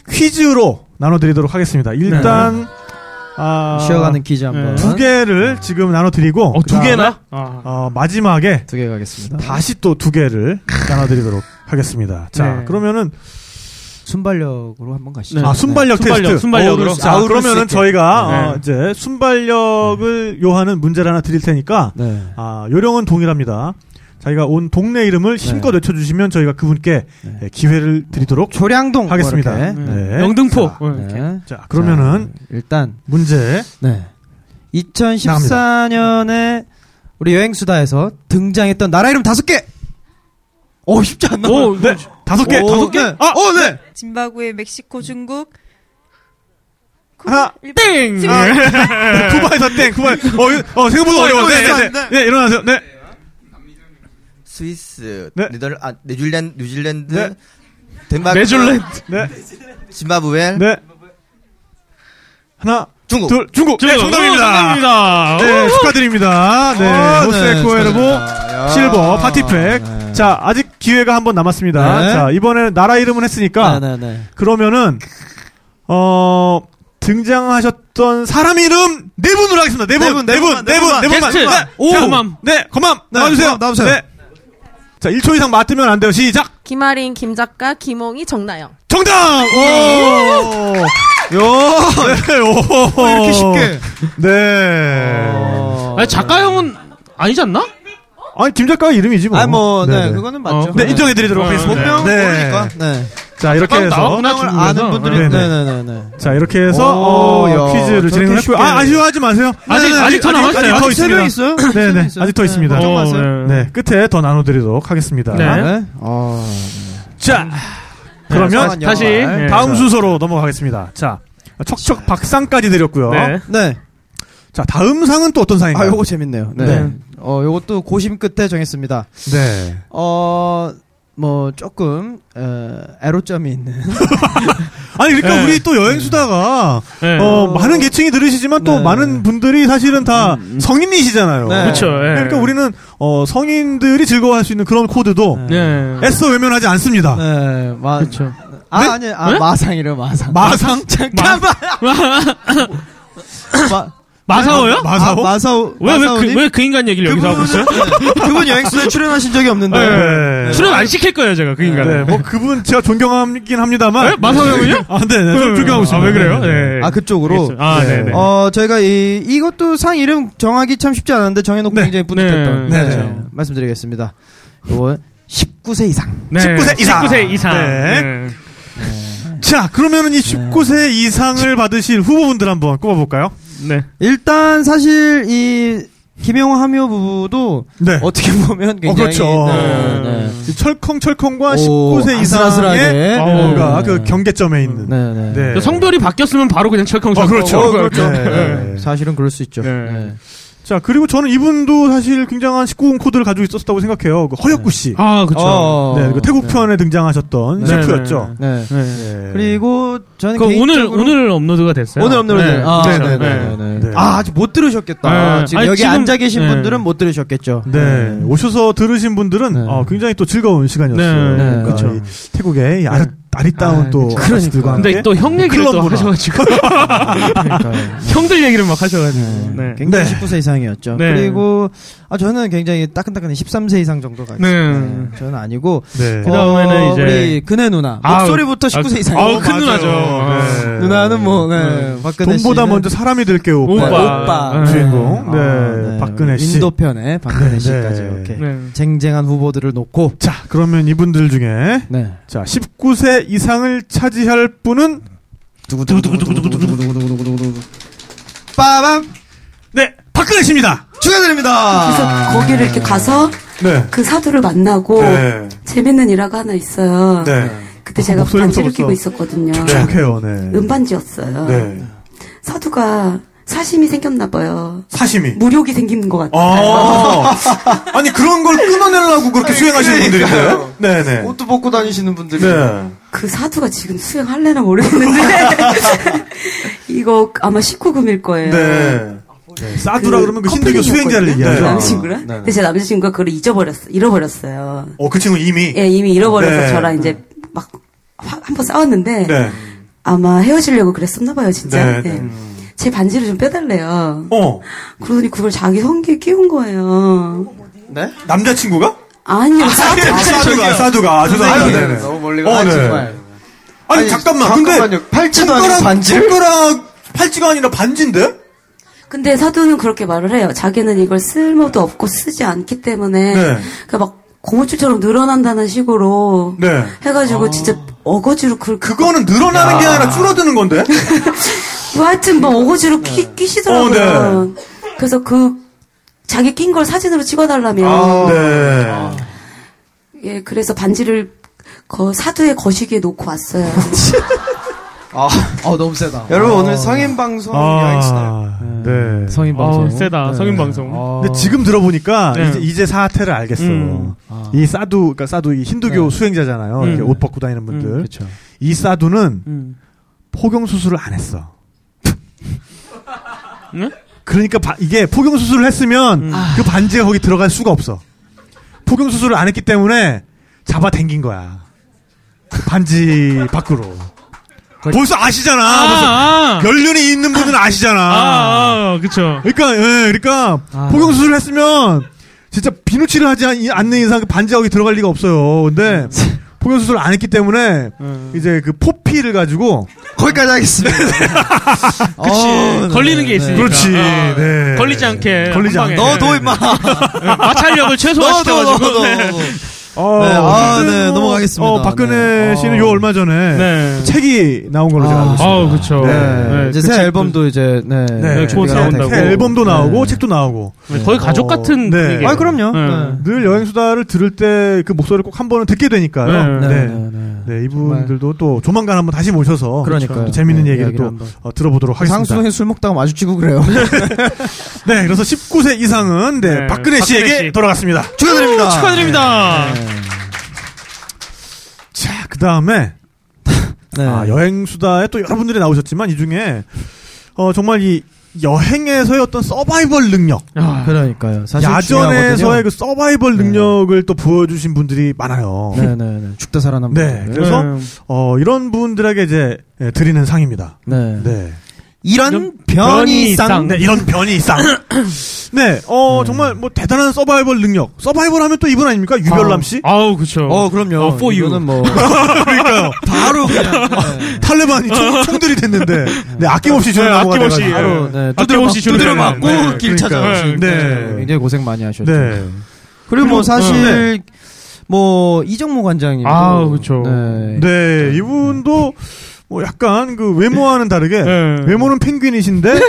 퀴즈로 나눠드리도록 하겠습니다. 일단
네.
아,
네. 쉬어가는 퀴즈 한번.
두 개를 지금 나눠드리고
두
그다음에,
개나? 아.
어, 마지막에
두 개 가겠습니다.
다시 또 두
[laughs]
개를 나눠드리도록 하겠습니다. 자,
네.
그러면은
순발력으로 한번 가시죠.
아 순발력 테스트.
순발력으로.
자, 그러면은
네.
저희가 어, 이제 순발력을 요하는 문제를 하나 드릴 테니까
네.
아, 요령은 동일합니다. 자기가 온 동네 이름을 힘껏 외쳐주시면 저희가 그분께 예, 기회를 드리도록
조량동
하겠습니다.
뭐 이렇게.
네.
네. 영등포.
자,
뭐 이렇게.
네. 자, 그러면은
일단
문제.
네. 2014년에 우리 여행수다에서 등장했던 나라 이름 다섯 개. 오 쉽지 않나?
오,
네. 다섯 개, 다섯 개.
아, 오, 네.
짐바브웨, 멕시코, 중국.
하나
땡.
아, 네, 쿠바에서 땡. 쿠바. 어, 이거- 어 생각보다
어,
어려워. 네,
이거
네, 네, 네, 일어나세요. 네.
스위스, 네덜 아 뉴질랜드, 뉴질랜드, 덴마크,
네덜란드, 네.
짐바브웨,
하나,
중국,
둘, 중국. 네, 정답입니다. 네, 축하드립니다. 네,
오, 네,
호세코에르보
축하드립니다.
실버 파티팩. 자, 아직 기회가 한 번 남았습니다.
네.
자, 이번에는 나라 이름은 했으니까
네, 네, 네.
그러면은 어 등장하셨던 사람 이름 네 분으로 하겠습니다. 네 분, 네 분, 네 분, 네 분만.
게스트.
네,
오.
자,
검암.
네, 검암.
네,
나와주세요.
검암 나와주세요.
네. 자, 1초 이상 맞으면 안 돼요. 시작.
김아린, 김작가, 김홍이, 정나영.
정답. 오. 요. 네, 오.
이렇게 쉽게.
네.
아니 작가 형은 아니지 않나?
아니 김 작가 이름이지 뭐.
아니, 뭐, 네,
그거는
맞죠.
네, 인정해드리도록
어,
하겠습니다.
네.
네.
모르니까. 네.
자 이렇게
아,
해서
나오구나, 중국에서. 아는 분들이-
네네네. 자 이렇게 해서
오,
어,
야,
퀴즈를
저렇게
진행을 했고요. 아
쉽게.
아쉬워하지 마세요. 네,
아직- 아직 더 남았어요.
아직 더
아직 세명
있습니다.
있어요? 세명
네네.
있어요.
아직 더
네,
있습니다.
걱정 마세요.
네 끝에 더 나눠드리도록 하겠습니다.
네.
어, 자 그러면
네, 다시. 네.
다음
자.
순서로 넘어가겠습니다. 자 척척 박상까지 드렸고요.
네.
자 아, 다음 상은 또 어떤 상인가요?
아, 요거 재밌네요. 네.
네.
어, 요것도 고심 끝에 정했습니다.
네.
어, 뭐 조금 어, 애로점이 있는.
아니
네.
그러니까 우리 또 여행 수다가
네.
어, 많은 계층이 들으시지만 또 많은 분들이 사실은 다 성인이시잖아요.
음, 네. 그쵸, 예.
그러니까 우리는 어, 성인들이 즐거워할 수 있는 그런 코드도
네.
애써 외면하지 않습니다.
네, 마,
그쵸.
아 아니 아
네?
마상이래요 마상.
마상?
[laughs] 잠깐만. 마,
마사오요?
아, 마사오.
왜, 왜, 그,
마사오님?
왜 그 인간 얘기를 여기서 하고 있어요?
[laughs] 그분 여행수에 출연하신 적이 없는데.
네. 출연 안 시킬 거예요, 제가, 그 인간을.
네, 뭐 그분 제가 존경하긴 합니다만.
예? 마사오 형은요?
아, 네, 네,
왜,
좀
왜,
존경하고
아,
있습니다.
왜 그래요?
네, 네.
아 그쪽으로.
아, 네, 네.
어 저희가 이 이것도 상 이름 정하기 참 쉽지 않은데 정해놓고 굉장히 뿌듯했던
네.
네.
네.
말씀드리겠습니다. 요건 19세 이상.
네. 19세 이상.
19세 이상.
네.
네.
자, 그러면은 이 19세 이상을 받으실 후보분들 한번 꼽아볼까요?
네.
일단 사실 이 김영호 하미호 부부도 어떻게 보면 굉장히
어, 그렇죠.
네, 네.
네. 이 철컹철컹과 19세
아슬아슬하게.
이상의
네.
뭔가 그 경계점에 있는. 네.
성별이 바뀌었으면 바로 그냥 철컹철컹.
어, 그렇죠.
어,
네.
네.
사실은 그럴 수 있죠.
자, 그리고 저는 이분도 사실 굉장한 19금 코드를 가지고 있었다고 생각해요. 그 허혁구 씨.
아, 그쵸.
어.
네, 그 태국 편에 등장하셨던
네.
셰프였죠.
네.
네.
그리고 저는
그 오늘,
개인적으로
오늘 업로드가 됐어요.
오늘 업로드.
네.
아,
그쵸.
네네네.
네.
아, 아직 못 들으셨겠다.
네.
지금
아니,
여기
지금-
앉아 계신
네.
분들은 못 들으셨겠죠.
네. 오셔서 들으신 분들은 어, 굉장히 또 즐거운 시간이었어요.
네. 네,
그러니까
그쵸.
이 태국의 이 아리, 아리따운 또 아티스트들과 함께
근데 또 형 얘기를 또
클럽 문화. [laughs]
하셔가지고. 형들 얘기를 막 하셔가지고. 네.
굉장히 19세 이상이었죠.
네.
그리고 아 저는 굉장히 따끈따끈한 13세 이상 정도가 있어요.
네.
네. 저는 아니고 어,
네.
그다음에는 이제-
우리 근혜 누나
아우,
목소리부터
아우,
19세 이상.
아우, 큰 누나죠. 네.
어. 누나는 뭐 네. 박근혜
돈보다
씨는-
먼저 사람이 될 게 오빠.
오빠. 오빠.
주인공. 네.
아, 네.
박근혜 씨. 네.
인도편에 박근혜 씨까지 이렇게 쟁쟁한 후보들을 놓고 네.
자, 그러면 이분들 중에 자, 19세 이상을 차지할 분은 두구두구두구두구두구두구두구두구두구
빠밤.
네, 박근혜 씨입니다.
축하드립니다.
그래서 거기를 이렇게 가서
네.
그 사도를 만나고
네.
재밌는 일화가 하나 있어요. 아,
네.
그때 제가
목소리부터
반지를 끼고
벌써
있었거든요.
촉촉해요, 네.
음반지였어요.
네.
사도가 사심이 생겼나 봐요.
네.
사심이.
무력이 생긴 것 같아요.
아. [laughs] 아니 그런 걸 끊어내려고 그렇게 수행하시는 분들인데요. 네, 네.
옷도 벗고 다니시는 분들이.
네.
그 사도가 지금 수행할래나 모르겠는데
[laughs]
[laughs] 이거 아마 19금일 거예요.
네. 네. 사두라 그러면 그 힌두교 수행자를 얘기하죠.
남자친구랑?
네.
근데 제 남자친구가 그걸 잊어버렸어, 잃어버렸어요.
어, 그 친구 이미
예, 이미 잃어버려서
네.
저랑 이제 막 한 번 싸웠는데
네.
아마 헤어지려고 그랬었나 봐요, 진짜.
네, 네.
예. 제 반지를 좀 빼달래요.
어.
그러더니 그걸 자기 성기에 끼운 거예요.
네?
남자친구가?
아니요, 사도.
아, 사두가, 사두가. 아, 죄송합니다.
선생님,
네, 네.
너무 멀리 가-
어,
아니,
네.
정말.
아니,
아니,
잠깐만.
잠깐만요.
근데
팔찌도 아니고
손가락-
반지?
손가락 팔찌가 아니라 반지인데?
근데 사도는 그렇게 말을 해요. 자기는 이걸 쓸모도 없고 쓰지 않기 때문에
네.
그러니까 막 고무줄처럼 늘어난다는 식으로
네.
해가지고 진짜 어거지로 그
그거는 늘어나는 게 아니라 줄어드는 건데?
[laughs]
네.
뭐 하여튼 뭐 어거지로 끼, 끼시더라고요.
어,
그래서 그 자기 낀 걸 사진으로 찍어달라며.
음, 네.
아,
예, 그래서 반지를 거- 사도의 거시기에 놓고 왔어요.
아, 어, 너무 세다. 여러분 오늘 성인 방송
아,
여행 시나요.
네.
성인 방송.
아, 세다. 성인 방송.
근데 지금 들어보니까
네.
이제, 이제 사태를 알겠어.
음.
이 사두, 그러니까 사두 이 힌두교
네.
수행자잖아요.
음.
이렇게 옷 벗고 다니는 분들.
음, 그쵸.
이 사두는 포경 수술을 안 했어.
[laughs] 네?
그러니까 바- 이게 포경 수술을 했으면 그 반지가 거기 들어갈 수가 없어. 포경 수술을 안 했기 때문에 잡아 당긴 거야. 반지 밖으로. 벌써 아시잖아.
아,
벌써 연륜이 있는 분은 아시잖아.
아, 아, 그쵸. 아.
그러니까, 예, 그러니까, 포경 수술을 했으면, 진짜 비누칠을 하지 않- 않는 이상 그 반지하고 들어갈 리가 없어요.
[laughs]
근데, 포경 수술을 안 했기 때문에,
음.
이제 그 포피를 가지고, 거기까지 [laughs] 하겠습니다.
그치. 걸리는 게
네.
있으니까.
그렇지.
아,
네.
걸리지 않게.
걸리지 않게.
너
넣어둬,
임마. 마찰력을 최소화시켜가지고.
넣어둬,
네.
어,
네, 아,
어쨌든
네,
뭐,
넘어가겠습니다.
어,
네.
박근혜 씨는 요 얼마 전에
네.
책이 나온 걸로 제가 알고 있습니다.
아우, 그쵸. 네,
이제
그
새
책도-
앨범도 이제 네.
네,
준비가
새
나온다고.
새 앨범도 나오고 책도 나오고
네, 거의 가족 같은 분위기예요.
아 그럼요.
네.
네. 늘 여행 수다를 들을 때 그 목소리를 꼭 한 번은 듣게 되니까요.
네,
네,
네,
네, 네, 이분들도 또 조만간 한번 다시 모셔서
그러니까요.
또 재밌는
네,
얘기를
이야기를
또
한번. 그
어, 들어보도록 하겠습니다.
상수에 술 먹다가 마주치고 그래요.
[laughs] 네, 그래서 19세 이상은 네,
네,
박근혜 씨에게
박근혜 씨.
돌아갔습니다. 네.
축하드립니다.
축하드립니다.
자, 그 다음에
네.
아, 여행 수다에 또 여러분들이 나오셨지만 이 중에 어, 정말 이 여행에서의 어떤 서바이벌 능력,
아, 그러니까요. 사실
야전에서의
중요하거든요.
그 서바이벌 능력을 또 보여주신 분들이 많아요.
네, 네, 네. 죽다 살아남는.
네, 그래서 어, 이런 분들에게 이제 예, 드리는 상입니다.
네.
네.
이런 변이상.
네, 이런
[laughs]
변이상. 네,
음.
어 정말 뭐 대단한 서바이벌 능력. 서바이벌 하면 또 이분 아닙니까? 유별남 씨?
아우, 그쵸.
어, 그럼요.
어, for you.
이거는
[laughs]
뭐
그러니까요. 아,
바로
[laughs]
그냥
탈레반이 총, 총들이 됐는데 네, 아낌없이
네,
전화가
아낌없이,
와가지고
바로, 네,
두드려
아낌없이
막- 두드려
주변에,
맞고
네,
길
그러니까요.
찾아오시고.
네. 굉장히 고생 많이 하셨죠.
네.
그리고
그리고,
뭐
네.
사실 뭐 이정모 관장님.
아,
그렇죠. 네.
네, 이분도 뭐 약간 그 외모와는 다르게
네.
외모는 펭귄이신데 [laughs]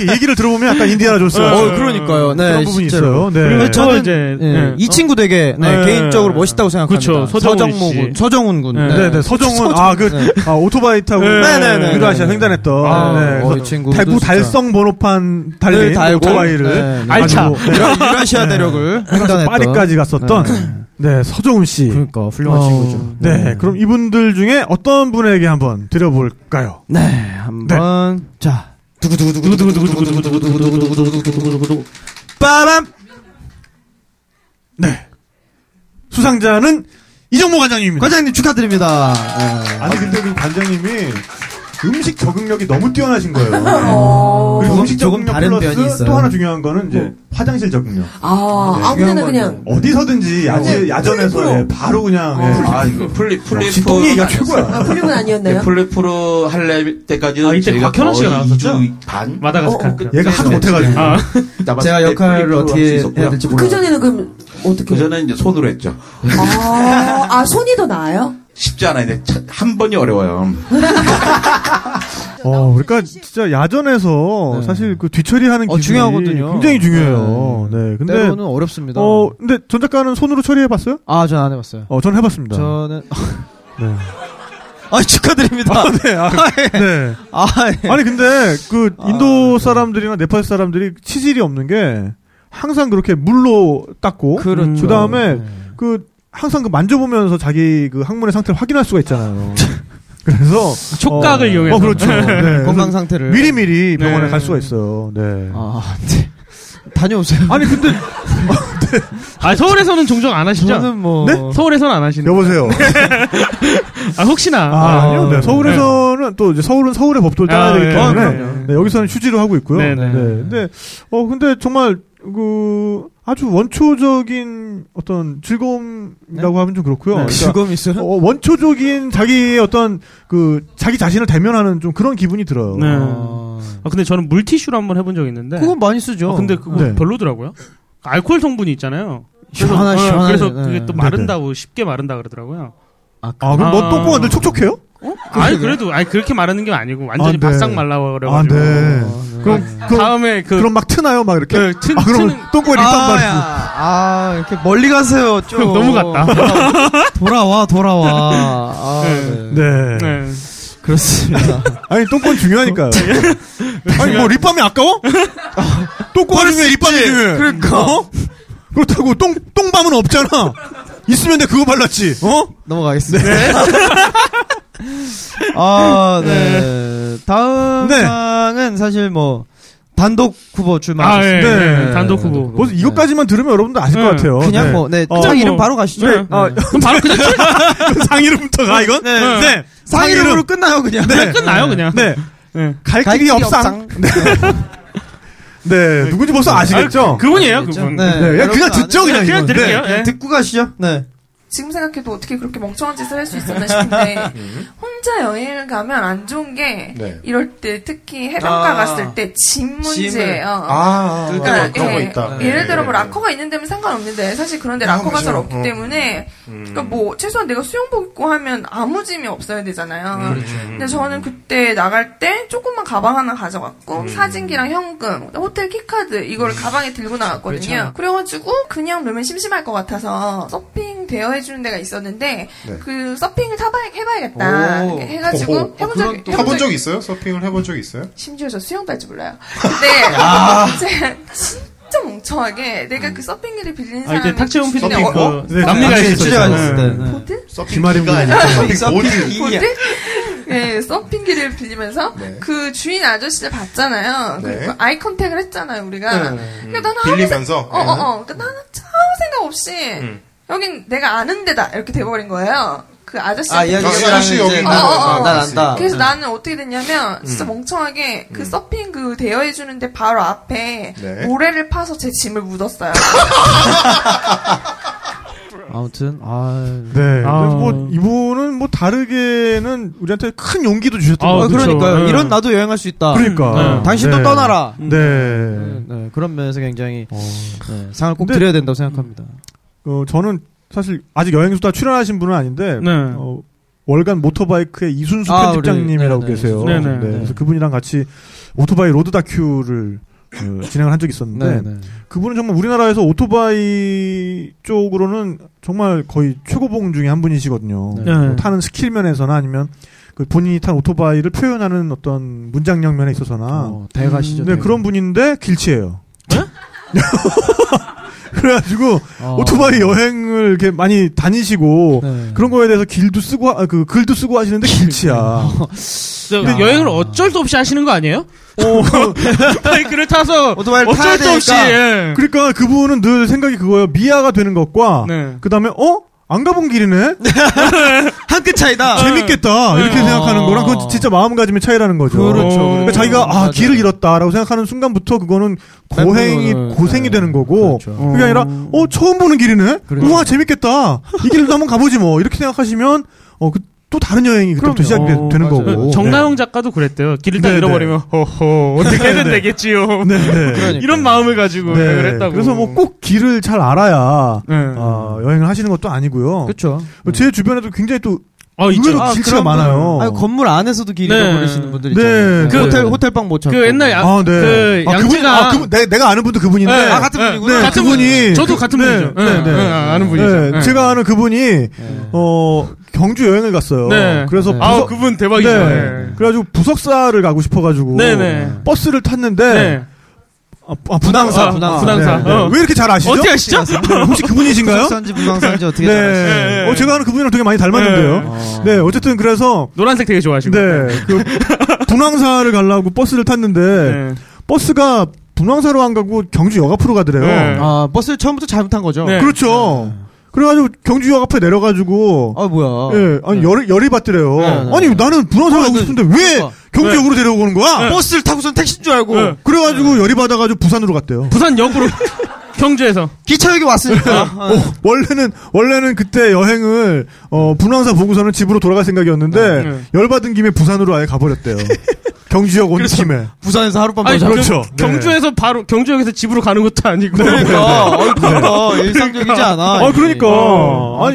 이렇게 얘기를 들어보면 약간 인디아나 존스.
어,
같은
그러니까요. 네,
그런 부분이 있어요.
실제로.
네.
그리고 저는 이제 이 친구 되게 네,
네.
개인적으로 멋있다고 생각합니다.
어, 아, 그쵸, 서정훈
서정모
씨.
군, 서정훈 군.
네, 네, 서정훈 아그 오토바이 타고
네, 네, 네,
유라시아
네, 네.
횡단했던
아,
네,
어,
그래서
이 친구도
대구
진짜.
달성 번호판
늘
달린
달고,
오토바이를
네, 네.
가지고
알차. 유라- 유라시아 대륙을 횡단했던.
파리까지 갔었던
네.
네, 서정훈 씨. 그러니까
훌륭한 친구죠.
네, 그럼 이분들 중에 어떤 분에게 한번 드려볼까요?
네, 한번 자.
두구두구두구두구두구두구두구두구두구두구두구두구두구두구
빠밤.
네. 수상자는 이정모 관장님입니다.
관장님 축하드립니다.
아니 근데 그 관장님이 음식 적응력이 너무 뛰어나신 거예요. 그리고
조금-
음식
조금
적응력
다른
플러스
변이 있어요.
또 하나 중요한 거는 이제 화장실 적응력.
아,
네.
아무데나 그냥.
어디서든지 야제,
네.
야전에서 예, 바로 그냥 예.
아, 이거 플립, 플립.
역시 똥이 얘기가 최고야.
아, 훌륭은
네.
아니었나요?
플랫프로 네, 할래 때까지는
아, 이때
저희가
박현원 씨가
거의
나왔었죠?
이주 반? 그
마다가스카르. 아, 어, 어.
얘가 하도 못해가지고.
제가 역할을 어떻게 해야 될지
그 전에는 그럼 어떻게?
그 전에 이제 손으로 했죠.
아, 아, 손이 더 나아요?
쉽지 않아요. 근데 차- 한 번이 어려워요.
어, 그러니까 진짜 야전에서 사실 그 뒤처리하는 기술이
네. 어, 중요하거든요.
굉장히 중요해요. 네, 근데
때로는 어렵습니다.
어, 근데 전 작가는 손으로 처리해봤어요?
아, 전 안 해봤어요.
어, 전 해봤습니다.
저는
[laughs] 네.
아 축하드립니다.
아, 네. 아,
예.
네.
아, 예.
아니 근데 그 인도 사람들이나 네팔 사람들이 치질이 없는 게 항상 그렇게 물로 닦고 그
그렇죠.
다음에그 항상 그 만져보면서 자기 그 항문의 상태를 확인할 수가 있잖아요. 그래서
[laughs]
촉각을
어,
이용해서.
어, 그렇죠. 네. 그래서
건강 상태를.
미리 미리 병원에
네.
갈 수가 있어요. 네.
아, 네. 다녀오세요.
아니
[laughs]
근데 뭐
아, 서울에서는 종종 안 하시죠?
저는 뭐- 네?
서울에서는 안 하시는.
여보세요.
[laughs] 아, 혹시나.
아, 아니요. 네. 서울에서는 또 이제 서울은 서울의 법도를 따라야
아,
되기
예.
때문에
어, 그럼요.
네, 여기서는 휴지로 하고 있고요.
네,
네,
네.
근데 어 근데 정말 그 아주 원초적인 어떤 즐거움이라고 하면 좀 그렇고요.
네, 즐거움이 있어요?
어, 원초적인 자기의 어떤 그 자기 자신을 대면하는 좀 그런 기분이 들어요.
네. 아, 근데 저는 물티슈로 한번 해본 적 있는데.
그건 많이 쓰죠.
아, 근데 그거
네.
별로더라고요. 알코올 성분이 있잖아요.
시원하-
어,
시원하네.
그래서 그게 또
네.
마른다고 쉽게 마른다 그러더라고요. 어?
아,
아, 그럼 너 똥꼬가 늘 촉촉해요?
아니 그래도 아니 그렇게 마르는 게 아니고 완전히
아, 네.
바싹 말라버려가지고.
아, 네. 그럼, 그럼
다음에 그
그럼 막 트나요, 막 이렇게.
네, 튼-
아, 그러면
트는-
똥꼬에 립밤
아,
바르고.
야. 아, 이렇게 멀리 가세요. 좀
[laughs] 형 너무 갔다. [laughs]
돌아와, 돌아와. 아,
네.
네.
네. [laughs]
그렇습니다. 네.
아니 똥꼬는 중요하니까요. 아니 뭐 립밤이
[laughs]
아까워? 똥꼬가 중요해 립밤이 중요해.
그러니까.
어? 그렇다고 똥 똥밤은 없잖아. 있으면 내 그거 발랐지. 어?
넘어가겠습니다. 네.
[laughs]
아, 네. 다음
네.
상은 사실 뭐 단독 후보
아, 예,
출마하셨습니다. 네.
벌써 뭐, 이것까지만 들으면 여러분들 아실 것 같아요. 어.
그냥 뭐, 네, 상 이름 바로 가시죠.
네.
아,
그럼 바로 그냥 상 이름부터 가 이건.
네. 네. 상 이름으로 끝나요 그냥.
네. 네. 갈 길이 없상. 네. 네. 누군지 벌써 아시겠죠?
아, 그- 그분이에요, 그분.
네. 그냥 그냥 듣죠 그냥. 이건. 네.
듣고 가시죠. 네.
지금 생각해도 어떻게 그렇게 멍청한 짓을 할 수 있었나
네.
싶은데 혼자 여행을 가면 안 좋은 게
네.
이럴 때 특히 해변가
아.
갔을 때 짐 문제예요.
아, 아, 맞아. 그런 거 있다.
예, 를
네.
들어 뭐 락커가 있는 데면 상관없는데 사실 그런데 락커가
맞아요.
잘 없기
어.
때문에 그러니까 뭐 최소한 내가 수영복 입고 하면 아무 짐이 없어야 되잖아요.
음, 그렇죠.
근데 저는 그때 나갈 때 조그만 가방 하나 가져갔고
음.
사진기랑 현금, 호텔 키카드 이거를 가방에 들고 나갔거든요.
그렇죠.
그래가지고 그냥 놀면 심심할 것 같아서 서핑 대여 해주는 데가 있었는데
네.
그 서핑을 타봐야 해봐야겠다
오.
해가지고
오, 아,
해본
그런
적이
또 해본 적 있어요? 서핑을 해본 적 있어요?
심지어 저 수영도 할 줄 몰라요. 근데
아.
이제 진짜 멍청하게 내가 그 서핑기를 빌린
아, 이제
사람이
탁재훈 PD
주변에
그
어-
네, 남미가 있었어요.
네.
기마름이
보드? 네, 서핑기를 빌리면서
네.
그 주인 아저씨를 봤잖아요.
네.
그리고 아이 컨택을 했잖아요, 우리가.
네, 네, 네.
그러니까 나는
빌리면서?
아무 생- 어,
네.
어, 어. 그러니까 나는 아무 생각 없이
음.
여긴 내가 아는 데다 이렇게 돼버린 거예요. 그 아저씨.
아, 이 아저씨랑 아저씨 이제 여기
어,
있는
어, 어.
거구나. 난 안다.
그래서
네.
나는 어떻게 됐냐면 진짜
음.
멍청하게 그
음.
서핑 그 대여해 주는데 바로 앞에
네.
모래를 파서 제 짐을 묻었어요.
아무튼 아
네.
아.
근데 뭐 이분은 뭐 다르게는 우리한테 큰 용기도 주셨던
아,
것 같아요.
그러니까요.
네.
이런 나도 여행할 수 있다.
그러니까.
네. 당신도
네.
떠나라.
네.
네, 네, 그런 면에서 굉장히 네, 상을 꼭 드려야 된다고 생각합니다.
어, 저는 사실 아직 여행수다 출연하신 분은 아닌데
네.
어, 월간 모터바이크의 이순수
아,
편집장님이라고
우리, 네, 네,
계세요.
네, 네, 네.
그래서 그분이랑 같이 오토바이 로드 다큐를 어, 진행을 한 적이 있었는데
네, 네.
그분은 정말 우리나라에서 오토바이 쪽으로는 정말 거의 최고봉 중에 한 분이시거든요.
네.
뭐 타는 스킬 면에서나 아니면 그 본인이 탄 오토바이를 표현하는 어떤 문장력 면에 있어서나
대가시죠,
네
대가.
그런 분인데 길치예요. [laughs] 그래가지고
어.
오토바이 여행을 이렇게 많이 다니시고 그런 거에 대해서 길도 쓰고 하- 그 글도 쓰고 하시는데 길치야.
근데 그
아.
여행을 어쩔 수 없이 하시는 거 아니에요? [laughs] 바이크를 타서
오토바이를
어쩔 수 없이 예.
그러니까 그분은 늘 생각이 그거예요. 미아가 되는 것과
네.
그다음에 어? 안 가본
[laughs]
길이네.
한 끗 차이다.
[laughs] 네.
네. 아.
재밌겠다. 이렇게 생각하는 거랑 그건 진짜 마음가짐의 차이라는 거죠.
그렇죠,
그러니까
그렇죠.
자기가 아
맞아요.
길을 잃었다라고 생각하는 순간부터 그거는 고행이
네.
고생이 되는 거고
그렇죠.
그게 아니라 어 처음 보는 길이네. 우와 재밌겠다. 이 길도 한번 가보지 뭐 이렇게 생각하시면 어 또 다른 여행이 그때부터 시작이 되- 되는
어,
거고.
정나영 작가도 그랬대요. 길을 다
네, 네.
잃어버리면 허허
네,
어떻게든
네.
되겠지요. [laughs]
그러니까요.
이런 마음을 가지고
네.
여행을 했다고. 네.
그래서 뭐 꼭 길을 잘 알아야 어, 여행을 하시는 것도 아니고요. 뭐
그렇죠.
제 주변에도 굉장히 또
이쪽-
의외로
아,
길치가
그런
많아요.
분. 아니, 건물 안에서도 길 잃어버리시는 분들 있잖아요. 네. 호텔- 호텔방 못 찾고.
네. 그 옛날 양,
아, 네.
그
아, 그분-
양재가
아, 그분-
내, 내가 아는 분도 그분인데
네.
아, 같은
네.
분이구나.
네. 같은
그분이
분이- 저도 같은 분이죠. 네, 네. 아, 아는 분이죠. 네.
제가 아는 그분이 어 경주 여행을 갔어요.
네.
그래서
네. 아우, 그분 대박이죠. 네.
그래가지고 부석사를 가고 싶어가지고
네, 네.
버스를 탔는데.
네.
아, 아, 분항사, 네,
아, 분항사. 분항사. 어.
왜 이렇게 잘 아시죠?
어떻게 아시죠?
네, [laughs] 혹시 그분이신가요?
부석사인지 분항사인지 어떻게
네.
잘 아시죠?
어, 제가 아는 그분이랑 되게 많이 닮았는데요. 네, 어쨌든 그래서
노란색 되게 좋아하시고.
네. 그 분황사를 가려고 버스를 탔는데
네.
버스가 분황사로 안 가고 경주 역 앞으로 가더래요.
네. 아, 버스를 처음부터 잘못 탄 거죠.
네.
네.
그렇죠. 그래가지고 경주 역 앞에 내려가지고
아 뭐야? 네,
예, 아니 열이 열이 받더래요. 아니 나는 분황사 가고 싶은데 왜 경주 역으로 데려오고 오는 거야?
그러니까. 네. 버스를 타고선 택시인 줄 알고.
네. 그래가지고 열이 받아가지고 부산으로 갔대요.
[laughs]
부산 역으로 경주에서
기차역에 왔으니까. 아.
어, 원래는 원래는 그때 여행을 어, 분황사 보고서는 집으로 돌아갈 생각이었는데
네.
열 받은 김에 부산으로 아예
[laughs]
가버렸대요. 경주역 온 김에
부산에서 하룻밤
아니,
자고.
경-
그렇죠.
경주에서 바로 경주역에서 집으로 가는 것도 아니고. [laughs] 네.
그러니까. 아, 그러니까.
아,
아니,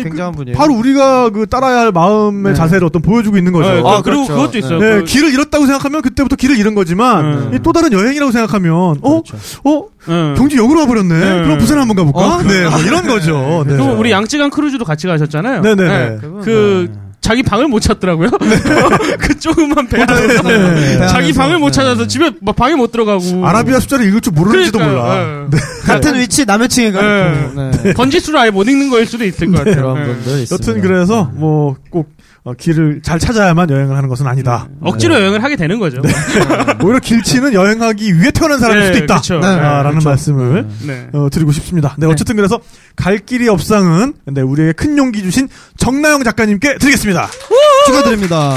굉장한
그-
분이에요.
바로 우리가 그 따라야 할 마음의 자세를 어떤 보여주고 있는 거죠.
네, 그- 아, 그리고 그렇죠. 그것도 있어요. 네.
네,
그-
길을 잃었다고 생각하면 그때부터 길을 잃은 거지만 이또 다른 여행이라고 생각하면 어,
그렇죠.
어,
네.
경주 역으로 와버렸네.
네.
그럼 부산 한번
그렇죠.
가볼까?
어,
네,
그럼- [laughs]
뭐 이런 거죠. 네.
네. 그리고 우리 양쯔강 크루즈도 같이 가셨잖아요.
네네네.
그 자기 방을 못 찾더라고요. [laughs] 그 조그만 배 안에서
네. 배
자기
안에서.
방을 못 찾아서 집에 막 방에 못 들어가고
아라비아 숫자를 읽을 줄 모르는지도
그러니까요.
몰라.
네.
같은 위치 남해층에 가.
네.
번지수를 아예 못 읽는 거일 수도 네. 있을 것 같아요. 네.
여튼 그래서 뭐 꼭 길을 잘 찾아야만 여행을 하는 것은 아니다.
네.
억지로
네.
여행을 하게 되는 거죠.
오히려 뭐 길치는 여행하기 위해 태어난 사람일
네,
수도 있다.
그쵸.
네,
네,
라는
그쵸.
말씀을
네.
어, 드리고 싶습니다. 네, 어쨌든 그래서 갈 길이 없상은 네, 우리에게 큰 용기 주신 정나영 작가님께 드리겠습니다.
축하드립니다.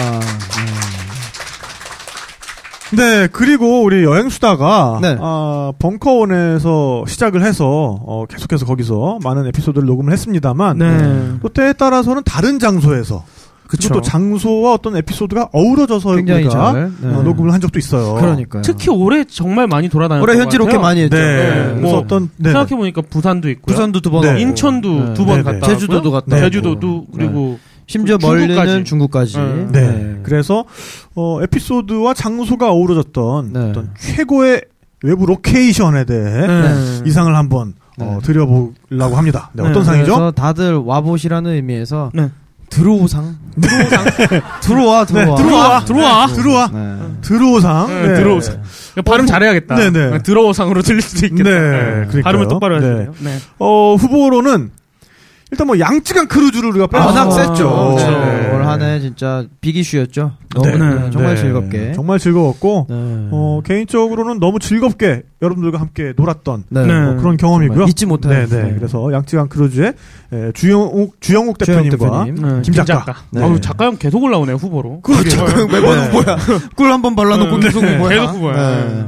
네, 그리고 우리 여행수다가
네.
아, 벙커원에서 시작을 해서 어, 계속해서 거기서 많은 에피소드를 녹음을 했습니다만
네.
또 때에 따라서는 다른 장소에서 그리고 또 장소와 어떤 에피소드가 어우러져서
굉장히
우리가
잘, 네.
어, 녹음을 한 적도 있어요.
그러니까요.
특히 올해 정말 많이 돌아다녔어요.
올해 현지 로켓 많이 했죠. 네. 그래서
뭐
어떤- 네.
생각해 보니까 부산도 있고
부산도 두번
네.
인천도
네.
두
네,
번
네.
갔다
제주도도
왔고요.
갔다
제주도도
왔고.
그리고
심지어
중국까지.
멀리는 중국까지.
네.
네. 그래서 어, 에피소드와 장소가 어우러졌던 어떤 최고의 외부 로케이션에 대해
네.
이상을 한번 어, 드려보려고 합니다. 네, 어떤 상이죠? 네.
그래서 다들 와보시라는 의미에서 들어오상.
[laughs]
들어와, 들어와. 네.
들어와, 들어와,
들어와. 들어오상.
네, 들어오상. 그러니까 발음 잘해야겠다.
네네.
들어오상으로 들릴 수도
네,
있겠다. 네.
그러니까요.
발음을 똑바로 해야
네.
돼요. 네.
어, 후보로는 일단 뭐 양쯔강 크루즈를 우리가 빼놓고
워낙 셌죠.
그렇죠.
아, 올 한해 진짜 빅이슈였죠. 너무
네.
네, 정말
네.
즐겁게. 네.
정말 즐거웠고 어, 개인적으로는 너무 즐겁게 여러분들과 함께 놀았던
네.
어,
네.
그런 경험이고요.
정말 잊지 못할
네, 네.
네.
그래서 양쯔강 크루즈의 에, 주영욱 주영욱
주영욱
대표님과
대표님. 네,
김 작가. 네. 그
아우, 작가 형 계속 올라오네요 후보로.
작가 형 매번 후보야.
꿀 한 번 발라놓고
네.
계속 후보야.
계속 후보야.
네.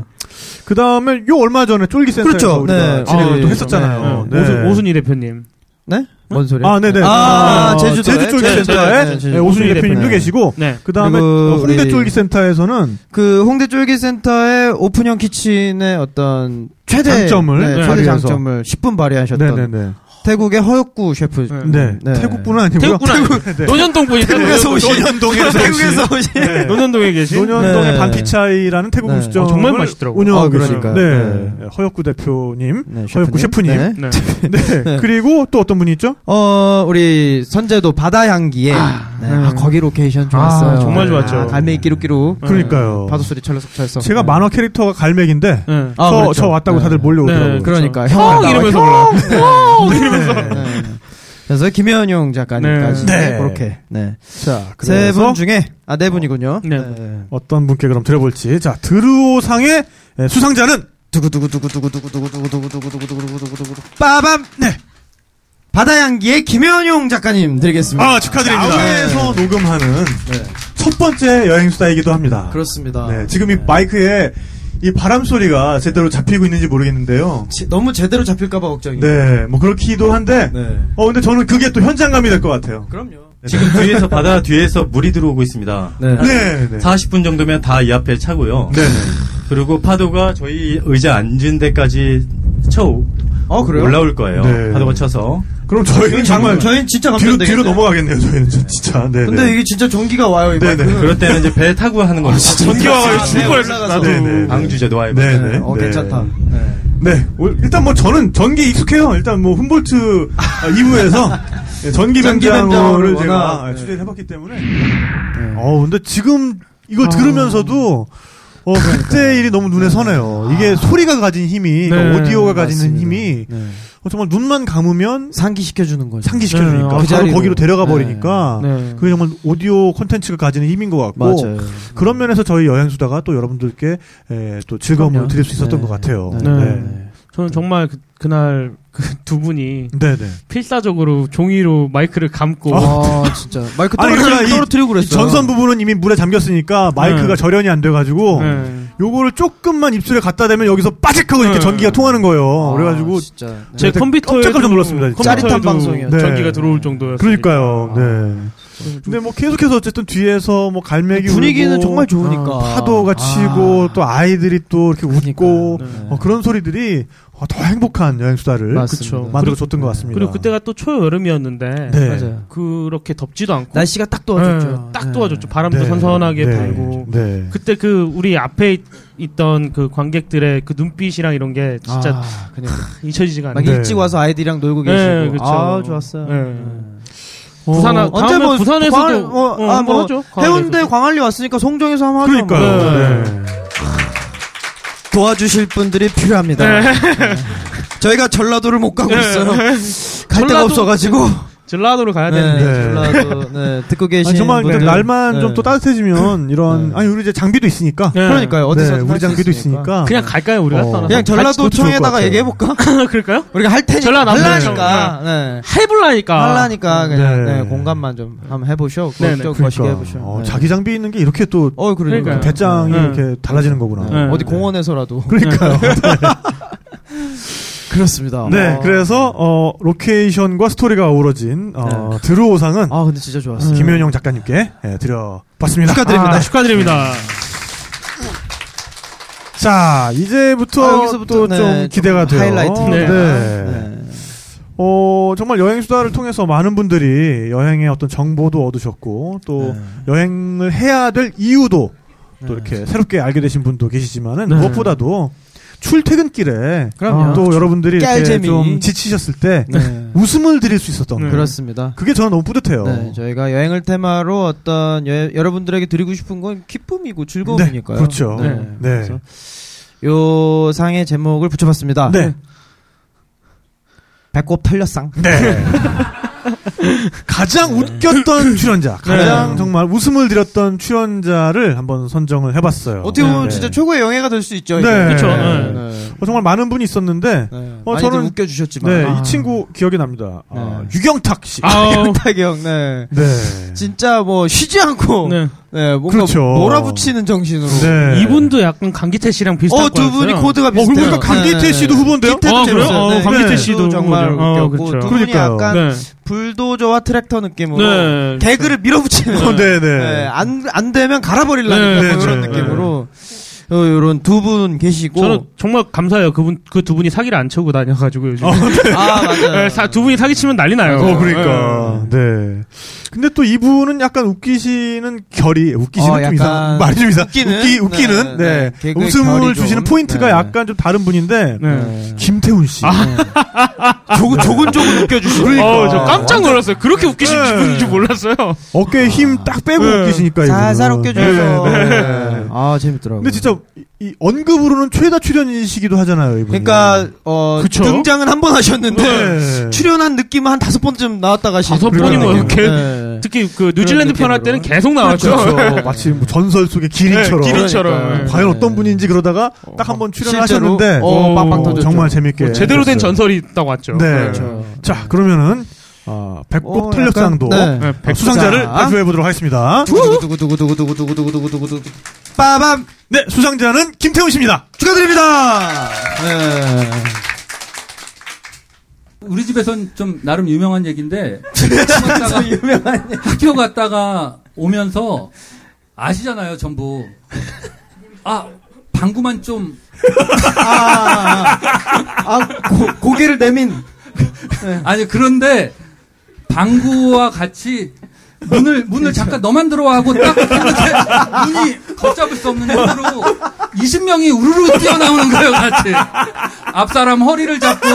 그 다음에 요 얼마 전에 쫄기 센터
그렇죠.
우리가
네.
진행을
아,
또 했었잖아요.
네. 오순- 오순희 대표님.
네? 뭔 소리?
아, 네네.
아,
어,
제주도에?
제주 쫄기
제주도에,
센터에
네, 제주도.
네, 오순희 대표님도
네.
계시고,
네.
그 다음에
그리고
홍대
우리-
쫄기 센터에서는
그 홍대 쫄기 센터의 오픈형 키친의 어떤 최대
장점을
네, 최대
발휘해서.
장점을 10분 발휘하셨던
네네네.
태국의 허혁구 셰프.
네. 태국분은 아니고요.
태국분은 아니고.
태국- 네.
노년동 분이죠. 태국에서 오신-
노년동에서
[laughs] 태국에서 오신- 아,
네.
노년동에 계신?
노년동의
네.
반피차이라는 태국
네.
음식점
어, 정말 맛있더라고요.
운영하고
아,
계신-
그러니까요.
네. 허혁구 대표님, 허혁구 셰프님. 네.
네. [laughs]
네. 그리고 또 어떤 분이 있죠?
어, 우리 선제도 바다 향기에 네. 아, 거기 로케이션 좋았어요.
아, 정말
네.
좋았죠.
아, 갈매기 끼룩끼룩.
그러니까요.
파도 소리 철썩 철썩.
제가 만화 캐릭터가 갈매기인데 저,
아, 그렇죠.
저 왔다고
네.
다들 몰려오더라고요. 그렇죠?
네, 그러니까
형
형
어, 이러면서 어,
나와,
몰라.
형! 네. 네. 그래서 김현용 작가님까지
네.
네, 그렇게 네.
자,
세
그래서-
분 중에 아 네 분이군요. 네.
어떤 분께 그럼 드려볼지. 자, 드루상의 예, 수상자는
두구두구두구두구두구두구두구두구두구두구두구두구두구 빠밤. 네. 바다 향기의 김현용 작가님 드리겠습니다. 네.
아, 축하드립니다. 야외에서 녹음하는 첫 번째 여행수다이기도 합니다.
그렇습니다.
네, 지금 이 마이크에 이 바람 소리가 제대로 잡히고 있는지 모르겠는데요.
지- 너무 제대로 잡힐까봐 걱정이에요.
네, 뭐 그렇기도 한데,
네.
어, 근데 저는 그게 또 현장감이 될 것 같아요.
그럼요. [laughs]
지금 뒤에서 바다 뒤에서 물이 들어오고 있습니다.
네.
한
네, 네.
40분 정도면 다 이 앞에 차고요.
네.
그리고 파도가 저희 의자 앉은 데까지 쳐
어, 그래요?
올라올 거예요.
네.
파도가 쳐서.
[laughs] 그럼 저희는 정말
저희는 진짜
뒤로,
감전
뒤로
되겠네요.
넘어가겠네요. 저희는 진- 진짜. 네, 네.
근데
아,
이게 진짜 전기가 와요, 이거. 아,
네네.
그럴 때는 이제 배 타고 하는 걸로.
전기와 와요. 죽을 뻔했어, 나도.
네.
방주제 노아이.
네, 네네.
어, 괜찮다.
네. 올- 일단 뭐 저는 전기 익숙해요. 일단 뭐
[laughs]
humboldt 아, 이후에서 예, 전기
전기
변장을
변장을
제가
워낙, 네.
예, 취재를 해봤기 때문에. 어, 근데 지금
아.
이걸 들으면서도 어, 그때 일이 너무 눈에 선해요. 이게
아.
소리가 가진 힘이, 그러니까
네,
오디오가 가지는
맞습니다. 네.
힘이 어, 정말 눈만 감으면
상기시켜주는 거죠.
상기시켜주니까
네, 그
바로
자리로.
거기로 데려가 버리니까
네, 네.
그게 정말 오디오 콘텐츠가 가지는 힘인 것 같고
맞아요.
그런 면에서 저희 여행수다가 또 여러분들께 에, 또 즐거움을
그럼요.
드릴 수 있었던
네.
것 같아요.
네. 저는 정말 그, 날 그 두 분이
네네.
필사적으로 종이로 마이크를 감고
아, 진짜. 마이크
아니,
떨어뜨리-
그러니까 이
떨어뜨리고 그랬어요.
전선 부분은 이미 물에 잠겼으니까 마이크가
네.
절연이 안 돼가지고
네.
요거를 조금만 입술에 갖다 대면 여기서 빠직하고 이렇게
네.
전기가 통하는 거예요. 어, 그래가지고
아,
네.
진짜.
제 컴퓨터에
깜짝 놀랐습니다. 진짜. 네.
짜릿한 방송이었어요. 전기가 들어올 정도였어요.
그러니까요. 네. 근데 뭐 계속해서 어쨌든 뒤에서 뭐 갈매기
분위기는
울고, 어,
정말 좋으니까. 아.
파도가 치고 또 아이들이 또 이렇게 웃고
네.
어, 그런 소리들이 어, 더 행복한 여행 수다를
맞습니다.
만들어 줬던 것 같습니다.
그리고 그때가 또 초여름이었는데
네.
맞아요.
그렇게 덥지도 않고
날씨가 딱 도와줬죠.
네, 딱
네.
도와줬죠. 바람도
네.
선선하게
네.
불고
네.
그때 그 우리 앞에 있던 그 관객들의 그 눈빛이랑 이런 게 진짜
아, 그냥
잊혀지지가 않아요.
막 일찍 와서 아이들이랑 놀고 계시고.
네, 그쵸.
아, 좋았어요.
네. 부산 아- 다음에 부산에서도-
광안- 뭐,
어,
아,
한번
뭐
하죠.
해운대 광안리 왔으니까 송정에서 한번 하죠. 뭐.
그러니까요. 네.
도와주실 분들이 필요합니다. 네. 저희가 전라도를 못 가고
네.
있어요. 갈
전라도-
데가 없어가지고.
전라도로 가야
네,
되는데.
전라도, 네, 듣고
아니,
계신
정말 좀
분들.
날만 좀
네.
또 따뜻해지면 이런 아니 우리 이제 장비도 있으니까
그러니까요. 어디서
네, 우리 장비도 있으니까
그냥 갈까요 우리가
어.
떠나서?
그냥 전라도청에다가
얘기해볼까?
[laughs] 그럴까요?
우리가 할 테니까.
전라남도
할라니까. 네.
해볼라니까.
할라니까 그냥
네.
네, 공감만 좀 한번 해보쇼.
네,
걱정
네.
거시게
그러니까.
해보쇼.
어,
네.
자기 장비 있는 게 이렇게 또
어, 그러니까요.
배짱이
네.
이렇게 달라지는 거구나.
네. 어디 공원에서라도.
[laughs] 그러니까요.
그렇습니다.
네,
어.
그래서 어, 로케이션과 스토리가 어우러진 어, 드루오상은
아 근데 진짜 좋았어요.
김현영 작가님께 예, 드려봤습니다.
축하드립니다. 아, 축하드립니다.
자
아,
이제부터
여기서부터,
또 좀
네,
기대가
좀
돼요.
하이라이트입니다.
네. 어 정말 여행 수다를 통해서 많은 분들이 여행의 어떤 정보도 얻으셨고 또
네.
여행을 해야 될 이유도 또 이렇게 새롭게 알게 되신 분도 계시지만은
네.
무엇보다도 출퇴근길에
그럼요.
또 여러분들이 이렇게
깨알재미.
좀 지치셨을 때
네.
웃음을 드릴 수 있었던 거.
그렇습니다.
그게 저는 너무 뿌듯해요.
네, 저희가 여행을 테마로 어떤 여, 여러분들에게 드리고 싶은 건 기쁨이고 즐거움이니까요.
네, 그렇죠. 네.
그래서 요 상의 제목을 붙여봤습니다.
네.
배꼽 털렸상. [laughs]
네. 가장 [clears throat] 웃겼던 출연자, 가장 정말 웃음을 드렸던 출연자를 한번 선정을 해봤어요.
어떻게 보면
네.
진짜 최고의 영예가 될 수 있죠.
네.
이게.
그쵸,
네.
네. 어, 정말 많은 분이 있었는데, 어,
많이들
저는
웃겨주셨지만.
네,
아. 네.
이 친구 기억이 납니다. 아, 유경탁 씨.
영탁이 형, 네.
[laughs] 네.
진짜 뭐 쉬지 않고
네.
네, 뭔가
그렇죠.
몰아붙이는 정신으로.
네.
이분도 약간 강기태 씨랑 비슷한
어, 두 분이 코드가 비슷해요.
그러니까
네, 네. 기태도
어, 그래요?
재밌어요.
어,
네,
강기태
네.
씨도
정말
어,
웃겼고
그렇죠.
두 분이
그러니까요.
약간
네.
불도저와 트랙터 느낌으로
네,
뭐 개그를 밀어붙이는
어, 네, 네.
안, 안 되면 갈아버리려는
네, 네,
그런
네.
느낌으로 이런 두 분 계시고
저는 정말 감사해요. 그분 그 두 분이 사기를 안 쳐고 다녀가지고 요즘. [laughs]
아 맞아요.
네, 사- 두 분이 사기 치면 난리 나요.
어, 그러니까. 네. 근데 또 이분은 약간 웃기시는 결이, 웃기시는
어,
좀
약간
이상, 말이 좀 이상,
웃기는?
웃기, 웃기는,
네,
네.
네. 개그의 결이
웃음을
좀.
주시는 포인트가
네. 아.
약간 좀 다른 분인데,
네.
김태훈 씨.
조금 조금 조금 웃겨주시고
그러니까.
어, 저 깜짝 놀랐어요. 그렇게 웃기신 분인 줄 몰랐어요.
네. 어깨에 힘 딱 빼고
네.
웃기시니까 이분은.
살살 아. 웃겨주셔서
네, 네.
아 재밌더라고요.
근데 진짜 이- 이 언급으로는 최다 출연이시기도 하잖아요 이분.
그러니까 어,
그쵸?
등장은 한 번 하셨는데
네.
출연한 느낌은 한 다섯 번쯤 나왔다 가시.
다섯 번이 뭐 이렇게
네.
특히 그 뉴질랜드 편 할 때는 계속 나왔죠. [laughs]
그렇죠. 마치 뭐 전설 속의 기린처럼.
네, 기린처럼. 그러니까요.
과연 어떤 분인지 그러다가 딱 한 번
실제로?
출연하셨는데
어, 빵빵 터졌죠.
정말 재밌게
뭐 제대로 된
해주셨어요.
전설이 있다고 왔죠.
네.
그렇죠.
자 그러면은 어,
어,
배꼽
약간,
탄력상도
네.
어,
백꼽.
수상자를
자.
발표해 보도록 하겠습니다.
두구두구두구두구두구두구두구두구두구두구 빠밤.
네 수상자는 김태훈 씨입니다.
[laughs]
아.
축하드립니다. 네.
우리 집에선 좀 나름 유명한 얘기인데 학교 유명한 학교 갔다가 오면서 아시잖아요 전부 아 방구만 좀
아, 고, 개를 내민
아니 그런데 방구와 같이 문을 문을 잠깐 너만 들어와 하고 딱 했는데 문이 걷잡을 수 없는 힘으로 20명이 우르르 뛰어나오는 거예요 같이 앞 사람 허리를 잡고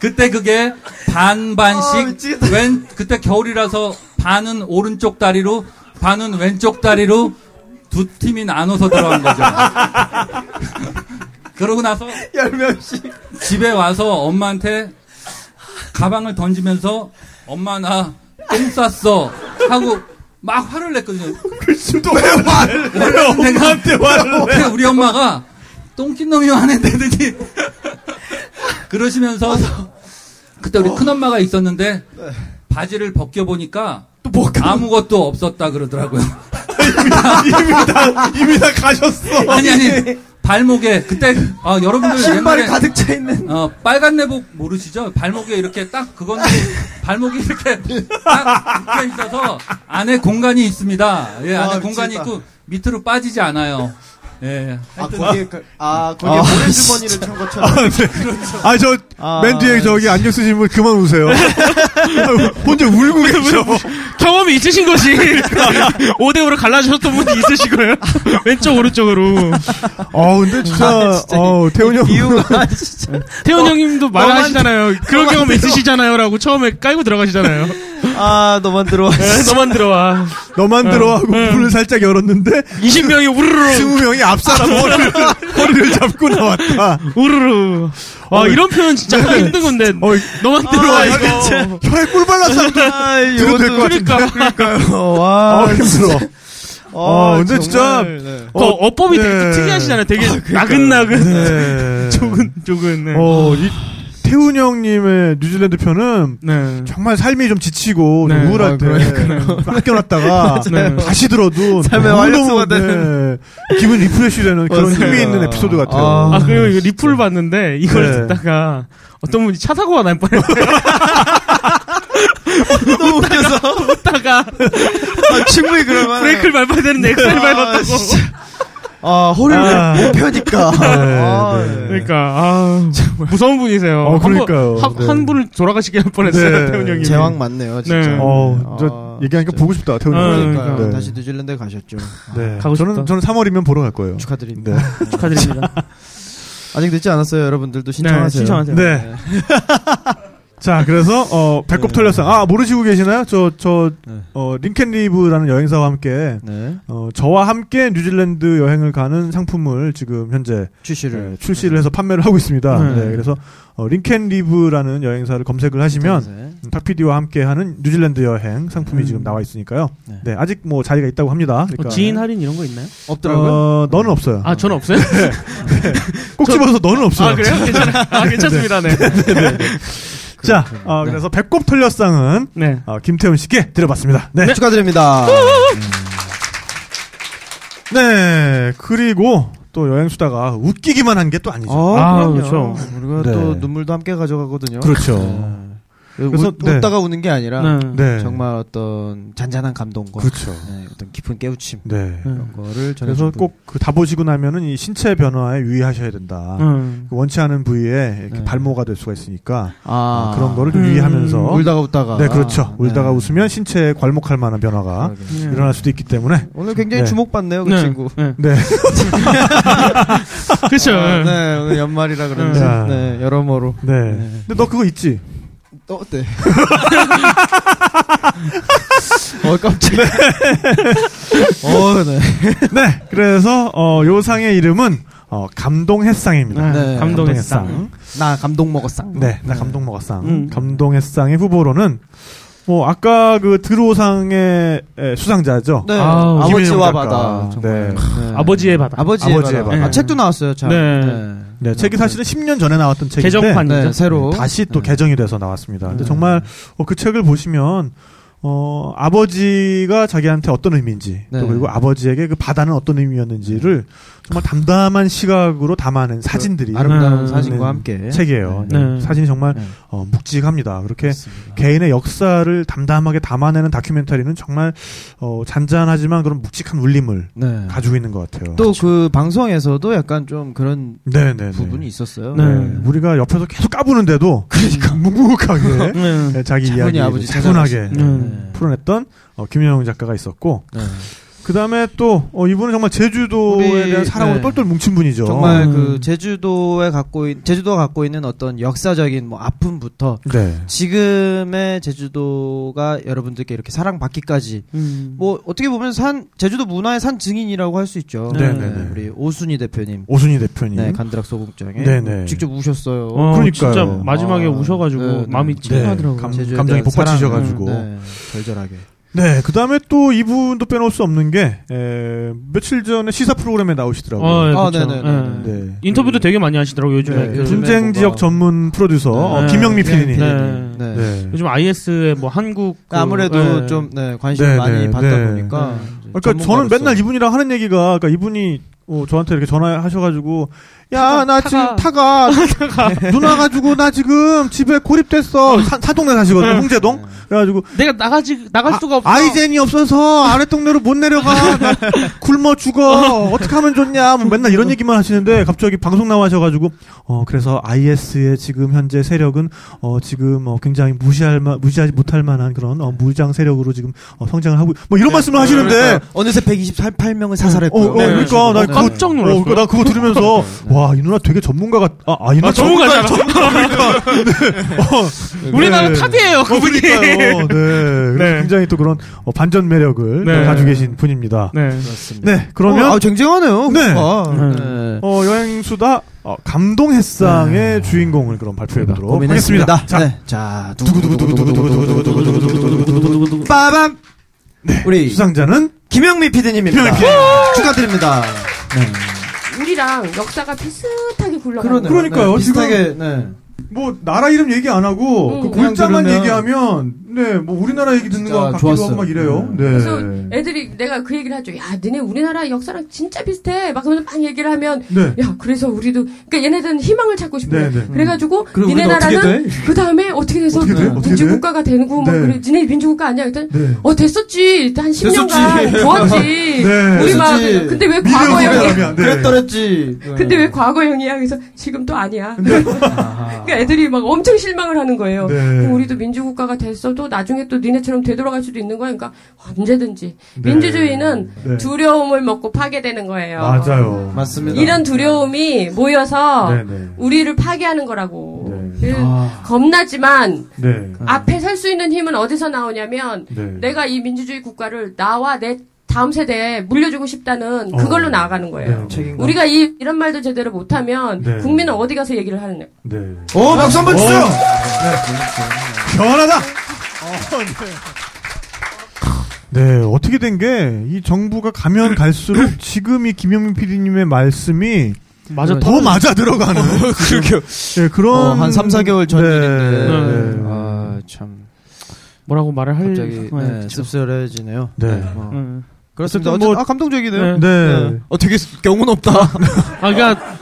그때 그게
아,
반반씩 왼 그때 겨울이라서 반은 오른쪽 다리로 반은 왼쪽 다리로 두 팀이 나눠서 들어간 거죠. 그러고 나서
열 명씩
집에 와서 엄마한테 가방을 던지면서 엄마 나 똥 쌌어 하고 막 화를 냈거든요.
글씨도 왜 화를
내? 엄마한테 화를 내? 우리 엄마가 똥낀 놈이 화낸 대더니 그러시면서 그때 우리 큰엄마가 있었는데 바지를 네. 벗겨보니까 아무것도 없었다 그러더라고요.
이미 다 이미 다 가셨어.
[laughs] 아니 아니 발목에 그때 아, 여러분들
신발이
옛날에
가득 차 있는.
어, 빨간 내복 모르시죠? 발목에 이렇게 딱 그건 발목이 이렇게 딱 묶여 있어서 안에 공간이 있습니다. 예,
아,
안에
미치겠다.
공간이 있고 밑으로 빠지지 않아요. 예.
아,
하여튼
거기에, 그- 아, 거기에
아,
모래주머니를 찬 것처럼.
아, 네. 아, 저,
[laughs]
맨 뒤에 저기 안경 쓰신 분 그만 우세요. 혼자 울고 계셔.
[laughs] 경험이 분이 있으신 거지. [laughs] 5대5로 갈라주셨던 분이 있으신 거예요. [laughs] 왼쪽, 오른쪽으로.
어, 근데 진짜, 어, 태훈이 형. 이유가
진짜. 태훈 형님도 말하시잖아요. 그런 경험 있으시잖아요. 라고 처음에 깔고 들어가시잖아요.
아, 너만 들어와.
네, 너만 들어와.
너만 들어와고 문을 살짝 열었는데
20명이 우르르
20명이 앞사람 허리를, 허리를 잡고 나왔다.
우르르. 와,
어,
아, 이런 표현 진짜 하기
네.
힘든 건데. 너만 들어와,
아,
이거.
진짜. 혀에 꿀 발라서
아,
들어도 될것
그러니까,
같은데.
그러니까요.
아,
와.
힘들어. [laughs] 아, 근데 진짜.
정말, 네.
그 어법이 되게 특이하시잖아요. 되게 나근나근. [laughs]
네.
조근, 조근. 네.
어, 이 태훈 형님의 뉴질랜드 편은 정말 삶이 좀 지치고 좀
네.
우울할
아,
때
그러니까요.
아껴놨다가
[laughs]
네.
맞아요.
다시 들어도
삶의
너무너무,
활력소가 되는.
네, 기분 리프레시되는 그런
맞아요.
힘이 있는 에피소드 같아요.
아, 그리고 이거 리플 봤는데 이걸
네.
듣다가 어떤 분이 차 사고가 날 뻔했어요.
[laughs] 너무 웃겨서. 아,
웃다가.
충분히 그럴만
브레이크를 밟아야 되는데 엑셀을 밟았다고.
아, 허리를
아.
못 펴니까. 아, 네.
그러니까 아, 무서운 분이세요.
어,
한 분-
그러니까요.
한,
네.
한 분을 돌아가시게 할 뻔했어요.
네.
태훈 형님.
제왕
맞네요, 진짜.
어, 저 얘기하니까 보고 싶다. 태훈
아,
형.
그러니까요.
네.
다시 뉴질랜드 [laughs] 가셨죠. 아,
네.
가고
저는
싶다.
저는 3월이면 보러 갈 거예요.
[laughs] 축하드립니다.
네.
축하드립니다.
아직 늦지 않았어요. 여러분들도 신청하세요.
신청하세요.
네. [laughs] 자, 그래서 어 배꼽
네.
털렸상 아 모르시고 계시나요? 저 저 어, 링켄리브라는 여행사와 함께
네.
어, 저와 함께 뉴질랜드 여행을 가는 상품을 지금 현재
출시를
네, 출시를 해서 판매를 하고 있습니다.
네.
네, 그래서 어, 링켄리브라는 여행사를 검색을 하시면
네.
탁피디와 함께하는 뉴질랜드 여행 상품이
음.
지금 나와 있으니까요. 네. 아직 뭐 자리가 있다고 합니다. 그러니까
어, 지인 할인 이런 거 있나요?
어, 너는 없어요. 네.
아, 저는 없어요? 네.
[laughs] 꼭
저-
집어서 너는 없어요.
아, 그래요? 괜찮아요. 아, 괜찮습니다. 네.
자, 어, 그래서 배꼽 털렸상은
네.
어, 김태훈 씨께 드려봤습니다. 네.
네, 축하드립니다.
음. 네, 그리고 또 여행 수다가 웃기기만 한 게 또 아니죠. 네.
아, 그렇죠. 우리가 또 눈물도 함께 가져가거든요.
그렇죠.
그래서
그래서, 네.
웃다가 우는 게 아니라
네. 네.
정말 어떤 잔잔한 감동과
그렇죠.
네, 어떤 깊은 깨우침
네.
이런 거를 전해
그래서 꼭 다 보시고 나면은 이 신체 변화에 유의하셔야 된다.
음. 네.
그 원치 않은 부위에 이렇게 발모가 될 수가 있으니까
아.
어, 그런 거를 좀
음.
유의하면서
울다가 웃다가.
네 그렇죠.
네.
울다가 웃으면 신체에 괄목할 만한 변화가
그러게요.
일어날 수도 있기 때문에
오늘 굉장히
네.
주목받네요, 그
네.
친구.
네.
[laughs]
네.
[laughs] 그렇죠.
아, 네, 오늘 연말이라 그런지
네.
네, 여러모로.
네. 근데 너 그거 있지?
또
[laughs]
네. 어 깜짝이야. 어, 네.
네, 그래서 어, 요 상의 이름은 어, 감동의 상입니다.
네,
감동의
감동의 상. 나 감동 먹었상.
네, 나 감동 먹었상.
음.
감동의 상의 후보로는 뭐 아까 그 드로상의 에, 수상자죠.
네.
아우,
아버지와
김혜영 작가.
바다. 정말.
네.
네.
아버지의 바다.
아버지의,
아버지의
바다.
바다.
아, 책도 나왔어요, 참.
네.
네.
네, 책이 사실은 10년 전에 나왔던 책인데
개정판이죠. 네, 새로.
다시 또 개정이 돼서 나왔습니다. 근데 정말 어, 그 책을 보시면 어, 아버지가 자기한테 어떤 의미인지
네.
또 그리고 아버지에게 그 바다는 어떤 의미였는지를 정말 담담한 시각으로 담아낸 사진들이
그 아름다운
있는
사진과 함께.
책이에요.
네.
네,
네.
사진이 정말 어, 묵직합니다. 그렇게 개인의 역사를 담담하게 담아내는 다큐멘터리는 정말 어, 잔잔하지만 그런 묵직한 울림을
네.
가지고 있는 것 같아요.
또 그 방송에서도 약간 좀 그런
그렇죠. 네, 네, 네.
부분이 있었어요.
네. 우리가 옆에서 계속 까부는데도 그러니까 [laughs] 묵묵하게
[laughs] 네.
네, 자기
차분히
이야기를
아버지
차분하게
찾아가시네. 네.
풀어냈던 어, 김영웅 작가가 있었고 그 다음에 또 어, 이분은 정말 제주도에
우리,
대한 사랑으로
네.
똘똘 뭉친 분이죠. 음.
정말 그 제주도에 갖고 있, 제주도가 갖고 있는 어떤 역사적인 뭐 아픔부터
네.
지금의 제주도가 여러분들께 이렇게 사랑받기까지 뭐 어떻게 보면 산 제주도 문화의 산 증인이라고 할 수 있죠.
네, 네, 네.
우리 오순희 대표님.
오순희 대표님.
네, 간드락 소극장에
네, 네.
직접 우셨어요.
어, 그러니까요. 진짜 마지막에
아,
우셔가지고 마음이 찡하더라고요.
감-
제주에
감정이
네, 감정이
대한
복받치셔가지고.
사랑, 네, 절절하게.
네, 그 다음에 또 이분도 빼놓을 수 없는 게, 에, 며칠 전에 시사 어, 네, 프로그램에 나오시더라고요.
아, 예, 그렇죠. 예.
네.
인터뷰도 되게 많이 하시더라고요, 요즘에.
네,
그-
분쟁 지역 전문 프로듀서, 어, 김영미
네,
PD님.
네.
네. 그러니까
네.
요즘 IS에 뭐 한국. 그- 네.
아무래도
예.
좀, 네, 관심을 많이 받다
네.
보니까
그러니까 저는 맨날 이분이랑 하는 얘기가, 그러니까 이분이 어, 저한테 이렇게 전화하셔가지고 야, 나 지금 타가. [laughs] 누나 가지고 나 지금 집에 고립됐어. 사, 사동네 사시거든, 홍제동? 그래가지고.
내가 나가지, 나갈 수가 없어.
아이젠이 없어서 아래동네로 못 내려가. 나 굶어 죽어. 어떻게 하면 좋냐. 뭐 맨날 이런 얘기만 하시는데 갑자기 방송 나와셔가지고 어 그래서 IS의 지금 현재 세력은 어 지금 어 굉장히 무시할 마, 무시하지 못할 만한 그런 어 무장 세력으로 지금 어 성장을 하고 뭐
네.
이런 말씀을 하시는데
그러니까
어느새 128명을
어,
사살했고.
어, 그러니까 나
네.
그거, 어, 그러니까 나 그거 들으면서 와 이 누나 되게 전문가 같. 아, 아, 이 누나
아, 전문가잖아.
우리나라 탑이에요,
그
그분이.
네. 그래서 굉장히 또 그런 어, 반전 매력을
네.
가지고 계신 분입니다.
네.
그렇습니다. 네, 그러면
어, 아, 쟁쟁하네요.
네.
그러니까.
네. 어, 여행수다 어, 감동 햇상의 주인공을 그럼 발표해 보도록
고민했습니다.
하겠습니다. 자,
네.
자, 두구두구두구두구두구두구두구두구두구두구두구두구
빠밤.
우리 수상자는
김영미 피디님입니다.
김영미 PD.
축하드립니다.
우리랑 역사가 비슷하게 굴러가는
그러네요. 그러니까요.
비슷하게,
지금 뭐 나라 이름 얘기 안 하고 그
그냥
글자만
들으면-
얘기하면 네 뭐 우리나라 얘기 듣는 것
진짜
같기도
좋았어요.
하고 막 이래요. 네.
그래서 애들이 내가 그 얘기를 하죠. 야, 너네 우리나라 역사랑 진짜 비슷해. 막 그러면서 막 얘기를 하면,
네.
야, 그래서 우리도, 그러니까 얘네들은 희망을 찾고 싶어요.
네, 네.
그래가지고,
그럼
니네
우리는 어떻게
나라는
돼?
그 다음에 어떻게 돼서
어떻게 돼? 어떻게
민주국가가 되고, 막
네.
그래. 니네 민주국가 아니야? 일단,
네.
어, 됐었지. 일단 한 10년간
됐었지.
좋았지.
[laughs] 네.
우리 막,
됐었지.
근데 왜
미래
과거
후배라면,
형이
네.
그랬더랬지.
근데 왜 과거형이야? 그래서 지금 또 아니야. [laughs] 그러니까 애들이 막 엄청 실망을 하는 거예요.
네.
그럼 우리도 민주국가가 됐어도 나중에 또 니네처럼 되돌아갈 수도 있는 거야. 그러니까 언제든지
네.
민주주의는
네.
두려움을 먹고 파괴되는 거예요.
맞아요.
맞습니다.
이런 두려움이 모여서
네, 네.
우리를 파괴하는 거라고. 그 겁나지만
네.
앞에 설 수 있는 힘은 어디서 나오냐면
네.
내가 이 민주주의 국가를 나와 내 다음 세대에 물려주고 싶다는
어.
그걸로 나아가는 거예요.
네, 책임감.
우리가 이, 이런 말도 제대로 못하면
네.
국민은 어디 가서 얘기를 하느냐.
네. 그렇죠.
오, 박수 한번 주세요.
오. 시원하다. 네, 어떻게 된 게 이 정부가 가면
[clears throat]
갈수록 지금 이 김영민 PD님의 말씀이
맞아
더
떨어지-
맞아 들어가는 [laughs]
어, 그러게요.
네, 그런
네. 어, 한 3, 4개월 전
네,
일인데.
네.
아, 참.
뭐라고 말을 할
갑자기
상황이
네,
됐죠.
씁쓸해지네요.
네.
어.
네.
그렇습니다.
어쨌든 뭐-
어쨌든 아, 감동적이네요.
네.
네.
어, 되게 경운 없다.
아, 그러니까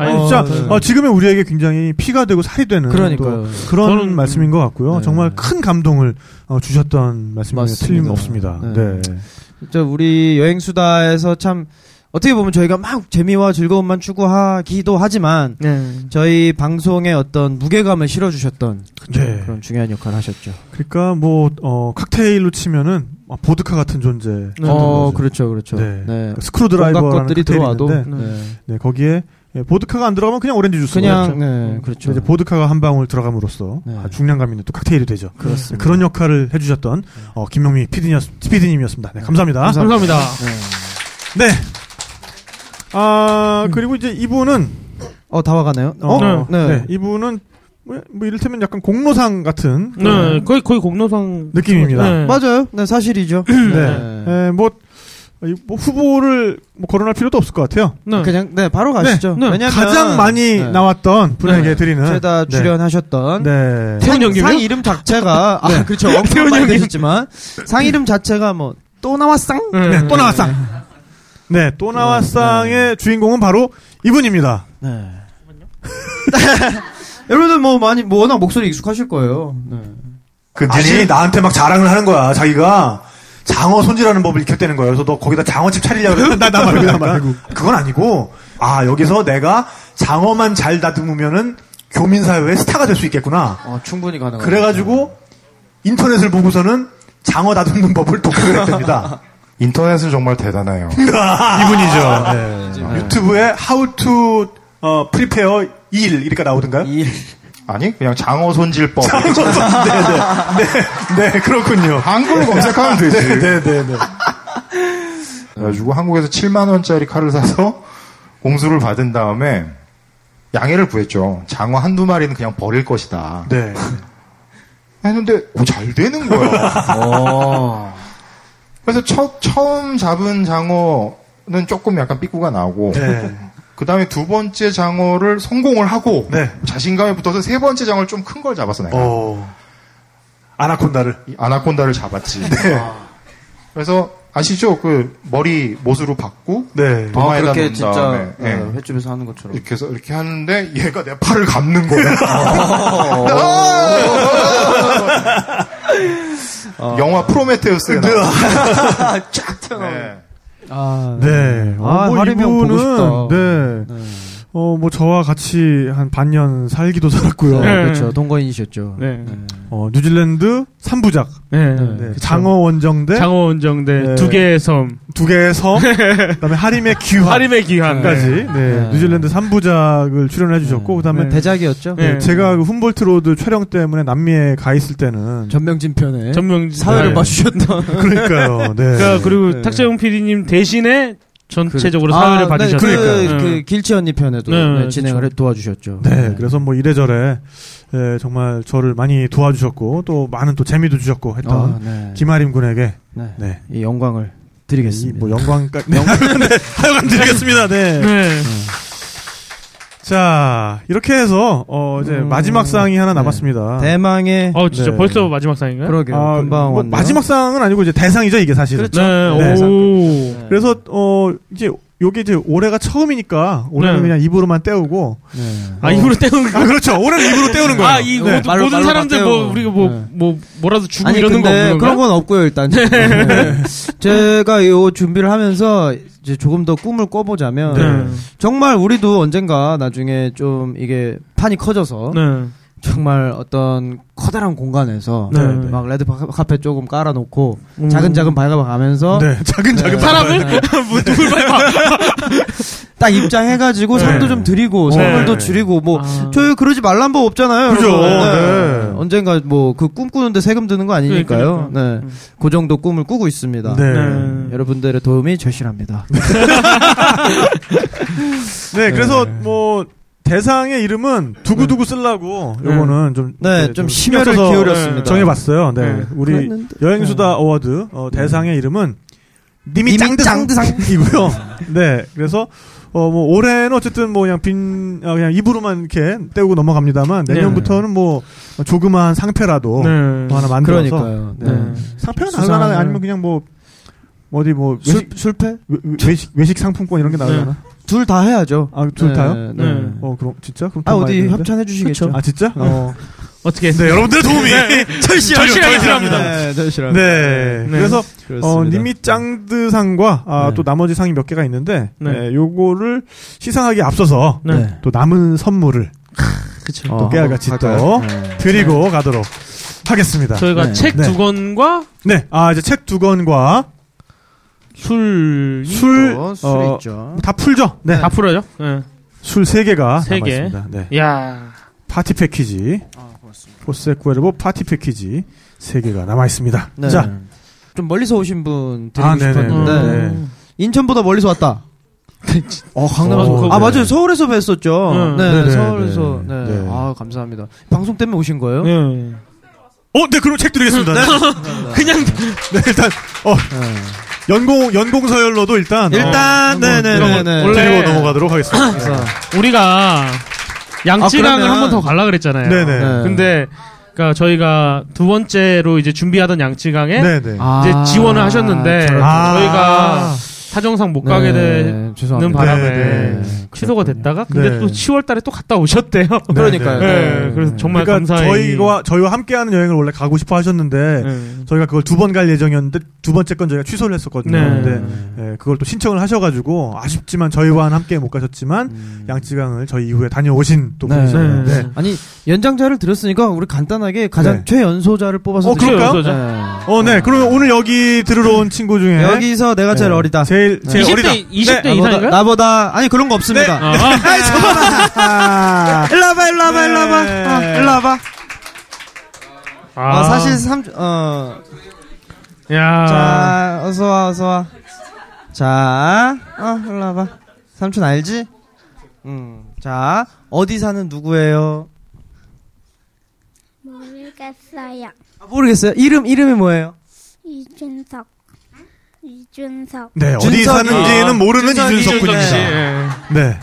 아니, 진짜 어, 지금의 우리에게 굉장히 피가 되고 살이 되는
네. 그러니까요. 네.
또 그런 말씀인 것 같고요. 정말 큰 감동을 어, 주셨던 말씀이
맞습니다.
틀림없습니다.
네.
네.
진짜 우리 여행 수다에서 참 어떻게 보면 저희가 막 재미와 즐거움만 추구하기도 하지만 저희 방송의 어떤 무게감을 실어주셨던
네.
그런 중요한 역할을 하셨죠.
그러니까 뭐 어, 칵테일로 치면은 아, 보드카 같은 존재. 같은
어,
거죠.
그렇죠, 그렇죠.
네.
네.
스크루 드라이버라는
온갖 것들이 들어와도,
네.
네.
네, 거기에 예, 보드카가 안 들어가면 그냥 오렌지 주스.
그냥, 네, 그렇죠. 네.
이제 보드카가 한 방울 들어감으로써 아, 중량감 있는 또 칵테일이 되죠. 네,
그렇습니다.
그런 역할을 해주셨던 어, 김영미 PD님이었습니다. 네, 감사합니다.
감사합니다.
네. 아 그리고 이제 이분은
어, 다 와가네요.
어,
네.
네. 이분은 뭐, 뭐 이를테면 약간 공로상 같은
네, 거의 거의 공로상
느낌입니다.
네.
맞아요. 네, 사실이죠.
네. 에, 뭐, 이, 뭐 후보를 뭐 거론할 필요도 없을 것 같아요.
그냥, 네, 바로 가시죠.
네.
왜냐면,
가장 많이
네.
나왔던 분에게
네.
드리는
죄다
네.
출연하셨던
네.
상, 상 이름 자체가 아
네. [laughs]
그렇죠 엉뚱한 많이 되셨지만 상 이름 자체가 뭐 또 나왔상
네, 또 나왔상. 네, 또 나왔상의 주인공은 바로 이분입니다.
네. [laughs] 여러분들 뭐 많이 뭐 워낙 목소리 익숙하실 거예요. 네.
아니 그 나한테 막 자랑을 하는 거야. 자기가 장어 손질하는 법을 익혔다는 거예요. 그래서 너 거기다 장어집 차리려고 그랬는데 [laughs] 나, 나 말고 나 말고 그건 아니고 아 여기서 내가 장어만 잘 다듬으면은 교민 사회의 스타가 될 수 있겠구나.
어, 충분히 가능한.
그래가지고 인터넷을 보고서는 장어 다듬는 법을 독학을 [laughs] 했답니다.
인터넷은 정말
[laughs]
대단해요.
이분이죠. 아. 네. 유튜브에 How to 어, Prepare 2일 이렇게 나오던가요? [laughs]
아니 그냥 장어 손질법.
장어
[laughs]
손질, 네, 네, 네, 네, 그렇군요.
한글로 검색하면 되지.
네, 네, 네, 네.
그래가지고 한국에서 7만 원짜리 칼을 사서 [laughs] 공수를 받은 다음에 양해를 구했죠. 장어 한두 마리는 그냥 버릴 것이다.
네.
했는데 오, 잘 되는
[laughs] 어.
거야. 그래서 첫 처음 잡은 장어는 조금 약간 삐꾸가
어.
나고
네.
그 다음에 두 번째 장어를 성공을 하고
네.
자신감이 붙어서 세 번째 장어를 좀 큰 걸 잡았어 내가.
아나콘다를 네.
아나콘다를 잡았지. 아. 그래서 아시죠? 그 머리 못으로 박고
네.
도마에다
아, 그렇게
놓은
진짜,
다음에
네,
예.
횟집에서 하는 것처럼.
이렇게 해서 이렇게 하는데 얘가 내 팔을 감는 거야. 어. 영화
네.
프로메테우스에 나와.
네. [laughs] 쫙
튀어나오는.
아,
네.
아, 하림형 보고 싶다.
네.
뭐 어, 뭐 저와 같이 한 반년 살기도 살았고요.
네, 그렇죠. 동거인이셨죠.
네. 어, 뉴질랜드 3부작. 그
네.
장어 원정대.
장어 원정대
네.
두 개의 섬.
두 개의 섬. 그다음에 하림의 귀환.
하림의 귀환까지.
네. 뉴질랜드 3부작을 출연해 주셨고 그다음에
네, 대작이었죠.
네,
네.
제가 그 훔볼트 로드 촬영 때문에 남미에 가 있을 때는
전명진 편에
전명진
사회를
네.
봐주셨던.
[laughs]
[laughs]
그러니까요. 네.
그러니까 그리고
네.
탁재용 PD님 대신에 전체적으로
아,
사회를
네,
받으셨어요.
그,
네.
그 길치 언니 편에도
네,
네,
그렇죠.
진행을 해- 도와주셨죠.
네, 그래서 뭐 이래저래 예, 정말 저를 많이 도와주셨고 또 많은 또 재미도 주셨고 했던
아, 네.
김아림 군에게
네.
네.
이 영광을 드리겠습니다.
뭐
[laughs]
영광까 영광 [laughs] 네, 하여간 드리겠습니다. 네.
네.
자 이렇게 해서 어 이제
음,
마지막 상이 하나 남았습니다.
대망의
어 진짜
네.
벌써 마지막 상인가요?
그러게요.
아,
금방
뭐
왔네요.
마지막 상은 아니고 이제 대상이죠 이게 사실은.
그렇죠. 네, 오.
그래서 어 이제 요게 이제 올해가 처음이니까 올해는
네.
그냥 입으로만 때우고.
아
어,
입으로 때우는 거.
아, 그렇죠. 올해는 입으로 때우는 거예요.
아이
네.
모든, 모든 사람들 뭐 우리가 뭐 뭐 뭐라도 주고
아니
이러는 거
근데
없는 건가요?
그런 건 없고요 일단. 네. 제가 요 준비를 하면서 이제 조금 더 꿈을 꿔보자면
네.
정말 우리도 언젠가 나중에 좀 이게 판이 커져서
네.
정말 어떤 커다란 공간에서
네.
막 레드 바- 카페 조금 깔아놓고
음.
작은 작은 밟아가면서
네, 작은 작은
사람을 뭐 누굴 [laughs] 밟아?
딱 입장해가지고 상도 좀 드리고
네. 네.
선물도 줄이고 뭐
아.
저희 그러지 말란 법 없잖아요.
그죠,
여러분.
네.
언젠가 뭐 그 꿈꾸는데 세금 드는 거 아니니까요. 네, 그 정도 꿈을 꾸고 있습니다.
네.
네. 여러분들의 도움이 절실합니다.
네, 그래서 뭐 대상의 이름은 두구두구 쓰려고
네.
요거는 좀
네,
이렇게
좀
신경
심혈을
써서
기울였습니다.
정해봤어요. 네,
네.
우리
그랬는데.
여행수다 어워드 어, 대상의 이름은 님이
님이
짱드상이고요. [laughs] 네, 그래서 어 뭐 올해는 어쨌든 뭐 그냥 빈 어, 그냥 입으로만 이렇게 때우고 넘어갑니다만
네.
내년부터는 뭐 조그마한 상패라도
네.
뭐 하나 만들어서
그러니까요. 네.
상패는
수상을-
나가나 아니면 그냥 뭐 어디 뭐
술- 네.
외식 술패 외식 외식 상품권 이런 게 나가나?
둘 다 해야죠.
아, 둘
네,
다요?
네.
어, 그럼 진짜? 그럼
아,
더
어디
많이 드는데?
협찬해 주시겠죠?
그쵸? 아, 진짜?
네. [laughs]
어.
어떻게?
네, 여러분들의 도움이 절실하게 필요합니다.
네, 절실합니다.
네.
네,
그래서 어,
그렇습니다.
님이 짱드상과 아,
네.
또 나머지 상이 몇 개가 있는데
네.
네, 요거를 시상하기 앞서서
네.
또 남은 선물을
그쵸.
또 깨알같이 또
갈까요? 네.
드리고 가도록 하겠습니다.
저희가
네.
책
네.
두 권과
네, 아 이제 책 두 권과
술,
술,
있죠, 술
어,
있죠.
다 풀죠. 네,
다 풀어요? 네.
술 세 개가
세 개.
남았습니다. 네.
야.
파티 패키지, 포세쿠에르보 파티 패키지 세 개가 남아 있습니다.
네.
자,
좀 멀리서 오신 분 드리고
아, 네네.
싶었는데
음.
인천보다 멀리서 왔다. 어 강남
어,
아
네.
맞아요 서울에서 뵀었죠.
네.
네,
네네,
서울에서
네.
네.
네.
아 감사합니다. 방송 때문에 오신 거예요?
어, 네, 그럼 책 드리겠습니다.
네.
그냥, 네, 일단, 어, 연공, 연공서열로도 일단,
일단,
어,
네네네네.
한번
네.
드리고
원래-
넘어가도록 하겠습니다.
우리가
아,
양치랑을
그러면-
한 번 더 갈라 그랬잖아요.
네네. 네.
근데 그러니까 저희가 두 번째로 이제 준비하던 양치강에
네네. 아,
이제 지원을 하셨는데
저런- 아.
저희가 사정상 못 가게
네,
되는
죄송합니다.
바람에
네,
취소가 됐다가 근데
네.
또 10월달에 또 갔다 오셨대요.
[laughs] 그러니까요.
네, 그래서 정말
그러니까
감사히 네.
저희와 저희와 함께하는 여행을 원래 가고 싶어 하셨는데 저희가 그걸 두 번 갈 예정이었는데 두 번째 건 저희가 취소를 했었거든요.
네.
근데 예, 그걸 또 신청을 하셔가지고 아쉽지만 저희와는 함께 못 가셨지만
음.
양쯔강을 저희 이후에 다녀오신 또
네.
분이셨는데
네. 아니 연장자를 들었으니까 우리 간단하게 가장
네.
최연소자를 뽑아서
어, 그럴까요?
드릴까요?
어, 네. 그러면 오늘 여기 들으러 온 친구 중에
여기서 내가 제일
네.
어리다.
제일 제일 어리다. 네.
나보다, 나보다 아니 그런 거 없습니다.
네.
아이,
아.
저- 일로 와봐 일로 와봐 일로 와봐
네.
아, 일로 와봐. 아, 사실 삼 어.
야.
자, 어서와, 어서와. 자, 어, 일로 와봐. 삼촌 알지? 음, 자, 어디 사는 누구예요?
모르겠어요.
아, 모르겠어요. 이름, 이름이 뭐예요?
이준석. 이준석.
네, 어디
준석이.
사는지는
아,
모르는
준석이.
이준석 군입니다.
네.
네.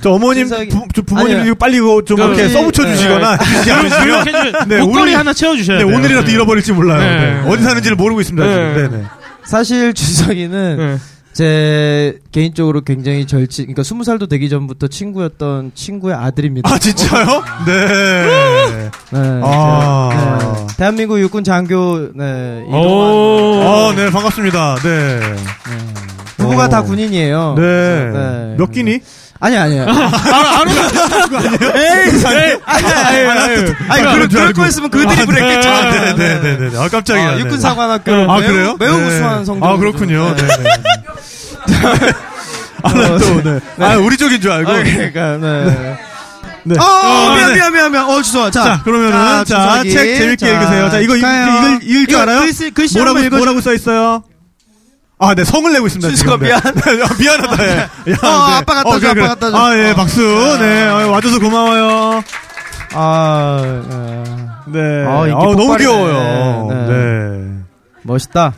저 어머님,
준석이.
부, 저 부모님
아니요.
이거 빨리 이거 좀
그,
이렇게
그,
써붙여
네.
주시거나.
네.
해주시지
교육-
않으시면
교육해주-
네,
목걸이
오늘-
하나 채워주셔야
네,
돼요.
오늘이라도
네.
잃어버릴지 몰라요.
네.
네. 어디 사는지를 모르고 있습니다.
네.
지금. 네, 네.
사실 준석이는 제 개인적으로 굉장히 절친, 그러니까 스무 살도 되기 전부터 친구였던 친구의 아들입니다.
아 진짜요? 네.
네.
아.
네. 대한민국 육군 장교 네.
오.
이동환.
아, 네, 반갑습니다. 네.
부부가
오.
다 군인이에요.
네.
그래서,
몇 끼니?
아니 아니요.
에이, 아니에요?
아니 아니 아니. 아니 그럴 그럴 거였으면 그 드립을 했겠죠.
네, 네, 네, 네, 네. 아 깜짝이야.
아,
네.
육군 사관학교
아,
매우-
그래요?
매우
네.
우수한 성적.
아, 그렇군요. 네. 네.
[laughs]
아, 나 또, 네. 아, 우리 쪽인 줄 알고.
아, 그러니까, 네.
네.
어,
어,
미안,
네.
미안, 미안, 미안. 어, 죄송합니다. 자,
자, 그러면은, 자,
준석이.
책 재밌게
자,
읽으세요. 자, 이거 읽,
가요.
이걸 읽을 줄
이거
알아요?
글씨, 글씨
뭐라고,
한번 읽어주-
뭐라고 써 있어요? 아, 네, 성을 내고 있습니다.
준수가
지금. 네.
미안.
[laughs] 아, 미안하다, 예. 야,
어,
네.
아빠 갖다 줘,
그래, 그래.
아빠 갖다 줘.
아, 예, 박수.
어.
네, 어, 와줘서 고마워요.
아,
네.
아, 인기
아우, 너무
폭발이네.
귀여워요.
네.
네.
멋있다.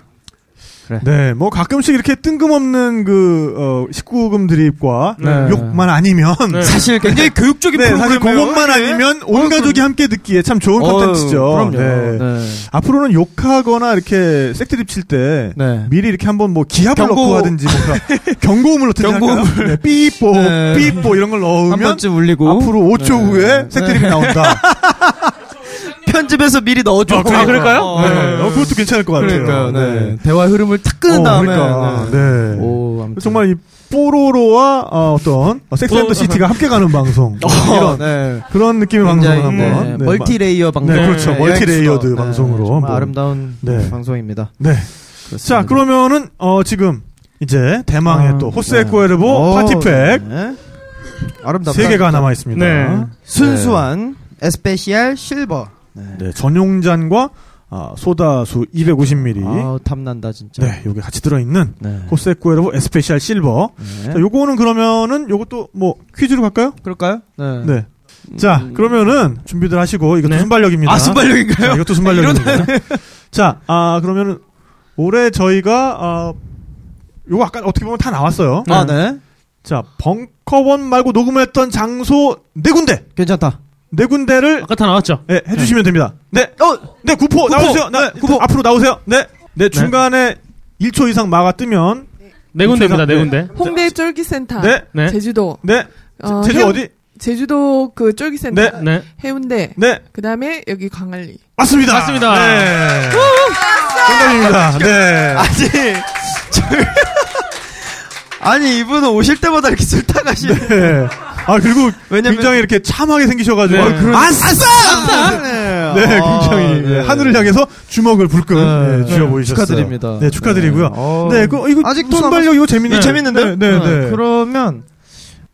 그래.
네, 뭐 가끔씩 이렇게 뜬금없는 그 어, 19금 드립과
네.
욕만 아니면 [laughs]
사실 굉장히 교육적인
네, 사실
프로그램이에요.
그것만
네.
아니면 온 가족이 함께 듣기에 참 좋은
어우,
컨텐츠죠.
그럼요.
네.
네.
앞으로는 욕하거나 이렇게 색드립 칠 때 미리 이렇게 한번 뭐 기합을
네. 경고-
넣고 하든지
[laughs]
뭔가 경고음을 넣든지
경고음을.
할까요? 네, 삐뽀,
네.
삐뽀 이런 걸 넣으면
한 번쯤 울리고.
앞으로 5초
네.
후에 색드립이
네. [laughs]
나온다.
편집해서 미리 넣어줘.
아, 그러니까.
그럴까요?
어, 네. 어, 그것도 괜찮을 것 같아요.
그러니까요, 네.
네.
대화 흐름을 탁 끄는
어,
다음에.
그러니까. 네.
오, 아무튼.
정말 이 뽀로로와 어, 어떤 섹스앤더 시티가 함께 가는
[laughs]
방송
어,
이런
네.
그런 느낌의 방송을
굉장히,
한번
네,
네,
멀티레이어
마-
방송.
네, 그렇죠
네,
멀티레이어드
여행수다.
방송으로
네, 정말
한번.
아름다운
네.
방송입니다.
네. 자 그러면은 어, 지금 이제 대망의
아,
또
네.
호세 코에르보
오,
파티팩
네. 아름답다.
세 개가 남아 있습니다.
네. 순수한 에스페시알 실버.
네, 전용 잔과 아, 소다수 250ml.
아, 탐난다 진짜.
네, 요게 같이 들어 있는
네.
호세 코에르보 에스페셜 실버.
네.
자, 요거는 그러면은 요것도 뭐 퀴즈로 갈까요?
그럴까요? 네.
네. 자, 그러면은 준비들 하시고 이것도 순발력입니다.
아, 순발력인가요?
자, 이것도 순발력입니다. 자, 아 그러면은 올해 저희가 아 요거 아까 어떻게 보면 다 나왔어요.
아, 네.
자, 벙커원 말고 녹음했던 장소 네 군데.
괜찮다.
네 군데를 아까
다 나왔죠.
네, 해주시면 됩니다. 네, 어, 네 구포, 나오세요. 네, 구포 앞으로 나오세요. 네, 네 중간에 1초 이상 마가 뜨면
네 군데입니다, 네 군데.
홍대 쫄기센터.
네. 네.
제주도.
네.
어,
제주
해운-
어디?
제주도 그 쫄기센터.
네. 네.
해운대.
네.
그다음에 여기 광안리.
맞습니다.
맞습니다.
네. 정답입니다. 네.
아니, 저- 아니 이분은 오실 때마다 이렇게 슬타 가시네.
네. 아 그리고 굉장히 이렇게 참하게 생기셔가지고
네.
아, 그런-
아싸!
아싸!
네.
네,
아,
굉장히
네.
네, 하늘을 향해서 주먹을 불끈 네,
네.
쥐어 보이셨어요.
축하드립니다.
네, 축하드리고요.
네. 어.
네, 그, 어, 이거
아직도
손발력
남았-
이거 재밌는
이거 재밌는데요?
네, 네.
네,
네.
그러면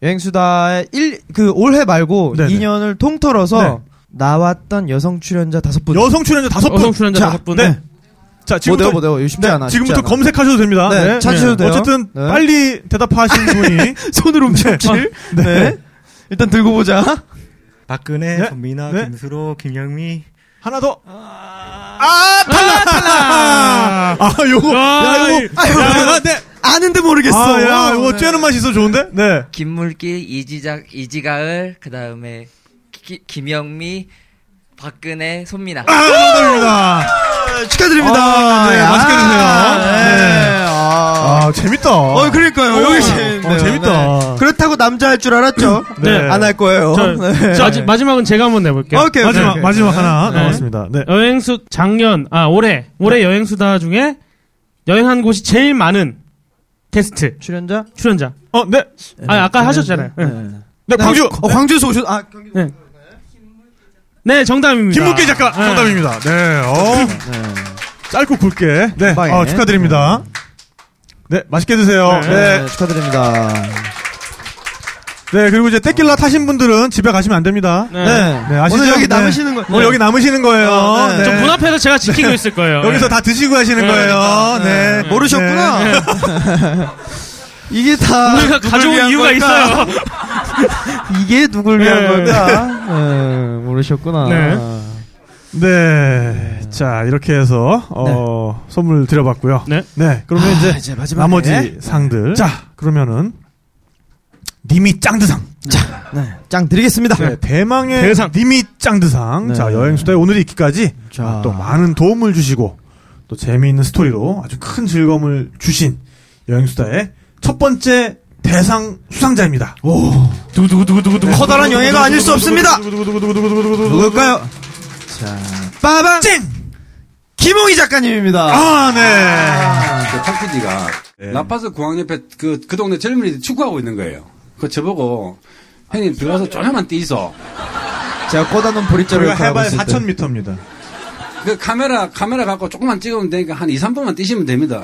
여행수다의 1, 그 올해 말고
네, 네.
2년을 통틀어서
네.
나왔던 여성 출연자 다섯 분.
여성 출연자 다섯 분. 자, 네. 자, 지금
뭐 돼요, 뭐 돼요. 쉽지 않아, 쉽지
지금부터
않아.
검색하셔도 됩니다.
네, 찾으셔도 돼요.
어쨌든
네.
빨리
[laughs]
대답하신 분이
손을 움찔질.
네.
네. 일단 들고 보자.
아,
박근혜,
네?
전민아,
네?
김수로, 김영미.
하나 더. 아, 탈락! 아, 요거. 야,
아,
요거. 아, 요거.
야,
아, 네.
아는데
아, 야, 요거 쬐는 맛이 있어 좋은데? 네.
김물길, 이지작, 이지가을, 그 다음에 김영미, 박근혜, 손민아.
아, 감사합니다.
아, 축하드립니다.
아, 네,
아,
맛있게 드세요.
네.
아, 재밌다.
어, 그러니까요.
어,
여기
어,
재밌네요.
재밌다.
네. 그렇다고 남자 할 줄 알았죠?
네.
안 할 거예요.
자,
네.
자, 마지- 마지막은 제가 한번 내볼게요.
오케이, 오케이, 네. 마지막, 오케이. 마지막
네.
하나
남았습니다.
네.
여행수 작년 아 올해 올해 여행수다 중에 여행한 곳이 제일 많은 게스트
출연자
출연자.
어, 네.
아 아까 하셨잖아요. 네.
네, 광주.
어, 광주에서 오셨. 아,
네. 네, 정답입니다.
김문기 작가
네.
정답입니다. 네. 어. 짧고 굵게. 네.
금방에.
어, 축하드립니다. 네, 맛있게 드세요.
아, 네.
네.
네, 축하드립니다. 어.
네, 그리고 이제 떼킬라 타신 분들은 집에 가시면 안 됩니다.
네.
아시죠?
오늘
네.
여기 남으시는 거-
오늘 여기 남으시는 거예요.
어,
네.
네. 저문
앞에서 제가 지키고 있을 거예요.
[laughs] 여기서
네.
다 드시고 가시는
네,
거예요.
그러니까.
네.
네. 모르셨구나.
네.
이게 다
우리가
누굴
가져온
위한
이유가
걸까?
있어요.
[laughs] 이게 누굴 위한
네.
걸까? 네, 모르셨구나.
네. 네. 자, 이렇게 해서, 어, 선물 드려봤고요.
네.
그러면
아,
이제,
이제 마지막에.
나머지 상들. 자, 그러면은, 님이 짱드상.
자, 네. 짱 드리겠습니다.
네, 대망의
대상.
님이 짱드상.
네.
자, 여행수다에 오늘이 있기까지 또 많은 도움을 주시고 또 재미있는 스토리로 아주 큰 즐거움을 주신 여행수다의 첫 번째 대상 수상자입니다. 오, 두구두구두구두구
커다란 영예가 아닐 수 없습니다.
누굴까요?
자, 빠밤! 쨍! 김홍희 작가님입니다.
아, 네.
탁 PD가
네.
라파스 공항 옆에 그, 그 동네 젊은이들이 축구하고 있는 거예요. 그거 저보고 형님 들어가서 조금만 뛰소.
제가 꽂아놓은 보리자루
저희가 해발 4,000m입니다.
그 카메라, 카메라 갖고 조금만 찍으면 되니까 한 2, 3분만 뛰시면 됩니다.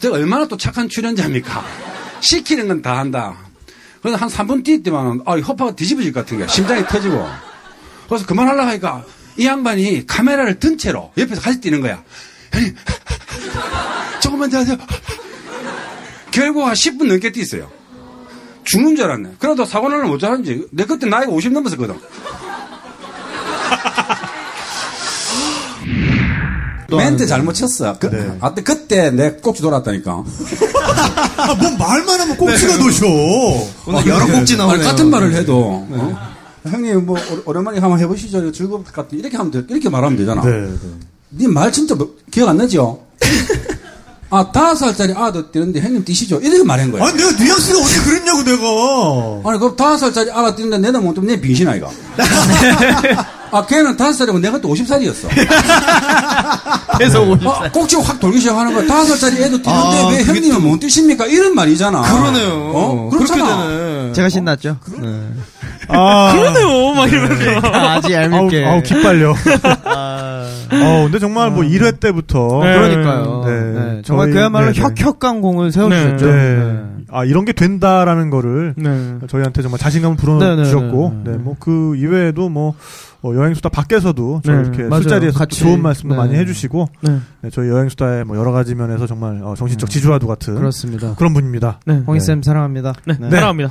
저 얼마나 또 착한 출연자입니까? 시키는 건 다 한다. 그래서 한 3분 뛸 때만, 아, 이 허파가 뒤집어질 것 같은 거야. 심장이 터지고. 그래서 그만하려고 하니까 이 양반이 카메라를 든 채로 옆에서 같이 뛰는 거야. 형님, 조금만 더 하세요. 결국 한 10분 넘게 뛰었어요. 죽는 줄 알았네. 그래도 사고 날을 못 자는지. 내 그때 나이가 50 넘었었거든. 멘트 잘못 쳤어. 그, 아, 근데 그때 내 꼭지 돌았다니까.
아, 뭔 말만 하면 꼭지가
네.
도셔.
아, 네. 아니, 같은 말을 해도.
네.
어? 형님, 뭐, 오- 오랜만에 한번 해보시죠. 즐거울 것 같은. 이렇게 하면 돼. 이렇게 말하면 되잖아.
네,
네 말 진짜 뭐- 기억 안
[laughs]
나죠? 아, 다섯 살짜리 아들 뛰는데 형님 뛰시죠. 이렇게 말한 거야.
아니, 내가 뉘앙스가 어디 그랬냐고, 내가.
아니, 그럼 다섯 살짜리 아들 뛰는데 내는 못하면 내
[laughs]
빙신 아이가. 아, 걔는 다섯 살이고 내가 또
[laughs]
50살이었어.
계속
아, 꼭지가 확 돌기 시작하는 거야. 다섯 살짜리 애도 뛰는데
아, 그게
왜 예, 형님은 못 뛰십니까? 이런 말이잖아.
그러네요.
어?
그렇게
그렇잖아.
제가 신났죠? 네.
아, 그러네요. 막 이러면서.
아주 얄밉게. 네.
아우, 아우,
[laughs]
깃발려. 어, 근데 정말 뭐 1회 때부터.
네. 그러니까요. 네, 정말 그야말로 혁혁한 공을 세워주셨죠. 네.
아, 이런 게 된다라는 거를 저희한테 정말 자신감을 불어주셨고,
네,
네, 뭐 그 이외에도 뭐, 어, 여행수다 밖에서도 저희
네,
이렇게
맞아요.
술자리에서
같이.
좋은 말씀도
네.
많이 해주시고,
네.
네, 저희 여행수다의 뭐 여러 가지 면에서 정말 어,
네.
정신적 지주와도 같은
그렇습니다.
그런 분입니다.
네.
네.
홍희쌤
사랑합니다.
네,
네.
사랑합니다.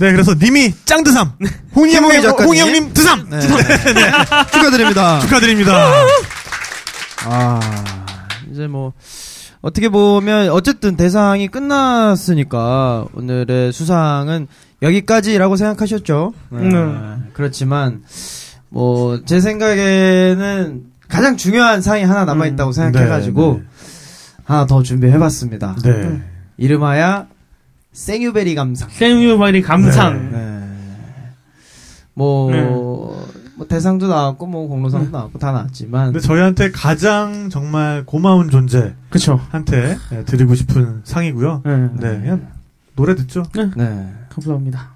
네, 그래서 님이 짱 드삼. 홍이
김홍희
형님,
작가님.
홍이 형님 드삼.
네.
드삼. 네, 네.
[laughs] 축하드립니다.
축하드립니다.
아, 이제 뭐, 어떻게 보면, 어쨌든 대상이 끝났으니까, 오늘의 수상은 여기까지라고 생각하셨죠?
네.
그렇지만, 뭐, 제 생각에는 가장 중요한 상이 하나 남아있다고 생각해가지고, 하나 더 준비해봤습니다.
네.
이름하여, 생유베리 감상. 네,
생유베리 감상.
뭐,
네.
뭐 대상도 나왔고, 뭐, 공로상도 나왔고, 다 나왔지만.
네. 근데 저희한테 가장 정말 고마운 존재.
그쵸.
한테 네, 드리고 싶은 상이고요. 네. 그냥 노래 듣죠?
네.
네.
감사합니다.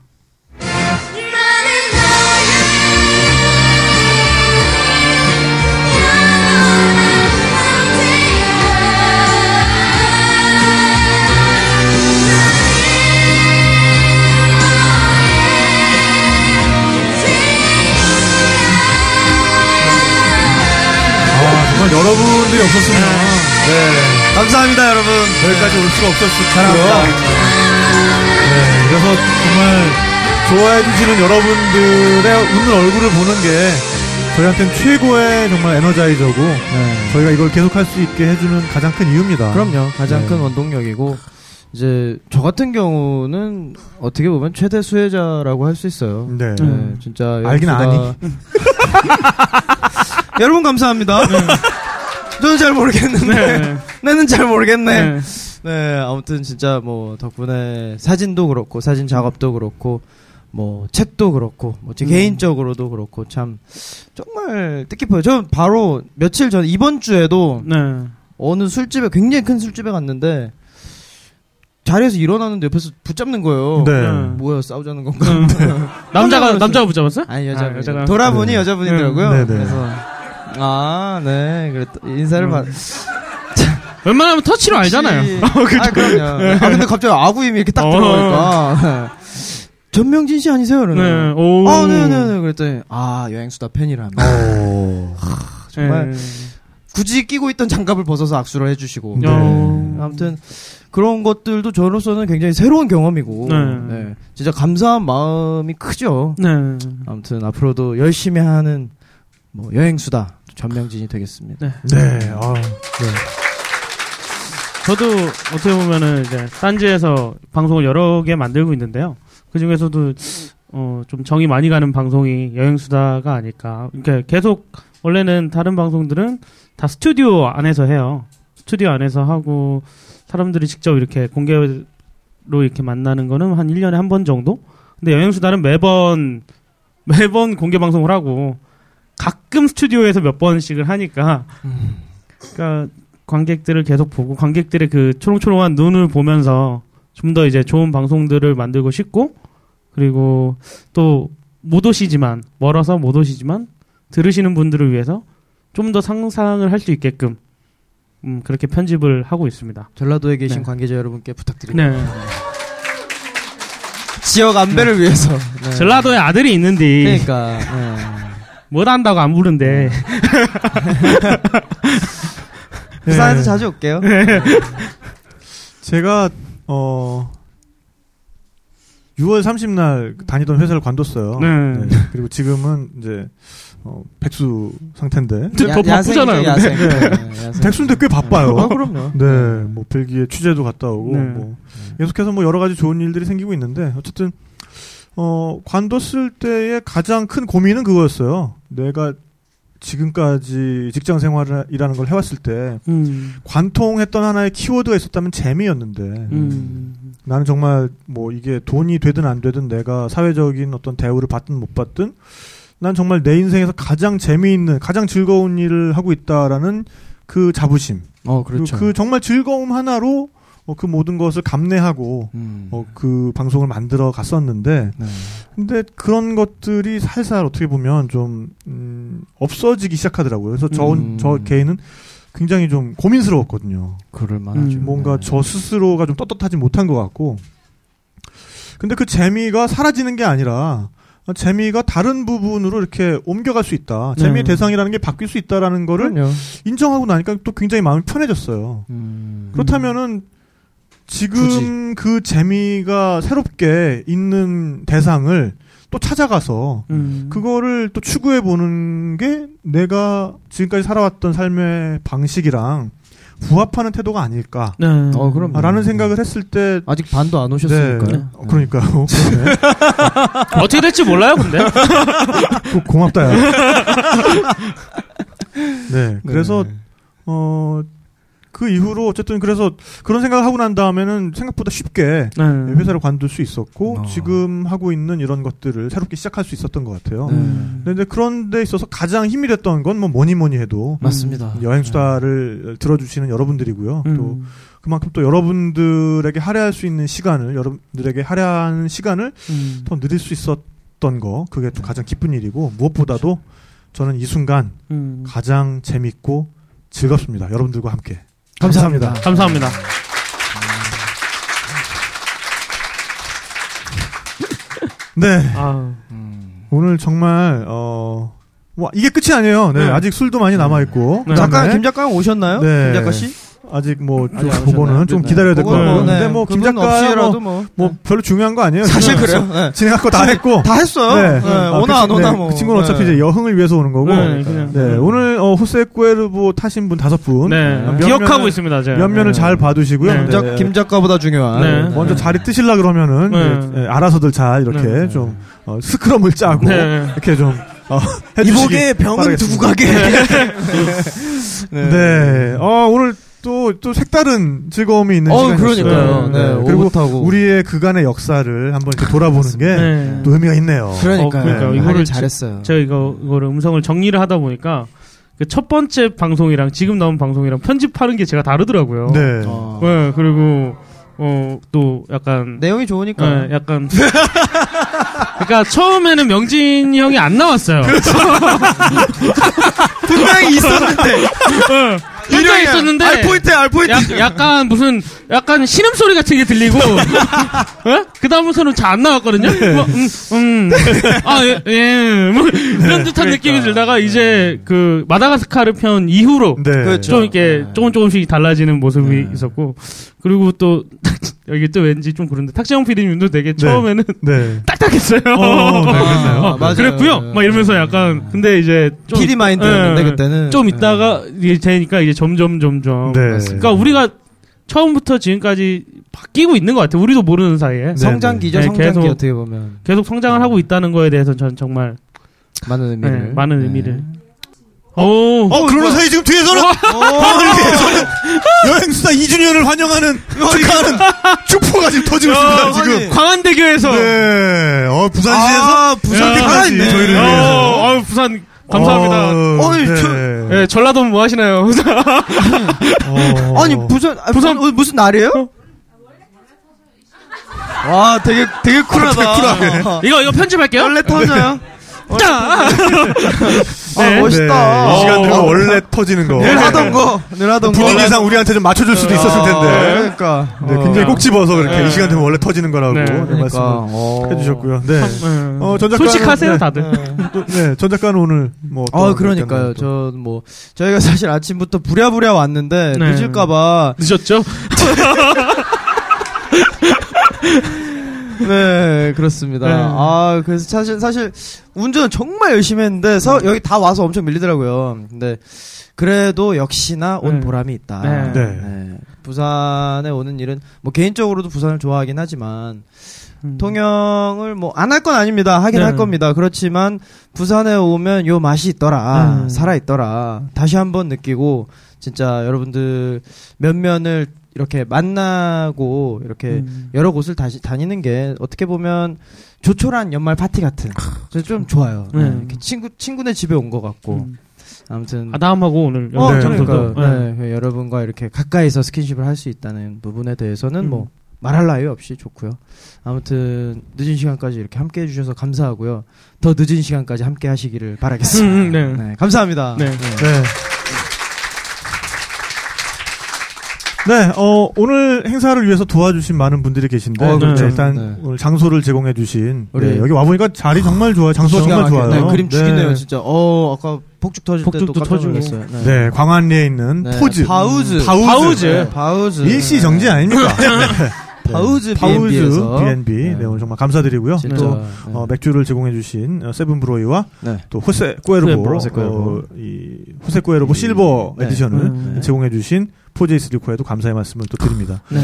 아, 정말 여러분들이 없었으면. 네.
감사합니다, 여러분.
여기까지 올 수가 없었을
사랑합니다.
거고요. 네, 그래서 정말 좋아해주시는 여러분들의 웃는 얼굴을 보는 게 저희한테는 최고의 정말 에너자이저고 저희가 이걸 계속할 수 있게 해주는 가장 큰 이유입니다.
네. 아, 그럼요. 가장
네.
큰 원동력이고 이제 저 같은 경우는 어떻게 보면 최대 수혜자라고 할 수 있어요.
네.
네, 진짜
알긴
여기서다-
아니.
[laughs] 여러분 감사합니다.
네.
저는 잘 모르겠는데
네.
나는 잘 모르겠네.
네.
네. 아무튼 진짜 뭐 덕분에 사진도 그렇고 사진 작업도 그렇고 뭐 책도 그렇고 뭐 제
음.
개인적으로도 그렇고 참 정말 뜻깊어요. 저 바로 며칠 전 이번 주에도 어느 술집에 굉장히 큰 술집에 갔는데 자리에서 일어나는데 옆에서 붙잡는 거예요. 음,
네.
뭐야 싸우자는 건가?
음.
[laughs]
남자가
혼자
남자가 붙잡았어요?
아니 여자분
아, 여자가.
돌아보니
네.
여자분이더라고요.
네, 네.
그래서 아네 그랬다 인사를 받.
음.
[laughs]
웬만하면 터치로 알잖아요. [laughs] 네.
아, 그럼요. 아, 근데 갑자기 아구 임이 이렇게 딱
어.
들어오니까. 전명진 씨 아니세요? 그러네.
네, 오.
아, 네네네. 그랬더니, 아, 여행수다 팬이랍니다.
어.
하, 정말,
네.
굳이 끼고 있던 장갑을 벗어서 악수를 해주시고.
네. 어.
아무튼, 그런 것들도 저로서는 굉장히 새로운 경험이고.
네.
네. 진짜 감사한 마음이 크죠.
네.
아무튼, 앞으로도 열심히 하는, 뭐, 여행수다. 전명진이 되겠습니다.
네.
네, 아, 네.
저도 어떻게 보면은 이제 딴지에서 방송을 여러 개 만들고 있는데요. 그 중에서도 어 좀 정이 많이 가는 방송이 여행 수다가 아닐까. 그러니까 계속 원래는 다른 방송들은 다 스튜디오 안에서 해요. 스튜디오 안에서 하고 사람들이 직접 이렇게 공개로 이렇게 만나는 거는 한 1년에 한 번 정도? 근데 여행수다는 매번 매번 공개 방송을 하고 가끔 스튜디오에서 몇 번씩을 하니까
음.
그러니까 관객들을 계속 보고 관객들의 그 초롱초롱한 눈을 보면서 좀 더 이제 좋은 방송들을 만들고 싶고 그리고 또 못 오시지만 멀어서 못 오시지만 들으시는 분들을 위해서 좀 더 상상을 할 수 있게끔 음, 그렇게 편집을 하고 있습니다.
전라도에 계신 관계자 여러분께 부탁드립니다.
네.
지역 안배를
[laughs]
위해서. 네.
전라도에 아들이 있는데.
그러니까.
[laughs]
네.
뭘 한다고 안 [laughs] 부른데.
부산에서
네.
자주 올게요.
[laughs] 제가 어 6월 30날 다니던 회사를 관뒀어요.
네.
그리고 지금은 이제 어, 백수 상태인데.
더 야- 바쁘잖아요, 야생이죠, 근데. 야생.
네.
네, 야생.
백수인데 꽤 바빠요.
아, 그럼요.
네. 뭐 벨기에 취재도 갔다 오고
네.
뭐 계속해서 뭐 여러 가지 좋은 일들이 생기고 있는데 어쨌든 어 관뒀을 때의 가장 큰 고민은 그거였어요. 내가 지금까지 직장 생활이라는 걸 해왔을 때
음.
관통했던 하나의 키워드가 있었다면 재미였는데
음.
음. 나는 정말 뭐 이게 돈이 되든 안 되든 내가 사회적인 어떤 대우를 받든 못 받든 난 정말 내 인생에서 가장 재미있는 가장 즐거운 일을 하고 있다라는 그 자부심
어,
그리고
그렇죠.
그 정말 즐거움 하나로 어, 그 모든 것을 감내하고
음.
어, 그 방송을 만들어 갔었는데
네.
근데 그런 것들이 살살 어떻게 보면 좀 음, 없어지기 시작하더라고요. 그래서 저,
음.
저 개인은 굉장히 좀 고민스러웠거든요.
그럴 만하죠. 네.
뭔가 저 스스로가 좀 떳떳하지 못한 것 같고. 근데 그 재미가 사라지는 게 아니라 재미가 다른 부분으로 이렇게 옮겨갈 수 있다. 재미의
네.
대상이라는 게 바뀔 수 있다라는 거를
그럼요.
인정하고 나니까 또 굉장히 마음이 편해졌어요.
음,
음.
그렇다면은 지금 그 재미가 새롭게 있는 대상을 또 찾아가서
음.
그거를 또 추구해 보는 게 내가 지금까지 살아왔던 삶의 방식이랑 부합하는 태도가 아닐까.
네.
어, 그럼요.
라는 생각을 했을 때
아직 반도 안 오셨으니까요. 네.
네. 어, 그러니까요.
[laughs] 어떻게 될지 몰라요, 근데.
고,
[laughs]
고맙다. 야. 네. 그래서 어. 그 이후로 어쨌든 그래서 그런 생각을 하고 난 다음에는 생각보다 쉽게
네.
회사를 관둘 수 있었고
아.
지금 하고 있는 이런 것들을 새롭게 시작할 수 있었던 것 같아요.
네.
그런데 그런 데 있어서 가장 힘이 됐던 건 뭐 뭐니 뭐니 해도
맞습니다. 음.
여행 수다를 들어주시는 여러분들이고요. 또 그만큼 또 여러분들에게 할애할 수 있는 시간을 여러분들에게 할애하는 시간을
음.
더 늘릴 수 있었던 거 그게
네.
또 가장 기쁜 일이고 무엇보다도
그렇죠.
저는 이 순간
음.
가장 재밌고 즐겁습니다. 여러분들과 함께
감사합니다. 감사합니다.
[laughs] 네. 음.
아.
오늘 정말 어. 와 이게 끝이 아니에요. 네,
네.
아직 술도 많이 남아 있고.
네. 작가, 김 작가 오셨나요?
네.
김 작가 씨?
아직 뭐
아직 안
그거는
오셨나요?
좀
네.
기다려야 될 것
그건
같아요.
뭐, 네.
근데 뭐 김
그분
작가
없이라도
뭐,
뭐,
뭐 별로 중요한 거 아니에요.
사실
지금.
그래요. 네.
진행할 거
다-
다 했고
다 했어요. 네, 오나 안 오나 뭐.
그 친구는 어차피
네.
이제 여흥을 위해서 오는 거고. 네,
네, 그냥.
오늘 어, 호세 꾸에르보 타신 분 다섯 분.
네,
몇
기억하고
면을-
있습니다, 제가.
몇 면을
네.
잘 봐두시고요.
네. 김 작- 김
작가보다 중요한.
네.
먼저 자리 뜨실라 그러면은
네.
이제, 예, 알아서들 잘 이렇게
네.
좀 어, 스크럼을 짜고
네.
이렇게 좀 어, [laughs] 해주시기
이복의 병은
바라겠습니다.
두고 가게.
[laughs]
[laughs]
네. 네. 어, 오늘 또, 또 색다른 즐거움이 있는
어,
시간이었어요.
그러니까요. 네,
그리고
오붓하고.
우리의 그간의 역사를 한번 이렇게 돌아보는 게 또
네.
의미가 있네요.
어, 그러니까요. 이거를 제- 제가 이거 이거를 음성을 정리를 하다 보니까 그 첫 번째 방송이랑 지금 나온 방송이랑 편집하는 게 제가 다르더라고요.
네.
아.
네, 그리고 어 또 약간
내용이 좋으니까.
네, 약간 [laughs] 그러니까 처음에는 명진 형이 안 나왔어요.
[laughs] 분명히 있었는데.
응. 혼자
이령이야.
네. 있었는데
알포인트, 알포인트.
약- 약간 무슨 약간 신음 소리 같은 게 들리고 그 다음부터는 잘 안 나왔거든요. 뭐, 음, 음. 아, 예, 예. 뭐 이런 듯한 느낌이 들다가 이제 그 마다가스카르 편 이후로
그렇죠.
좀 이렇게 조금 조금씩 달라지는 모습이 있었고 그리고 또 [laughs] 여기 또 왠지 좀 그런데 탁재영 PD님도 되게 처음에는
네.
딱딱했어요. [laughs]
어, 네, 그랬나요?
어,
맞아요.
그랬고요. 막 이러면서 약간 근데 이제 좀
PD 마인드였는데,
예,
그때는.
좀 있다가 이게 되니까 이제 점점 점점
네.
그러니까 우리가 처음부터 지금까지 바뀌고 있는 것 같아요. 우리도 모르는 사이에
성장기죠,
네,
성장기
계속-
어떻게 보면.
계속 성장을 하고 있다는 거에 대해서 저는 정말
많은 의미를. 네.
네, 많은 의미를 오.
어, 그러는 사이 지금 뒤에서는
어.
방을 뒤에서는 여행수다 이주년을 환영하는
어,
축하하는 축포가 지금 터지고 있습니다. 지금
광안대교에서
네, 어 부산시에서
아,
부산대까지
야,
네, 저희를 위해서.
어, 아유, 부산 감사합니다.
어,
어이,
네.
저- 예, 전라도는 뭐 하시나요? [laughs] 어.
아니 부산 아, 부산 오늘 무슨
어?
날이에요? 와
아,
되게 되게 쿨하다. [laughs]
이거 이거 편집할게요.
원래 터져요.
아, [laughs]
아
네.
멋있다.
이 시간 되면
어.
원래 터지는 거.
늘 하던 거. 늘 하던 거.
분위기상 우리한테 좀 맞춰줄 수도 있었을 텐데.
네, 그러니까.
네, 굉장히 꼭 집어서 그렇게
네.
이 시간 되면 원래 터지는 거라고
네,
네,
그러니까.
말씀
어.
해주셨고요. 네.
참, 네.
어, 전 작가는-
솔직하세요,
네.
다들.
또- 네, 전 작가는 오늘 뭐. 어떤
아 그러니까요.
어떤 또-
저 뭐 저희가 사실 아침부터 부랴부랴 왔는데
네.
늦을까봐 [laughs]
늦었죠?
네 그렇습니다.
네.
아 그래서 사실 사실 운전 정말 열심히 했는데 서,
네.
여기 다 와서 엄청 밀리더라고요. 근데 그래도 역시나 온 보람이
아,
있다.
네. 네.
부산에 오는 일은 뭐 개인적으로도 부산을 좋아하긴 하지만 통영을 뭐 안 할 건 아닙니다. 하긴
네.
할 겁니다. 그렇지만 부산에 오면 요 맛이 있더라.
음.
살아 있더라. 다시 한번 느끼고 진짜 여러분들 몇 면을 이렇게 만나고 이렇게 여러 곳을 다시 다니는 게 어떻게 보면 조촐한 연말 파티 같은 그래서 좀 좋아요. 네.
네.
이렇게 친구 친구네 집에 온 것 같고 아무튼
아담하고 오늘
어,
연말
그러니까요.
장소도.
네. 그 여러분과 이렇게 가까이서 스킨십을 할 수 있다는 부분에 대해서는 뭐 말할 나위 없이 좋고요. 아무튼 늦은 시간까지 이렇게 함께 해주셔서 감사하고요. 더 늦은 시간까지 함께 하시기를 바라겠습니다.
음, 음, 네.
네, 감사합니다.
네.
네. 네, 어, 오늘 행사를 위해서 도와주신 많은 분들이 계신데,
어, 그렇죠.
네, 일단
네.
오늘 장소를 제공해주신,
우리-
네, 여기 와보니까 자리 정말 좋아요. 장소가
기가
정말
막히게.
좋아요.
네, 그림 죽이네요, 진짜. 어, 아까 폭죽 터질 때도
폭죽도
깜짝
터지고.
놀랐어요.
네. 광안리에 있는
네,
포즈. 음,
바우즈.
바우즈.
바우즈. 네, 바우즈.
일시 정지 아닙니까? 네.
[laughs] 바우즈 B&B
바우즈
에서.
B&B. 네. 오늘 정말 감사드리고요.
진짜.
또
네.
어, 맥주를 제공해주신 어, 세븐브로이와
네.
또 호세 꾸에르보,
호세 꾸에르보.
어, 이 호세 꾸에르보 실버
네.
에디션을
음,
제공해주신 포제이스 리코에도 감사의 말씀을 또 드립니다.
네.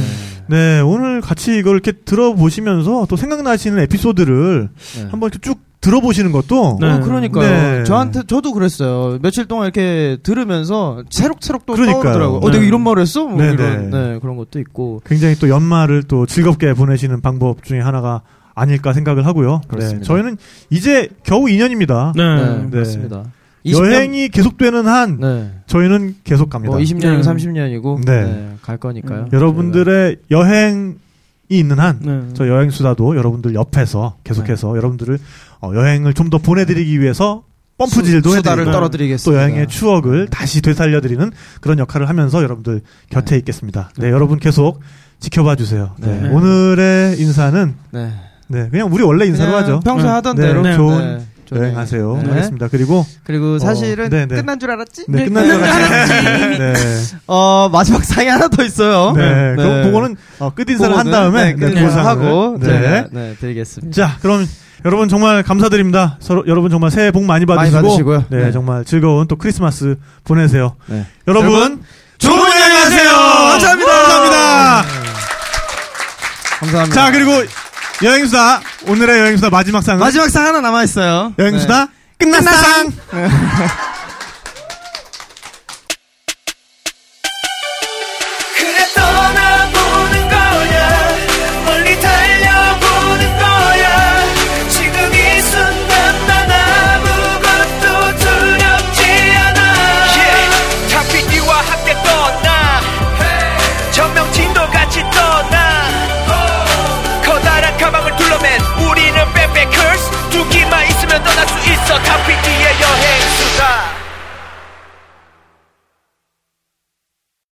네, 오늘 같이 이걸 이렇게 들어보시면서 또 생각나시는 에피소드를
네.
한번 이렇게 쭉 들어보시는 것도
어, 그러니까요.
네.
저한테 저도 그랬어요. 며칠 동안 이렇게 들으면서 새록새록 또
그러니까요.
떠오르더라고요. 어,
네.
내가 이런 말을 했어? 뭐
네,
이런
네.
네, 그런 것도 있고.
굉장히 또 연말을 또 즐겁게 보내시는 방법 중에 하나가 아닐까 생각을 하고요. 네,
그렇습니다.
저희는 이제 겨우 2년입니다.
네, 그렇습니다. 20년 네.
여행이 계속되는 한 저희는 계속 갑니다.
뭐 20년이고 30년이고
네. 음,
갈 거니까요. 네.
여러분들의 여행이 있는 한, 저 여행 수다도 여러분들 옆에서
네.
계속해서 여러분들을 어, 여행을 좀 더 보내드리기 위해서 펌프질도
수-
해드리고
수다를 떨어드리겠습니다.
또 여행의 추억을 다시 되살려드리는 그런 역할을 하면서 여러분들 곁에 있겠습니다. 네, 여러분 계속 지켜봐 주세요. 네,
네.
오늘의 인사는
네.
네, 그냥 우리 원래 인사로
그냥
하죠.
평소에
네.
하던
네,
대로.
좋은
네.
여행하세요.
네.
하겠습니다. 그리고
그리고 사실은
어, 네, 네.
끝난 줄 알았지?
네, 끝난 줄 알았지.
[laughs]
네.
어, 마지막 [laughs] 상이 하나 더 있어요.
네, 그거 그거는, 어, 끝인사를 한 다음에 네,
끝 인사를
보상을.
하고
네.
제가, 네, 드리겠습니다.
자, 그럼 여러분 정말 감사드립니다. 서로, 여러분 정말 새해 복 많이
많이
받으시고,
받으시고요.
네,
네.
정말 즐거운 또 크리스마스 보내세요.
네.
여러분
여러분,
좋은 여행하세요.
감사합니다.
감사합니다.
감사합니다.
자, 그리고 여행수다 오늘의 여행수다 마지막 상은
마지막 상 하나 남아 있어요.
여행수다 끝났상.
끝났상.
예!